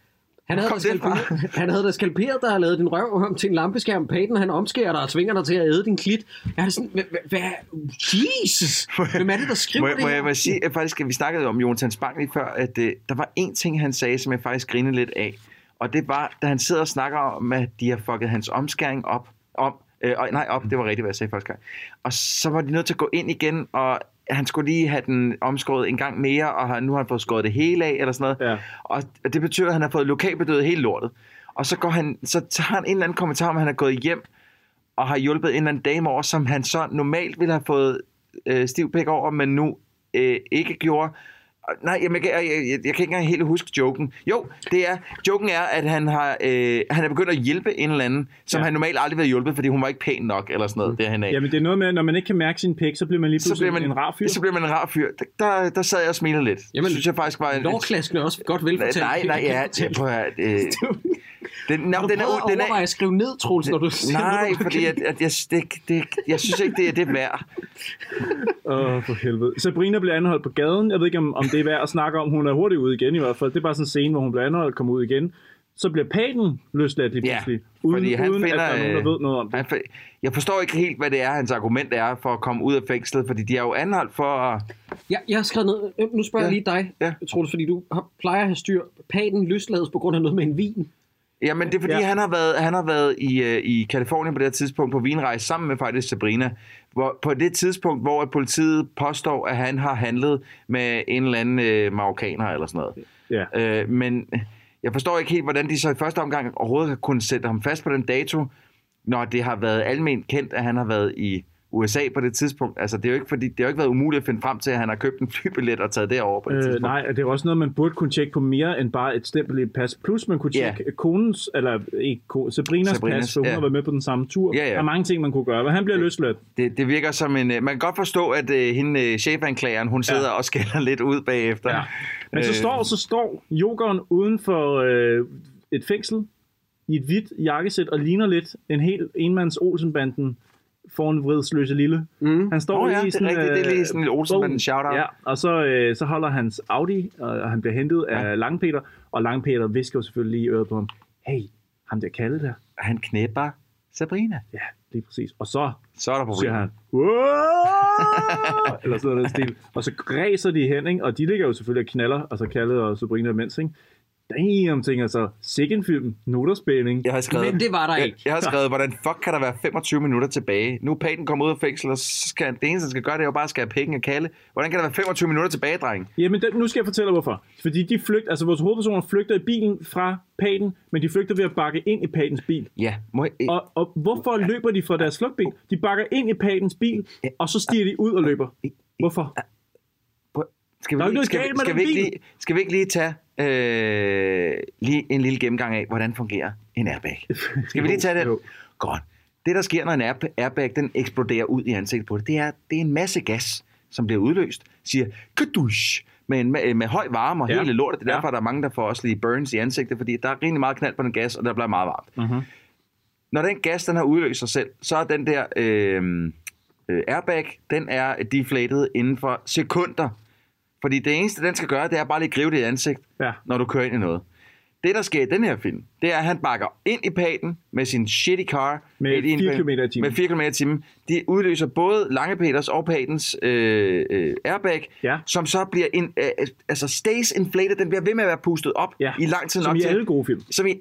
A: Han havde, da
B: Kom det fra? (laughs)
A: skalperet, han havde da skalperet dig og lavet din røv om til en lampeskærm. Paten, han omskærer dig og tvinger dig til at æde din klit. Jeg er det sådan, hvad, hvad- hvad, Jesus! Hvem er det, der skriver
B: Må, jeg-
A: det
B: må
A: her?
B: jeg bare sige, at faktisk, at vi snakkede om Jonathan Spang lige før, at øh, der var en ting, han sagde, som jeg faktisk grinede lidt af. Og det var, da han sidder og snakker om, at de har fucket hans omskæring op. Om, øh, og- nej, op, det var rigtigt, hvad jeg sagde første gang. Og så var de nødt til at gå ind igen, og han skulle lige have den omskåret en gang mere, og han- nu har han fået skåret det hele af, eller sådan noget. Ja. Og det betyder, at han har fået lokalbedøvet hele lortet. Og så, går han, så tager han en eller anden kommentar om, at han er gået hjem, og har hjulpet en eller anden dame over, som han så normalt ville have fået øh, stiv pæk over, men nu øh, ikke gjorde. Og Nej, jamen, jeg, kan- jeg, jeg, jeg kan ikke engang helt huske joken. Jo, det er, joken er, at han, har, øh, han er begyndt at hjælpe en eller anden, som ja. han normalt aldrig ville hjulpet, fordi hun var ikke pæn nok, eller sådan noget, mm. derhen af.
C: Jamen, det er noget med, at når man ikke kan mærke sin pik, så bliver man lige
B: så
C: pludselig
B: bliver man
C: en rar fyr.
B: Så bliver man en rar fyr. Der, der, der sad jeg og smilede lidt. Jamen, synes jeg faktisk var en...
A: Lovklasken er også godt
B: Nej,
A: velfortalt.
B: nej, nej, ja, ja,
A: (laughs)
B: prøv at høre, øh, den, nå,
A: Har du
B: den er,
A: prøvet at
B: den er,
A: overveje at skrive ned, Troels, når du siger
B: Nej,
A: noget, du
B: fordi
A: kan-
B: at, at jeg, det, det, jeg synes ikke, det er det værd.
C: Åh, oh, for helvede. Sabrina bliver anholdt på gaden. Jeg ved ikke, om, om det er værd at snakke om. Hun er hurtigt ude igen i hvert fald. Det er bare sådan en scene, hvor hun bliver anholdt og kommer ud igen. Så bliver Paten løsladt lige pludselig. Ja, uden,
B: fordi han
C: uden
B: finder,
C: at der er nogen, der
B: øh,
C: ved noget om det.
B: Han, for- jeg forstår ikke helt, hvad det er, hans argument er for at komme ud af fængslet, fordi de er jo anholdt for at...
A: Ja, (laughs) jeg har skrevet ned. Øh, Nu spørger
B: Ja.
A: jeg lige dig,
B: ja.
A: Troels, fordi du har, plejer at have styr. Paten løslades på grund af noget med en vin.
B: Jamen, det er fordi, ja.
A: Ja.
B: han har været, han har været i, øh, i Kalifornien på det her tidspunkt på vinrejse sammen med faktisk Sabrina. Hvor, på det tidspunkt, hvor at politiet påstår, at han har handlet med en eller anden øh, marokkaner eller sådan noget.
C: Ja.
B: Øh, men jeg forstår ikke helt, hvordan de så i første omgang overhovedet har kunnet sætte ham fast på den dato, når det har været almindeligt kendt, at han har været i USA på det tidspunkt. Altså, det er jo ikke, fordi, det har jo ikke været umuligt at finde frem til, at han har købt en flybillet og taget derover på det tidspunkt.
C: Øh, nej, og det er også noget, man burde kunne tjekke på mere end bare et stempel i et pas. Plus man kunne
B: Ja.
C: tjekke yeah. konens, eller ikke, ko, Sabrinas,
B: Sabrinas,
C: Sabrinas pas, for hun
B: ja.
C: har været med på den samme tur.
B: Ja, ja.
C: Der er mange ting, man kunne gøre. Men han bliver løsladt.
B: Det, det virker som en... øh, Man kan godt forstå, at øh, hende øh, chefanklageren, hun sidder ja. og skælder lidt ud bagefter. Ja.
C: Men
B: Øh.
C: så står, så står yogeren uden for øh, et fængsel i et hvidt jakkesæt og ligner lidt en helt enmands Olsenbanden foran vridsløse lille. Mm. Han står
B: Nå
C: oh,
B: ja,
C: lige i
B: det er
C: sådan,
B: rigtigt. Det er lige sådan en Olsenbanden
C: bogen.
B: shout-out.
C: Ja, og så, øh, så holder hans Audi, og han bliver hentet ja. af Langpeter, og Langpeter visker jo selvfølgelig lige i øret på ham. Hey, ham der kalde der.
B: Han knæpper Sabrina.
C: Ja, lige præcis. Og så,
B: så er der
C: siger han, "Wow!" eller sådan noget i den stil. Og så græser de hen, ikke? og de ligger jo selvfølgelig og knaller, altså Kalle og Sabrina mens, ikke? Damn, tænker jeg så. Sikke en film. Noterspænding.
B: Jeg har skrevet, Jeg, jeg har skrevet, hvordan fuck kan der være 25 minutter tilbage? Nu er Peyton kommet ud af fængsel, og så skal han, det eneste, han skal gøre, det er jo bare at skære penge af Kalle. Hvordan kan der være 25 minutter tilbage, dreng?
C: Jamen, den, nu skal jeg fortælle dig, hvorfor. Fordi de flygter, altså vores hovedpersoner flygter i bilen fra Paten, men de flygter ved at bakke ind i Patens bil.
B: Ja, må jeg...
C: Og, og hvorfor løber de fra deres flugtbil? De bakker ind i Patens bil, og så stiger de ud og løber. Hvorfor?
B: Skal
C: Der er jo ikke noget
B: skal,
C: galt
B: vi-
C: med
B: skal,
C: den
B: vi ikke
C: bil.
B: lige, skal vi ikke lige tage øh, lige en lille gennemgang af, hvordan fungerer en
C: (laughs)
B: airbag? Skal vi lige tage det? Godt. Det, der sker, når en air- airbag den eksploderer ud i ansigtet på det, det er, det er en masse gas, som bliver udløst, siger kadush, med, en, ma- med høj varme og ja.
C: Ja.
B: hele lortet. Det er derfor, der er mange, der får også lige burns i ansigtet, fordi der er rigtig meget knald på den gas, og der bliver meget varmt
C: Mm-hmm.
B: når den gas, den har udløst sig selv, så er den der øh, øh, airbag, den er deflated inden for sekunder. Fordi det eneste, den skal gøre, det er bare lige at gribe det i ansigt,
C: ja.
B: når du kører ind i noget. Det, der sker i den her film, det er, at han bakker ind i paten med sin shitty car.
C: Med
B: midt i en
C: 4
B: bil-
C: kilometer i timen.
B: Med 4 km i timen. De udløser både Lange Peters og patens øh, øh, airbag, ja. som så bliver en, øh, øh, altså stays inflated. Den bliver ved med at være pustet op ja. i lang tid
C: Som
B: nok
C: i
B: til...
C: alle gode film.
B: Som i,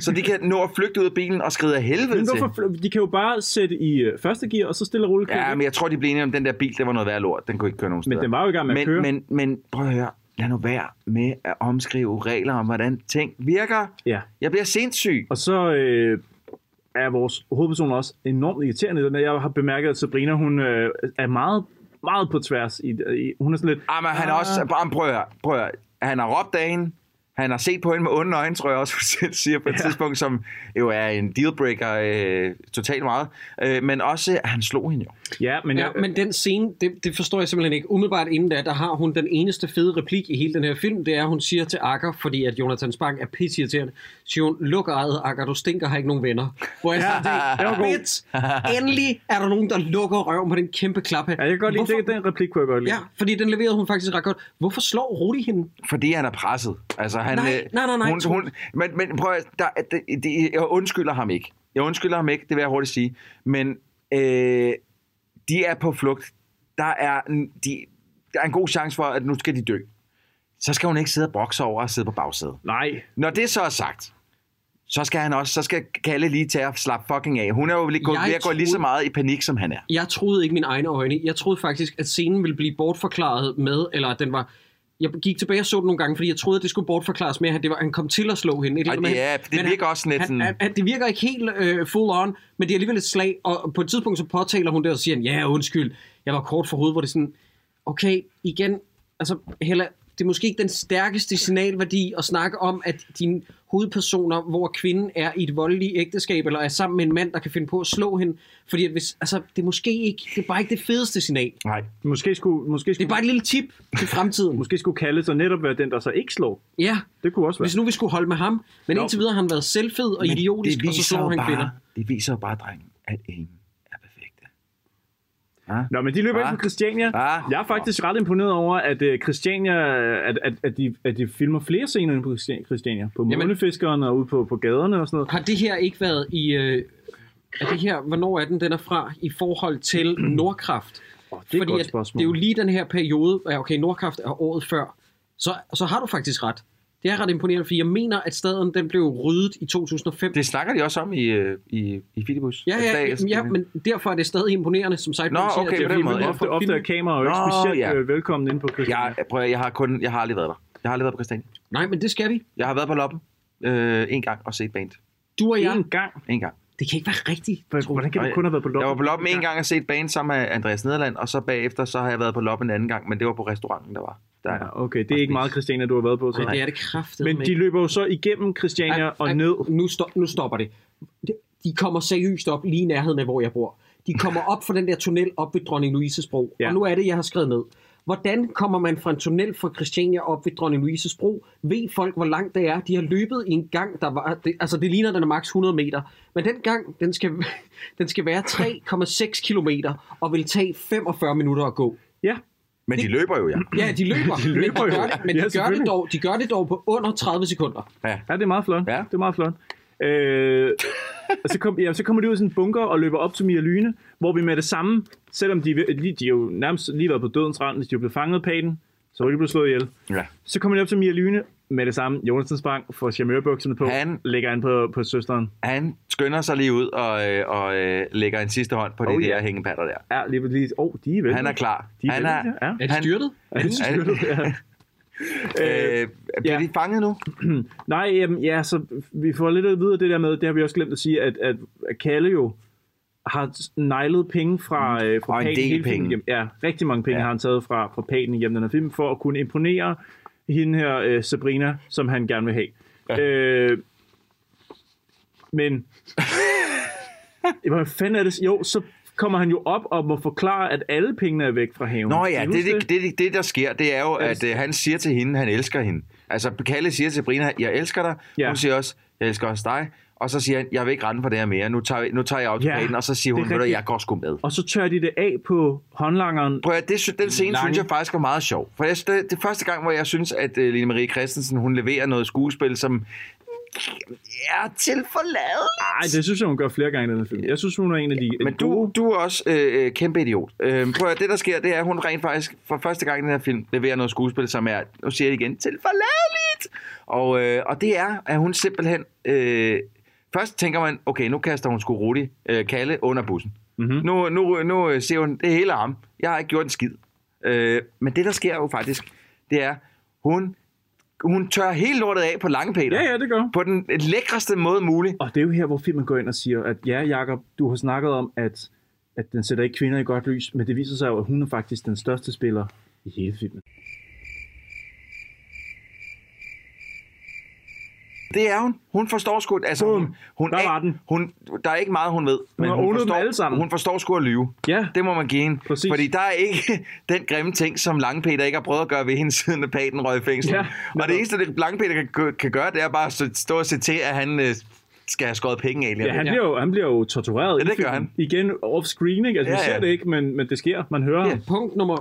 B: så de kan nå at flygte ud af bilen og skride af
C: (laughs)
B: helvede
C: Men
B: til.
C: hvorfor, fly- de kan jo bare sætte i øh, første gear, og så stille og roligt køre
B: Ja, men jeg tror, de blev enige om, at den der bil, det var noget værd lort. Den kunne ikke køre nogen steder.
C: den var jo i gang med
B: men,
C: at køre.
B: Men, men prøv at høre. lad nu være med at omskrive regler om, hvordan ting virker.
C: Ja.
B: Jeg bliver sindssyg.
C: Og så øh, er vores hovedperson også enormt irriterende. Jeg har bemærket, at Sabrina hun, øh, er meget, meget på tværs. I, i, hun er sådan lidt...
B: Ah, men han er også... Bare, prøv, at høre, prøv at høre. Han har råbt af hende. Han har set på hende med onde øjne, tror jeg også, (laughs) hun selv siger på et ja. tidspunkt, som jo er en dealbreaker øh, totalt meget. Øh, men også, at han slog hende jo.
C: Ja, men,
A: ja,
C: jeg-
A: Øh, men den scene, det, det forstår jeg simpelthen ikke. Umiddelbart inden da, der har hun den eneste fede replik i hele den her film, det er, at hun siger til Akker, fordi at Jonathan Spang er pissirriterende, siger hun, luk ejet, Akker, du stinker, har ikke nogen venner. Hvor jeg
C: Ja,
A: ja,
C: (laughs) det var god.
A: Bitch, endelig er der nogen, der lukker røven på den kæmpe klap her. Ja, jeg kan
C: godt lide det. Den replik kunne jeg godt lide.
A: Ja, fordi den leverede hun faktisk ret godt. Hvorfor slår Rudi hende?
B: Fordi han er presset. Altså, han,
A: Nej,
B: øh,
A: nej, nej, nej,
B: Hun,
A: Troels.
B: hun, men, men prøv at, der, det, det, jeg undskylder ham ikke. Jeg undskylder ham ikke, det vil jeg hurtigt sige. Men øh, de er på flugt. Der er, en- de, der er en god chance for, at nu skal de dø. Så skal hun ikke sidde og brokse over og sidde på bagsædet.
C: Nej.
B: Når det så er sagt, så skal han også, så skal Kalle lige tage og slappe fucking af. Hun er jo lige gået,
A: Jeg
B: ved at gå lige
A: troede-
B: så meget i panik, som han er.
A: Jeg troede ikke mine egne øjne. Jeg troede faktisk, at scenen ville blive bortforklaret med, eller at den var... Jeg gik tilbage og så den nogle gange, fordi jeg troede, at det skulle bortforklares med, at det var, han kom til at slå hende. Et eller
B: Og
A: andet
B: det
A: med,
B: er-
A: han-
B: det
A: men han-
B: virker også lidt
A: han,
B: sådan-
A: han, han, Det virker ikke helt øh, full on, men det er alligevel et slag, og på et tidspunkt så påtaler hun det, og siger, han, ja, undskyld, jeg var kort for hovedet, hvor det er sådan, okay, igen, altså Hella, det er måske ikke den stærkeste signalværdi at snakke om, at dine hovedpersoner, hvor kvinden er i et voldeligt ægteskab, eller er sammen med en mand, der kan finde på at slå hende, fordi at hvis, altså, det er måske ikke, det er bare ikke det fedeste signal.
B: Nej.
C: Måske skulle, måske skulle, det er bare
A: et lille tip til fremtiden.
B: (laughs)
C: måske skulle kalde sig netop være den, der så ikke slår.
A: Ja,
C: det kunne også være.
A: Hvis nu vi skulle holde med ham, men
C: Jo.
A: indtil videre har han været selvfed og
B: Men
A: idiotisk,
B: det
A: og så
B: viser jo
A: slår han
B: bare,
A: kvinder.
B: Det viser jo bare, dreng, at ingen er perfekte.
C: Nå, men de
B: Ah.
C: løber ind på Christiania. Jeg er faktisk ret imponeret over, at øh, Christiania, øh, at, at, at, de, at de filmer flere scener inde på Christi- Christiania. På
A: Jamen.
C: månefiskeren og ude på, på gaderne og sådan noget.
A: Har det her ikke været i... Øh, er det her, hvornår er den, den er fra, i forhold til
C: (clears throat)
A: Nordkraft? Oh,
C: det er et godt spørgsmål.
A: det er jo lige den her periode, ja, okay, Nordkraft er året før, så, så har du faktisk ret. Det er ret imponerende, fordi jeg mener, at staden den blev ryddet i 2005.
B: Det snakker de også om i, øh, i, i Filibus. Altså,
A: Ja,
B: At
A: ja,
B: dag-
A: ja, ja, men derfor er det stadig imponerende, som sagt.
B: Nå, okay, på den måde. (laughs) ja.
C: ofte, ofte er kameraer jo ikke
B: Nå,
C: specielt
B: ja.
C: øh, velkommen inde på Christiania.
B: Jeg, prøv, at- jeg har kun, jeg har aldrig været der. Jeg har aldrig været på Christiania.
A: Nej, men det skal vi.
B: Jeg har været på Loppen øh, en gang og set band.
A: Du og jeg.
C: En gang.
B: En gang.
A: Det kan ikke være rigtigt.
C: Hvordan kan du kun have været på Loppen?
B: Jeg var på Loppen en gang og set band sammen med Andreas Nederland, og så bagefter så har jeg været på Loppen en anden gang, men det var på restauranten, der var. Der.
C: Ja, okay, det er ikke meget Christiania, du har været på. Så.
A: Nej, det er det kraftedeme
C: Men de
A: ikke.
C: løber jo så igennem Christiania
A: Ej,
C: og
A: ej,
C: ned.
A: Nu, stop, nu stopper det. De- De kommer seriøst op lige i nærheden af, hvor jeg bor. De kommer op fra den der tunnel op ved Dronning Louises Bro. Ja. Og nu er det, jeg har skrevet ned. Hvordan kommer man fra en tunnel fra Christiania op ved Dronning Louises Bro? Ved folk, hvor langt det er? De har løbet i en gang, der var... Det, altså, det ligner, den er maks 100 meter. Men den gang, den skal, (laughs) den skal være 3,6 kilometer og vil tage 45 minutter at gå.
C: Ja.
B: Men de løber jo, ja.
A: Ja, de løber.
C: (laughs) De løber
A: men de
C: jo.
A: gør, det, men
C: Ja,
A: de, gør det
C: selvfølgelig.
A: dog, de gør det dog på under 30 sekunder.
B: Ja.
C: ja, det er meget flot. Ja. Det er meget flot. Øh, og så, kom, ja, så kommer de ud i sådan en bunker og løber op til Mia Lyne, hvor vi med det samme, selvom de, de, de er jo nærmest lige været på dødens rand, hvis de er blevet fanget af paten, så var de blevet slået ihjel.
B: Ja.
C: Så kommer de op til Mia Lyne med det samme. Jonathan Spang får charmørbukserne på,
B: Han-
C: lægger an på, på søsteren.
B: Han skynder sig lige ud og, øh, og øh, lægger en sidste hånd på oh,
C: Oh,
B: det der
C: ja.
B: hængepatter der.
C: Ja, lige præcis. Åh, oh, de er vel.
B: Han er klar.
C: De er
B: han
C: vældige, ja. Er de styrtet?
B: Han,
C: Er de styrtet? Ja.
B: (laughs) øh, bliver de fanget nu?
C: Nej, jamen, ja, så vi får lidt at vide af det der med, det har vi også glemt at sige, at, at Kalle jo har neglet penge fra, øh, fra
B: Og en
C: Pagen
B: del
C: hele filmen
B: penge.
C: igennem. Ja, rigtig mange penge
B: Ja.
C: ja. har han taget fra, fra Pagen igennem den her film, for at kunne imponere hende her, øh, Sabrina, som han gerne vil have. Ja. Øh, men...
B: (laughs)
C: Hvad fanden er det? Jo, så kommer han jo op og må forklare, at alle pengene er væk fra haven.
B: Nå
C: Kan I
B: ja,
C: huske
B: det, det, det, det, det der sker, det er jo, at øh, han siger til hende, han elsker hende. Altså, Kalle siger til Brina, jeg elsker dig. Ja.
C: Ja.
B: Hun siger også, jeg elsker også dig. Og så siger han, jeg vil ikke rende for det her mere. Nu tager, nu tager jeg autopaten, ja, og så siger
C: det er
B: hun, ved du,
C: rigtigt.
B: jeg går sgu med.
C: Og så tør de det af på håndlangeren.
B: Prøv at, det, sy- den scene synes jeg faktisk var meget sjov. For jeg, det, det er første gang, hvor jeg synes, at uh, Line Marie Christensen, hun leverer noget skuespil, som er til forladet.
C: Nej, det synes jeg, hun gør flere gange i den her film. Jeg synes, hun er en af de...
B: Men du, du er også øh, øh, kæmpe idiot. Øh, prøv at, det der sker, det er, at hun rent faktisk for første gang i den her film leverer noget skuespil, som er, nu siger jeg det igen, til forladeligt. Og, øh, og det er, at hun simpelthen... Øh, først tænker man, okay, nu kaster hun sgu Rudi øh, Kalle under bussen.
C: Mhm.
B: Mm-hmm. Nu, nu, nu øh, ser hun, det hele ham. Jeg har ikke gjort en skid. Øh, men det, der sker jo faktisk, det er, Hun, hun tør helt lortet af på lange Peter.
C: Ja, ja, det gør.
B: På den lækreste måde muligt.
C: Og det er jo her, hvor filmen går ind og siger, at ja, Jakob, du har snakket om, at, at den sætter ikke kvinder i godt lys, men det viser sig jo, at hun er faktisk den største spiller i hele filmen.
B: Det er hun. Hun forstår sgu... Altså, hun, hun, der er, den. Hun, der er ikke meget, hun ved. Men
C: har
B: hun,
C: ownet dem
B: forstår,
C: alle sammen.
B: hun forstår sgu at lyve.
C: Ja.
B: Det må man give hende. Præcis. Fordi der er ikke (laughs) den grimme ting, som Langpeter ikke har prøvet at gøre ved hende, (laughs) siden at Paten røg i fængsel.
C: Ja.
B: Og det eneste, det Langpeter kan, gø- kan gøre, det er bare at stå- stå og se til, at han øh, skal have skåret penge af. lige om
C: Ja, han
B: lidt.
C: bliver jo, han bliver jo tortureret.
B: Ja,
C: i
B: det gør
C: filmen. Igen off-screen, ikke? Altså, ja,
A: Ja,
C: vi ser
A: ja.
C: det ikke, men, men det sker. Man hører
A: Ja, punkt nummer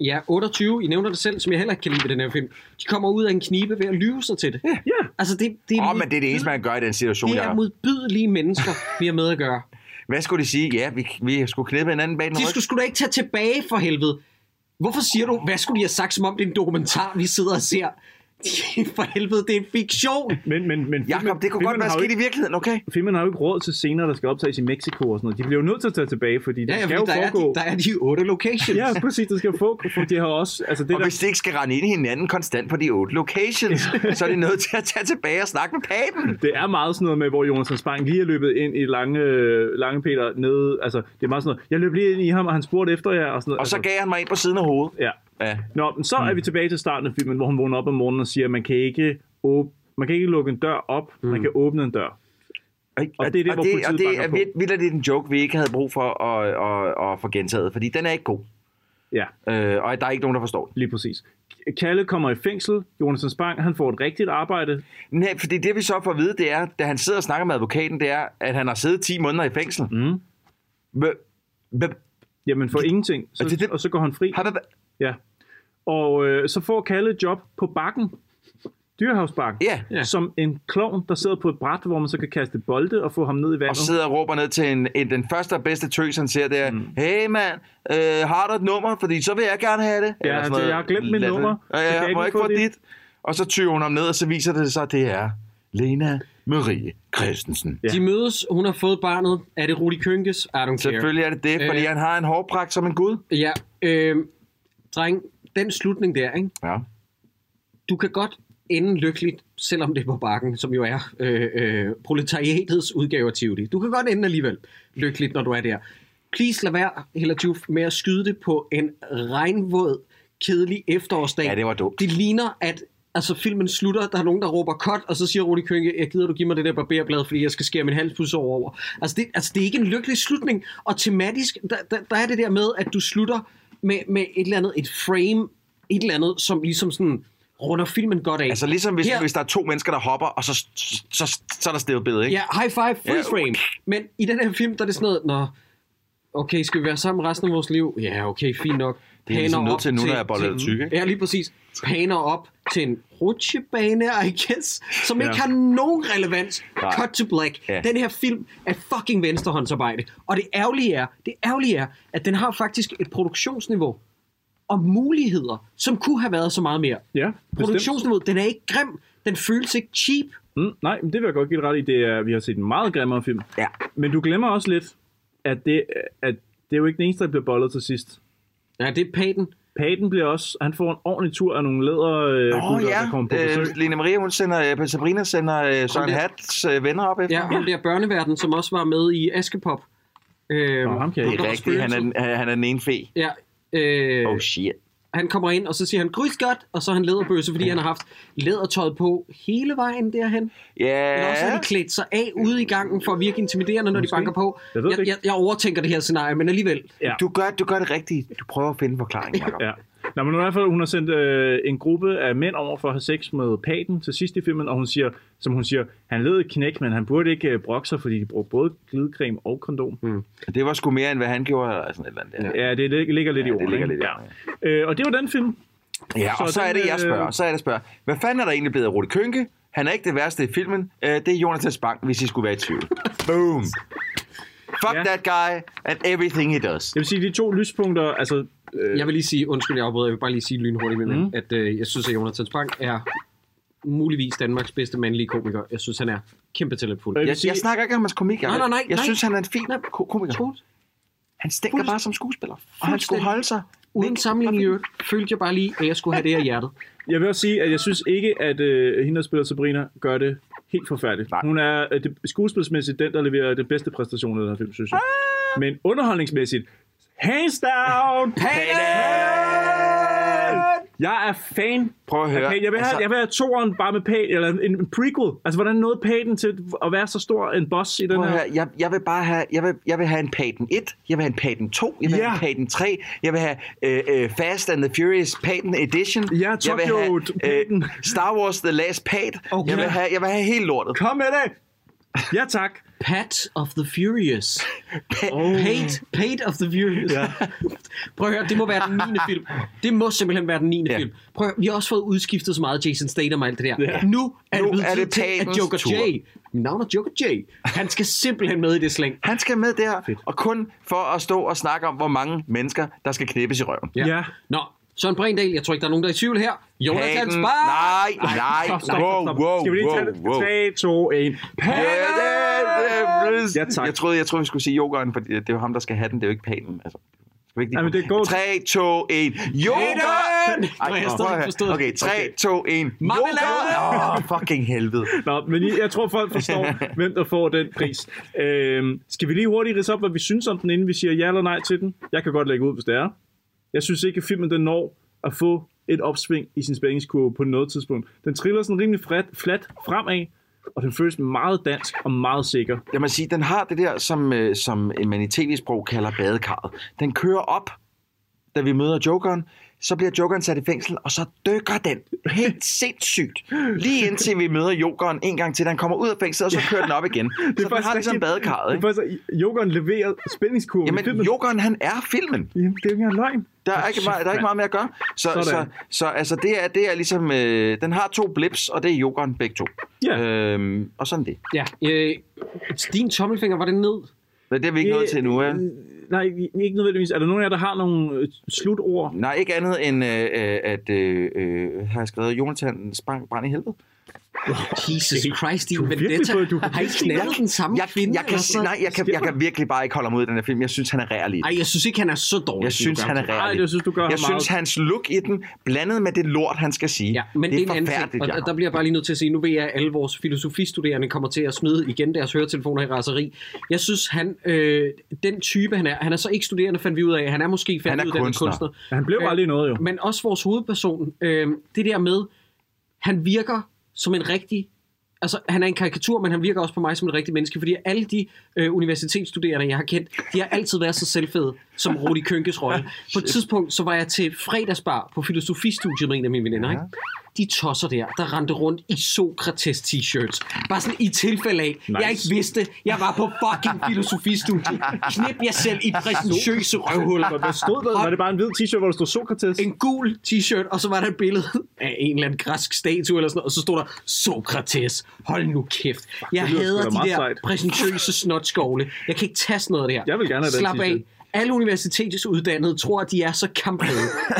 A: ja, 28, I nævner det selv, som jeg heller ikke kan lide ved den her film. De kommer ud af en knibe ved at lyve sig til det. Ja. Altså, det, det,
B: Åh, oh, men det er det eneste, man gør i den situation,
A: det er
B: Jacob.
A: modbydelige mennesker, vi har med at
B: (laughs)
A: gøre.
B: Hvad skulle de sige? Ja, vi, vi skulle knippe hinanden bag den
A: De skulle, skulle da ikke tage tilbage for helvede. Hvorfor siger du, hvad skulle de have sagt, som om det er en dokumentar, vi sidder og ser? (laughs) for helvede, det er en fiktion.
C: Men, men, men
B: Jakob, det kunne godt være sket i virkeligheden, okay?
C: Filmen har jo ikke råd til scener, der skal optages i Mexico og sådan noget. De bliver jo nødt til at tage tilbage, fordi det
A: Ja, ja,
C: skal
A: fordi
C: jo
A: der er de-
C: foregå...
A: der er de otte locations.
C: Ja, præcis, det skal jo foregå, for de har også... Altså det
B: og
C: der...
B: hvis de ikke skal rende ind i hinanden konstant på de otte locations, (laughs) så er de nødt til at tage tilbage og snakke med paten.
C: Det er meget sådan noget med, hvor Jonas Spang lige er løbet ind i lange, øh, lange Peter nede. Altså, det er meget sådan noget, jeg løb lige ind i ham, og han spurgte efter jer. Og, sådan noget,
B: Og så
C: altså,
B: gav han mig ind på siden af hovedet.
C: Ja.
B: ja.
C: Nå, men så er vi tilbage til starten af filmen, hvor han vågner op om morgenen og siger, at man kan ikke, åb- man kan ikke lukke en dør op, mm. man kan åbne en dør. Og det er det, hvor politiet
B: og det
C: banker
B: er
C: på.
B: vildt, vildt, at det er en joke, vi ikke havde brug for at, at, at få gentaget, fordi den er ikke god.
C: Ja.
B: Øh, og der er ikke nogen, der forstår
C: Lige præcis. Kalle kommer i fængsel, Jonas Spang, han får et rigtigt arbejde.
B: Nej, fordi det vi så får at vide, det er, da han sidder og snakker med advokaten, det er, at han har siddet 10 måneder i fængsel.
C: Mm. Jamen for ingenting. Så, det, det, og så går han fri.
B: Har det,
C: ja. Og øh, så får Kalle et job på bakken. Dyrehavsbakken.
B: Ja.
C: Som en klovn, der sidder på et bræt, hvor man så kan kaste bolde og få ham ned i vandet.
B: Og sidder og råber ned til en, en, den første og bedste tøs, han ser, det er, mm. hey mand, øh, har du et nummer? Fordi så vil jeg gerne have det.
C: Ja, altså, jeg har glemt mit
B: Lad-
C: nummer.
B: Ja,
C: Så kan
B: ja,
C: jeg
B: jeg må
C: ikke
B: ikke
C: få
B: få
C: dit.
B: dit. Og så tyver hun ham ned, og så viser det sig, at det er Lena Marie Christensen.
A: Ja. De mødes, hun har fået barnet. Er det Rudi Kønkes? I don't care.
B: Selvfølgelig er det det, fordi
C: Øh.
B: han har en hårpragt som en gud.
A: Ja, øh, dreng, den slutning der, ikke?
B: Ja.
A: Du kan godt ende lykkeligt, selvom det er på bakken, som jo er øh, øh, proletariatets udgave af Tivoli. Du kan godt ende alligevel lykkeligt, når du er der. Please lad være, Hella Juf, med at skyde det på en regnvåd, kedelig efterårsdag. Ja,
B: det var dumt.
A: Det ligner, at altså, filmen slutter, der er nogen, der råber cut, og så siger Rudi Kønke, jeg gider, du giver mig det der barberblad, fordi jeg skal skære min halspus over. over. Altså det, altså, det er ikke en lykkelig slutning, og tematisk, der, der, der er det der med, at du slutter med, med et eller andet, et frame, et eller andet, som ligesom sådan runder filmen godt af.
B: Altså ligesom hvis,
A: Her-
B: hvis der er to mennesker, der hopper, og så, så, så, så er der stevet billede, ikke?
A: Ja, high five, freeze
B: Ja.
A: frame. Men i den her film, der er det sådan noget, Nå, okay, skal vi være sammen resten af vores liv? Ja, okay, fint nok.
B: Det er jeg ligesom nødt til nu, når jeg er bollet tyk, ikke?
A: Ja, lige præcis. Paner op til en rutsjebane, I guess, som
B: Ja.
A: ikke har nogen relevans.
B: Nej.
A: Cut to black.
B: Ja.
A: Den her film er fucking venstrehåndsarbejde. Og det ærgerlige er, det ærgerlige er, at den har faktisk et produktionsniveau og muligheder, som kunne have været så meget mere.
C: Ja,
A: Produktionsniveauet, den er ikke grim. Den føles ikke cheap.
C: Mm, nej, men det vil jeg godt give dig ret i. Det er, vi har set en meget grimmere film.
B: Ja.
C: Men du glemmer også lidt, at det, at det er jo ikke den eneste, der bliver bollet til sidst.
A: Ja, det er Paten.
C: Paten bliver også... Han får en ordentlig tur af nogle læder øh,
B: Åh oh,
C: gutter, der kommer på
B: ja,
C: besøg.
B: øh, Lene Maria, hun sender, øh, Sabrina sender øh, Søren
A: der-
B: Hats øh, venner op efter.
A: Ja, ham der børneverden, som også var med i Askepop. Øhm,
B: Nå, ham kan jeg ikke. Det er rigtigt, han er den- han- han er den ene fe.
A: Ja, øh,
B: Oh shit.
A: han kommer ind, og så siger han, grys godt, og så er han læderbøse, fordi han har haft lædertøjet på hele vejen derhen.
B: Ja.
A: Eller også har de klædt sig af ude i gangen for at virke intimiderende, når de banker på.
B: Jeg
A: Jeg,
B: ved det
A: jeg,
B: ikke.
A: jeg, overtænker det her scenarie, men alligevel.
C: Ja.
B: Du, gør, du gør det rigtigt. Du prøver at finde en forklaring, Jacob.
C: Ja. Nå, men i hvert fald, hun har sendt øh, en gruppe af mænd over for at have sex med Paten til sidst i filmen, og hun siger, som hun siger, han led et knæk, men han burde ikke øh, brokke sig, fordi de brugte både glidecreme og kondom. Mm.
B: Det var sgu mere, end hvad han gjorde, eller sådan et eller andet.
C: Ja, det lig- ligger lidt i
B: det
C: ordene.
B: ligger
C: ikke?
B: lidt i
C: ja. Øh, og det var den film.
B: Ja, og så, er
C: den,
B: det, jeg
C: øh,
B: spørger. Så er det, jeg spørger. Hvad fanden er der egentlig blevet af Rudi Kønke? Han er ikke det værste i filmen. Øh, det er Jonas Bang, hvis I skulle være i tvivl. Boom. Fuck ja. that guy and everything he does.
C: Jeg vil sige, de to lyspunkter, altså...
A: Øh... Jeg vil lige sige, undskyld, jeg afbryder, jeg vil bare lige sige lynhurtigt, med mm. at øh, jeg synes, at Jonathan Spang er muligvis Danmarks bedste mandlige komiker. Jeg synes, han er kæmpe talentfuld.
B: Jeg, jeg snakker ikke om hans komik, Jacob.
A: Nej, nej, nej,
B: Jeg
A: nej.
B: synes, han er en fin ko- komiker. Han stinker bare som skuespiller. Og han skulle holde sig
A: uden sammenligning i øvrigt, følte jeg bare lige, at jeg skulle have det her i hjertet.
C: Jeg vil også sige, at jeg synes ikke, at øh, hende, der spiller Sabrina, gør det helt forfærdeligt. Nej. Hun er øh, det, skuespilsmæssigt den, der leverer den bedste præstation i den her film, synes jeg. Ah! Men underholdningsmæssigt, hands down, Panen! Jeg er fan
B: Prøv at
C: af
B: høre.
C: Panen. Jeg vil have,
B: Altså-
C: altså... jeg vil have toeren bare med Paten, eller en, en prequel. Altså, hvordan nåede Paten til at være så stor en boss i den
B: Prøv
C: her?
B: at høre, jeg, jeg vil bare have, jeg vil, jeg vil have en Paten 1, jeg vil have en Paten 2, jeg vil have en Paten 3, jeg vil have øh, øh, Fast and the Furious Paten Edition, ja, jeg vil
C: Tokyo
B: have øh, Star Wars The Last Pat, okay. jeg, vil have, jeg vil have helt lortet.
C: Kom med det! Ja, tak.
A: Pat of the Furious. Pa- oh. Pate, Pate of the Furious. Ja. (laughs) Prøv at høre, det må være den
B: (laughs)
A: 9. film. Det må simpelthen være den 9. film. Prøv at høre, vi har også fået udskiftet så meget Jason Statham og alt det der.
B: Ja.
A: Nu er
B: Nu
A: det blevet
B: er
A: tid
B: det
A: til, at
B: Patens
A: Joker
B: tur.
A: J, mit navn er Joker J, han skal simpelthen med i det slæng.
B: Han skal med der, og kun for at stå og snakke om, hvor mange mennesker, der skal knippes i røven.
A: Ja. ja. Nå, Søren Brændal, jeg tror ikke, der er nogen, der er i tvivl her. Jonathan
B: Paten-
A: Spar!
B: Nej, nej, wow, wow,
C: Skal vi lige
B: wow,
C: tage det?
B: wow.
C: 3, 2, 1.
B: Ja, tak. Jeg troede, jeg troede, vi skulle sige yoghurt, for det er jo ham, der skal have den, det er jo ikke Paten. Altså, skal vi ikke lige... Jamen, det går... 3, 2, 1. Yoghurt!
C: Nå, jeg har stadig
B: prøv at
C: ikke
B: høre.
C: forstået det.
B: Okay, 3,
C: Okay.
B: 2, 1.
C: Marmelade!
B: Yoghurt! Åh, fucking helvede.
C: Nå, men I- jeg tror, folk
B: (laughs)
C: forstår, hvem der får den pris. Øhm, skal vi lige hurtigt ridse op, hvad vi synes om den, inden vi siger ja eller nej til den? Jeg kan godt lægge ud, hvis det er. Jeg synes ikke, at filmen den når at få et opsving i sin spændingskurve på noget tidspunkt. Den triller sådan rimelig flat, flat fremad, og den føles meget dansk og meget sikker.
B: Jeg må sige, den har det der, som, øh, som man i tv-sprog kalder badekarret. Den kører op, da vi møder jokeren, så bliver jokeren sat i fængsel, og så dykker den
C: (laughs)
B: helt sindssygt. Lige indtil vi møder jokeren en gang til, da han kommer ud af fængslet, og så kører den op igen. Det så den har ligesom badekarret.
C: Det
B: Ikke?
C: er faktisk, jokeren leverer spændingskurven i
B: Jamen,
C: filmen.
B: jokeren, han er filmen.
C: Jamen, det er jo ikke engang løgn.
B: Der er ikke, meget, der er ikke meget mere at gøre. Så,
C: Sådan.
B: så, så, altså, det er, det er ligesom... Øh, den har to blips, og det er jokeren begge to.
C: Ja.
B: Øhm, og sådan det.
A: Ja, øh, din tommelfinger, var det ned?
B: Men det er vi ikke
C: Det-
B: nået til nu, ja?
C: Nej, ikke nødvendigvis. Er der nogen af jer, der har nogle øh, slutord?
B: Nej, ikke andet end, øh, øh, at øh, øh, har jeg skrevet, Jonathan sprang brand i helvede.
A: Jesus Christ, din
B: Du er virkelig
A: vendetta.
B: på- du er
A: Har I
B: virkelig-
A: knaldet den samme
B: Jeg,
A: kvinde?
B: jeg, kan,
A: eller
B: si-
A: hvad?
B: nej, jeg, kan, jeg kan virkelig bare ikke holde mig ud af den her film. Jeg synes, han er rærlig.
A: Ej, jeg synes ikke, han er så dårlig.
B: Jeg synes, han er rærlig. jeg synes, hans look i den, blandet med det lort, han skal sige. Ja,
A: Men det,
B: det
A: er en anden ting,
B: forfærdeligt,
A: og der,
B: Jacob.
A: der bliver jeg bare lige nødt til at sige, nu ved jeg, at alle vores filosofistuderende kommer til at smide igen deres høretelefoner i raseri. Jeg synes, han, øh, den type han er, han er så ikke studerende, fandt vi ud af, han er måske
C: Han
A: fandt
C: er
A: ud af den
C: kunstner.
A: kunstner.
C: Han blev
A: Øh,
C: aldrig noget, jo.
A: Men også vores hovedperson, øh, det der med, han virker som en rigtig Altså, han er en karikatur, men han virker også på mig som en rigtig menneske, fordi alle de øh, universitetsstuderende, jeg har kendt, de har altid været så selvfede som Rudi Kønkes rolle. På et tidspunkt, så var jeg til fredagsbar på filosofistudiet med en af mine veninder, ikke? De tosser der, der rendte rundt i Sokrates t-shirts. Bare sådan i tilfælde af, nice. jeg ikke vidste, jeg var på fucking filosofistudiet. Knip jer selv i præsentøse røvhuller.
C: Hvad stod der? Var det bare en hvid t-shirt, hvor der stod Sokrates?
A: En gul t-shirt, og så var der et billede af en eller anden græsk statue eller sådan noget, og så stod der Sokrates. Hold nu kæft. Jeg
C: det lyder sgu
A: hader
C: da
A: de
C: meget
A: der
C: sejt. (laughs)
A: præsentøse snotskovle. Jeg kan ikke tage sådan noget af det her.
C: Jeg vil gerne have den
A: Slap af.
C: t-shirt.
A: Alle universitetsuddannede tror, at de er så kampede.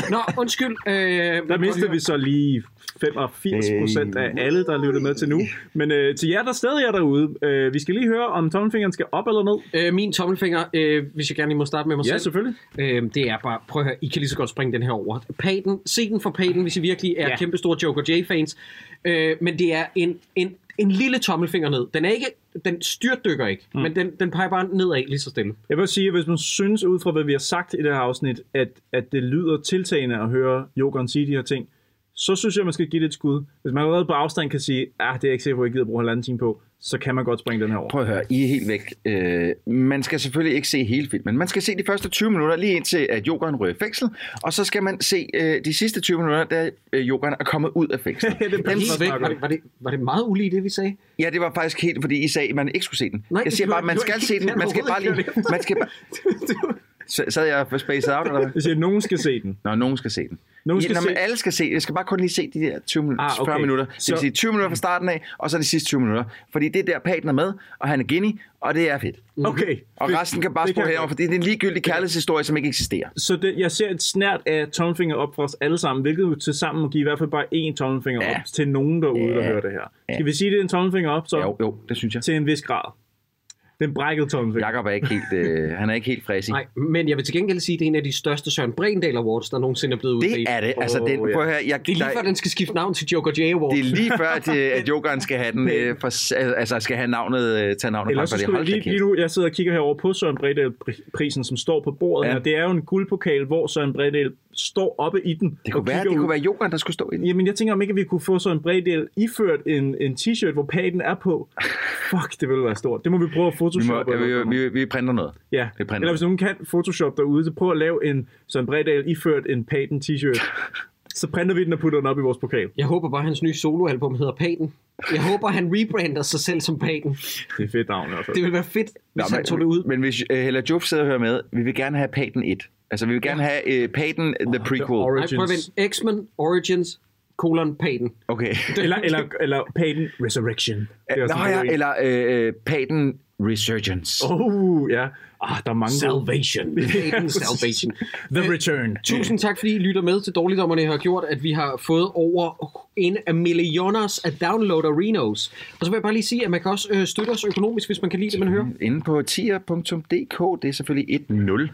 A: Nå, undskyld. Øh,
C: Der mistede vi så lige 85 procent af alle, der lyttede med til nu. Men øh, til jer, der stadig er derude, øh, vi skal lige høre, om tommelfingeren skal op eller ned.
A: Øh, min tommelfinger, øh, hvis jeg gerne lige må starte med mig
C: Ja,
A: selv.
C: selvfølgelig.
A: Øh, det er bare, prøv at høre, I kan lige så godt springe den her over. Paten, se den for Paten, hvis I virkelig er ja. kæmpe store Joker J-fans. Øh, men det er en, en, en lille tommelfinger ned. Den er ikke, den styrtdykker ikke, mm. men den, den peger bare nedad lige så stille.
C: Jeg vil sige, at hvis man synes ud fra, hvad vi har sagt i det her afsnit, at, at det lyder tiltagende at høre Jokeren sige de her ting, så synes jeg, man skal give det et skud. Hvis man allerede på afstand kan sige, at det er jeg ikke sikker på, at jeg gider bruge halvanden time på, så kan man godt springe den her over.
B: Prøv at høre, I er helt væk. Øh, man skal selvfølgelig ikke se hele filmen. Man skal se de første 20 minutter, lige indtil at jokeren ryger i fængsel, og så skal man se øh, de sidste 20 minutter, da øh, jokeren er kommet ud af fængsel.
C: (laughs)
A: det var, det, var, det, var, det, var det meget ulige det, vi sagde?
B: Ja, det var faktisk helt, fordi I sagde, at man ikke skulle se den.
A: Nej,
B: Nej, jeg siger
A: det var-
B: bare, man
A: det var
B: skal
A: ikke-
B: se den.
A: det var
B: Man skal bare lige...
A: overhovedet ikke
B: Man skal bare... Så- Sad jeg for spaced out, eller hvad?
C: Jeg siger, at nogen skal se den.
B: Nå, nogen skal se den.
C: Nogen
B: Nogen
C: skal
B: skal ja, når
C: se-
B: alle skal se det. Jeg skal bare kun lige se de der 20 minutter,
C: Ah,
B: ah,
C: okay.
B: 40 minutter. Det
C: Så-
B: vil sige 20 minutter fra starten af, og så de sidste 20 minutter. Fordi det er der, Paten er med, og han er guinea, og det er fedt.
C: Okay.
B: Mhm. Og resten kan bare
C: Det kan
B: spore
C: jeg
B: herover,
C: godt.
B: fordi det er en ligegyldig kærlighedshistorie, som ikke eksisterer.
C: Så det, jeg ser et snært af tommelfinger op for os alle sammen, hvilket jo til sammen må give i hvert fald bare én tommelfinger ja. op til nogen derude, ja. der hører det her. Skal vi sige, det er en tommelfinger op så?
B: Jo, jo, det synes jeg.
C: Til en vis grad. Den brækkede tommelfing.
B: Jakob er ikke helt, øh, han er ikke helt frisk i.
A: Nej, men jeg vil til gengæld sige, at det er en af de største Søren Brendal Awards, der nogensinde er blevet
B: Det
A: uddelt.
B: er det. Altså, den- prøv at høre, jeg-
A: det er lige
B: der-
A: før, den skal skifte navn til Joker J Award.
B: Det er lige før, at, øh,
C: (laughs)
B: at jokeren skal have, den, øh, for, altså, skal have navnet, øh, tage navnet
C: Ellers
B: frem for
C: så
B: det.
C: skulle jeg
B: Hold da
C: lige,
B: kæft.
C: lige nu, jeg sidder og kigger herover på Søren Bredal-prisen, som står på bordet ja. her. Det er jo en guldpokal, hvor Søren Bredal står oppe i den. Det
B: kunne være- det kunne være jokeren, der skulle stå i den.
C: Jamen, jeg tænker, om ikke vi kunne få Søren Bredal iført en, en t-shirt, hvor paten er på. Fuck, det ville være stort. Det må vi prøve at
B: Vi,
C: photoshoppe.
B: må, øh, vi, vi, vi printer noget.
C: Ja,
B: Vi printer
C: eller hvis nogen kan Photoshop derude, så prøv at lave en Søren Bredal iført en paten
B: (laughs)
C: t-shirt. Så printer vi den og putter den op i vores pokal.
A: Jeg håber bare, at hans nye soloalbum hedder Paten. Jeg håber, han rebrander sig selv som Paten.
C: Det er fedt navn i hvert fald.
A: Det ville være fedt, hvis
B: Nå,
A: han tog det ud.
B: Men hvis øh, Hella Juf sidder og hører med, vi vil gerne have Paten 1. Altså, vi vil gerne have øh, Paten The Prequel.
A: Nej, prøv at vente. X-Men Origins, kolon Paten.
B: Okay.
C: Eller, eller, eller Paten Resurrection. Det er også
B: Nå
C: en
B: ja,
C: teori.
B: eller øh, øh, Paten Resurgence.
C: Oh, ja. Ah, der er mange
A: Salvation.
C: (laughs)
A: Paten Salvation. Øh,
C: The Return.
A: Tusind tak, fordi I lytter med til Dårligdommerne. Det har gjort, at vi har fået over en af millioners af downloaderinos. Og så vil jeg bare lige sige, at man kan også øh, støtte os økonomisk, hvis man kan lide det, man hører.
B: Inde på tier.dk, det er selvfølgelig E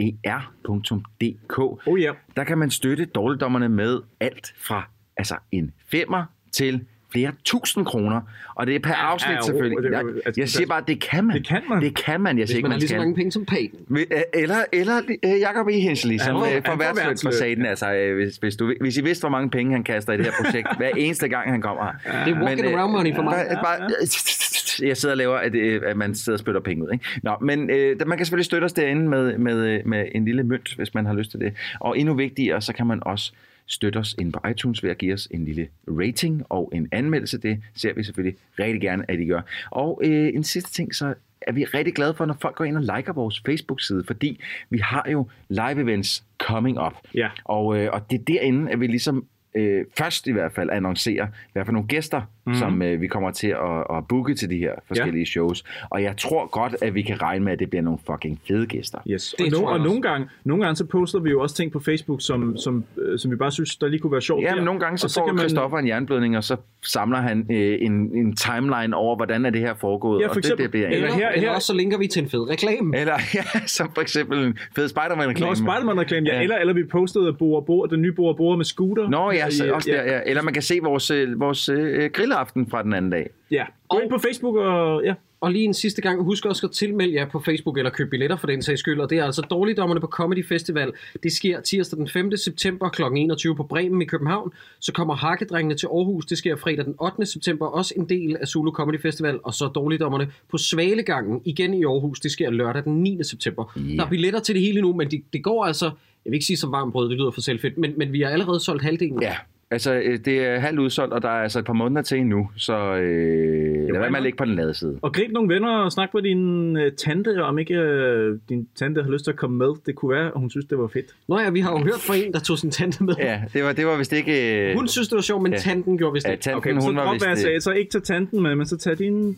B: 10 er.dk.
C: Oh, yeah.
B: Der kan man støtte dårligdommerne med alt fra altså en femmer til flere tusind kroner. Og det er per afsnit
A: ja,
B: selvfølgelig.
A: det-
B: Jeg,
A: altså,
B: jeg siger bare, at det kan man. Det kan man. Det kan man. Jeg siger
A: Hvis
B: ikke,
A: man har
B: man
A: lige så
B: skal.
A: mange penge som Paten.
B: Men, øh, Eller, eller øh, Jacob E. Hensley, som
A: Han får-
B: øh,
A: han får
B: for værtsløb for
A: værtsløb.
B: saten. Altså, øh, hvis, hvis, du, hvis I vidste, hvor mange penge han kaster i det her
A: (laughs)
B: projekt, hver eneste gang han kommer her.
A: Det er walking
B: øh,
A: around money for mig.
B: Bare, bare, (laughs) jeg sidder og laver, at, øh, at man sidder og spytter penge ud. Ikke? Nå, men øh, der- man kan selvfølgelig støtte os derinde med, med, øh, med en lille mønt, hvis man har lyst til det. Og endnu vigtigere, så kan man også støtte os inde på iTunes ved at give os en lille rating og en anmeldelse. Det ser vi selvfølgelig rigtig gerne, at I gør. Og øh, en sidste ting, så er vi rigtig glade for, når folk går ind og liker vores Facebook-side, fordi vi har jo live-events coming up.
C: Ja.
B: Og, øh, og det er derinde, at vi ligesom øh, først i hvert fald annoncerer, hvad for nogle gæster, mm.
C: Mhm.
B: som øh, vi kommer til at, at booke til de her forskellige ja. shows. Og jeg tror godt, at vi kan regne med, at det bliver nogle fucking fede gæster.
C: Yes. Og, no, og nogle, gange, nogle gange så poster vi jo også ting på Facebook, som, som, øh, som vi bare synes, der lige kunne være sjovt.
B: Ja,
C: der.
B: men nogle gange så,
C: Og
B: så får Christoffer en jernblødning, og så samler han øh, en, en timeline over, hvordan er det her foregået.
A: Ja, for
B: og
A: eksempel.
B: det, det bliver
A: Eller,
B: en-
A: her, eller også så linker vi til en fed reklame.
B: Eller (laughs) ja, som for eksempel en fed Spider-Man-reklame.
C: Nå, Spiderman-reklame, ja. Eller, eller vi postede Bora Bora, den nye Bora Bora med scooter.
B: Nå ja, så,
C: I-
B: også der, ja. Eller man kan se vores, øh, vores øh, grillaften fra den anden dag.
C: Ja, gå ind på Facebook og... Ja.
A: Og lige en sidste gang, husk også at tilmelde jer på Facebook eller købe billetter for den sags skyld. Og det er altså Dårligdommerne på Comedy Festival. Det sker tirsdag den 5. september kl. 21 på Bremen i København. Så kommer Hakkedrengene til Aarhus. Det sker fredag den 8. september. Også en del af Zulu Comedy Festival. Og så Dårligdommerne på Svalegangen igen i Aarhus. Det sker lørdag den 9. september. Yeah. Der er billetter til det hele nu, men det, det går altså... Jeg vil ikke sige som varmt brød, det lyder for selvfedt, men, men vi har allerede solgt halvdelen.
B: Ja. Altså, øh, det er halvt udsolgt, og der er altså et par måneder til endnu, så øh, lad være med at ligge på den lade side.
C: Og grib nogle venner og snak med din øh, tante, om ikke øh, din tante har lyst til at komme med. Det kunne være, at hun synes, det var fedt.
A: Nå ja, vi har jo hørt fra en, der tog sin tante med.
B: Ja, det var, det var vist ikke... Øh,
A: Hun synes, det var sjovt, men
B: Ja.
A: tanten gjorde vist
B: Ja,
A: ikke.
B: tanten,
C: Okay, hun så
B: hun var
C: drop,
B: vist...
C: hvad jeg sagde.
B: øh,
C: Så ikke tage tanten med, men så tag dine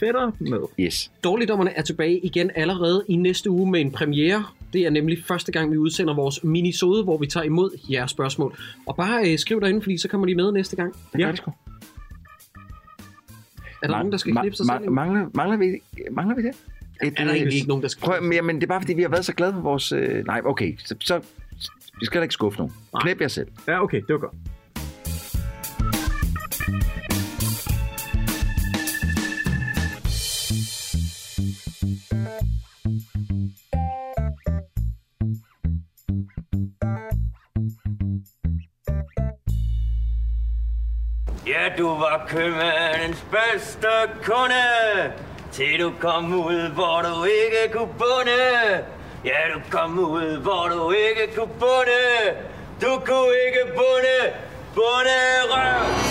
C: fætter med.
B: Yes.
A: Dårligdommerne er tilbage igen allerede i næste uge med en premiere. Det er nemlig første gang, vi udsender vores minisode, hvor vi tager imod jeres spørgsmål. Og bare øh, skriv derinde, fordi så kommer de med næste gang.
B: Det gør de sgu.
A: Er der
B: Ma-
A: nogen, der skal
B: ma-
A: knippe sig
B: ma-
A: selv?
B: Mangler, mangler, vi, mangler vi det? Et, øh,
A: er der egentlig ikke nogen, der skal
B: Prøv, men, men det er bare, fordi vi har været så glade for vores... Øh, nej, okay, så, så vi skal da ikke skuffe nogen. Knæp jer selv.
C: Ja, okay, det var godt.
F: Ja, du var købmandens bedste kunde, til du kom ud, hvor du ikke kunne bunde. Ja, du kom ud, hvor du ikke kunne bunde. Du kunne ikke bunde, bunde røv.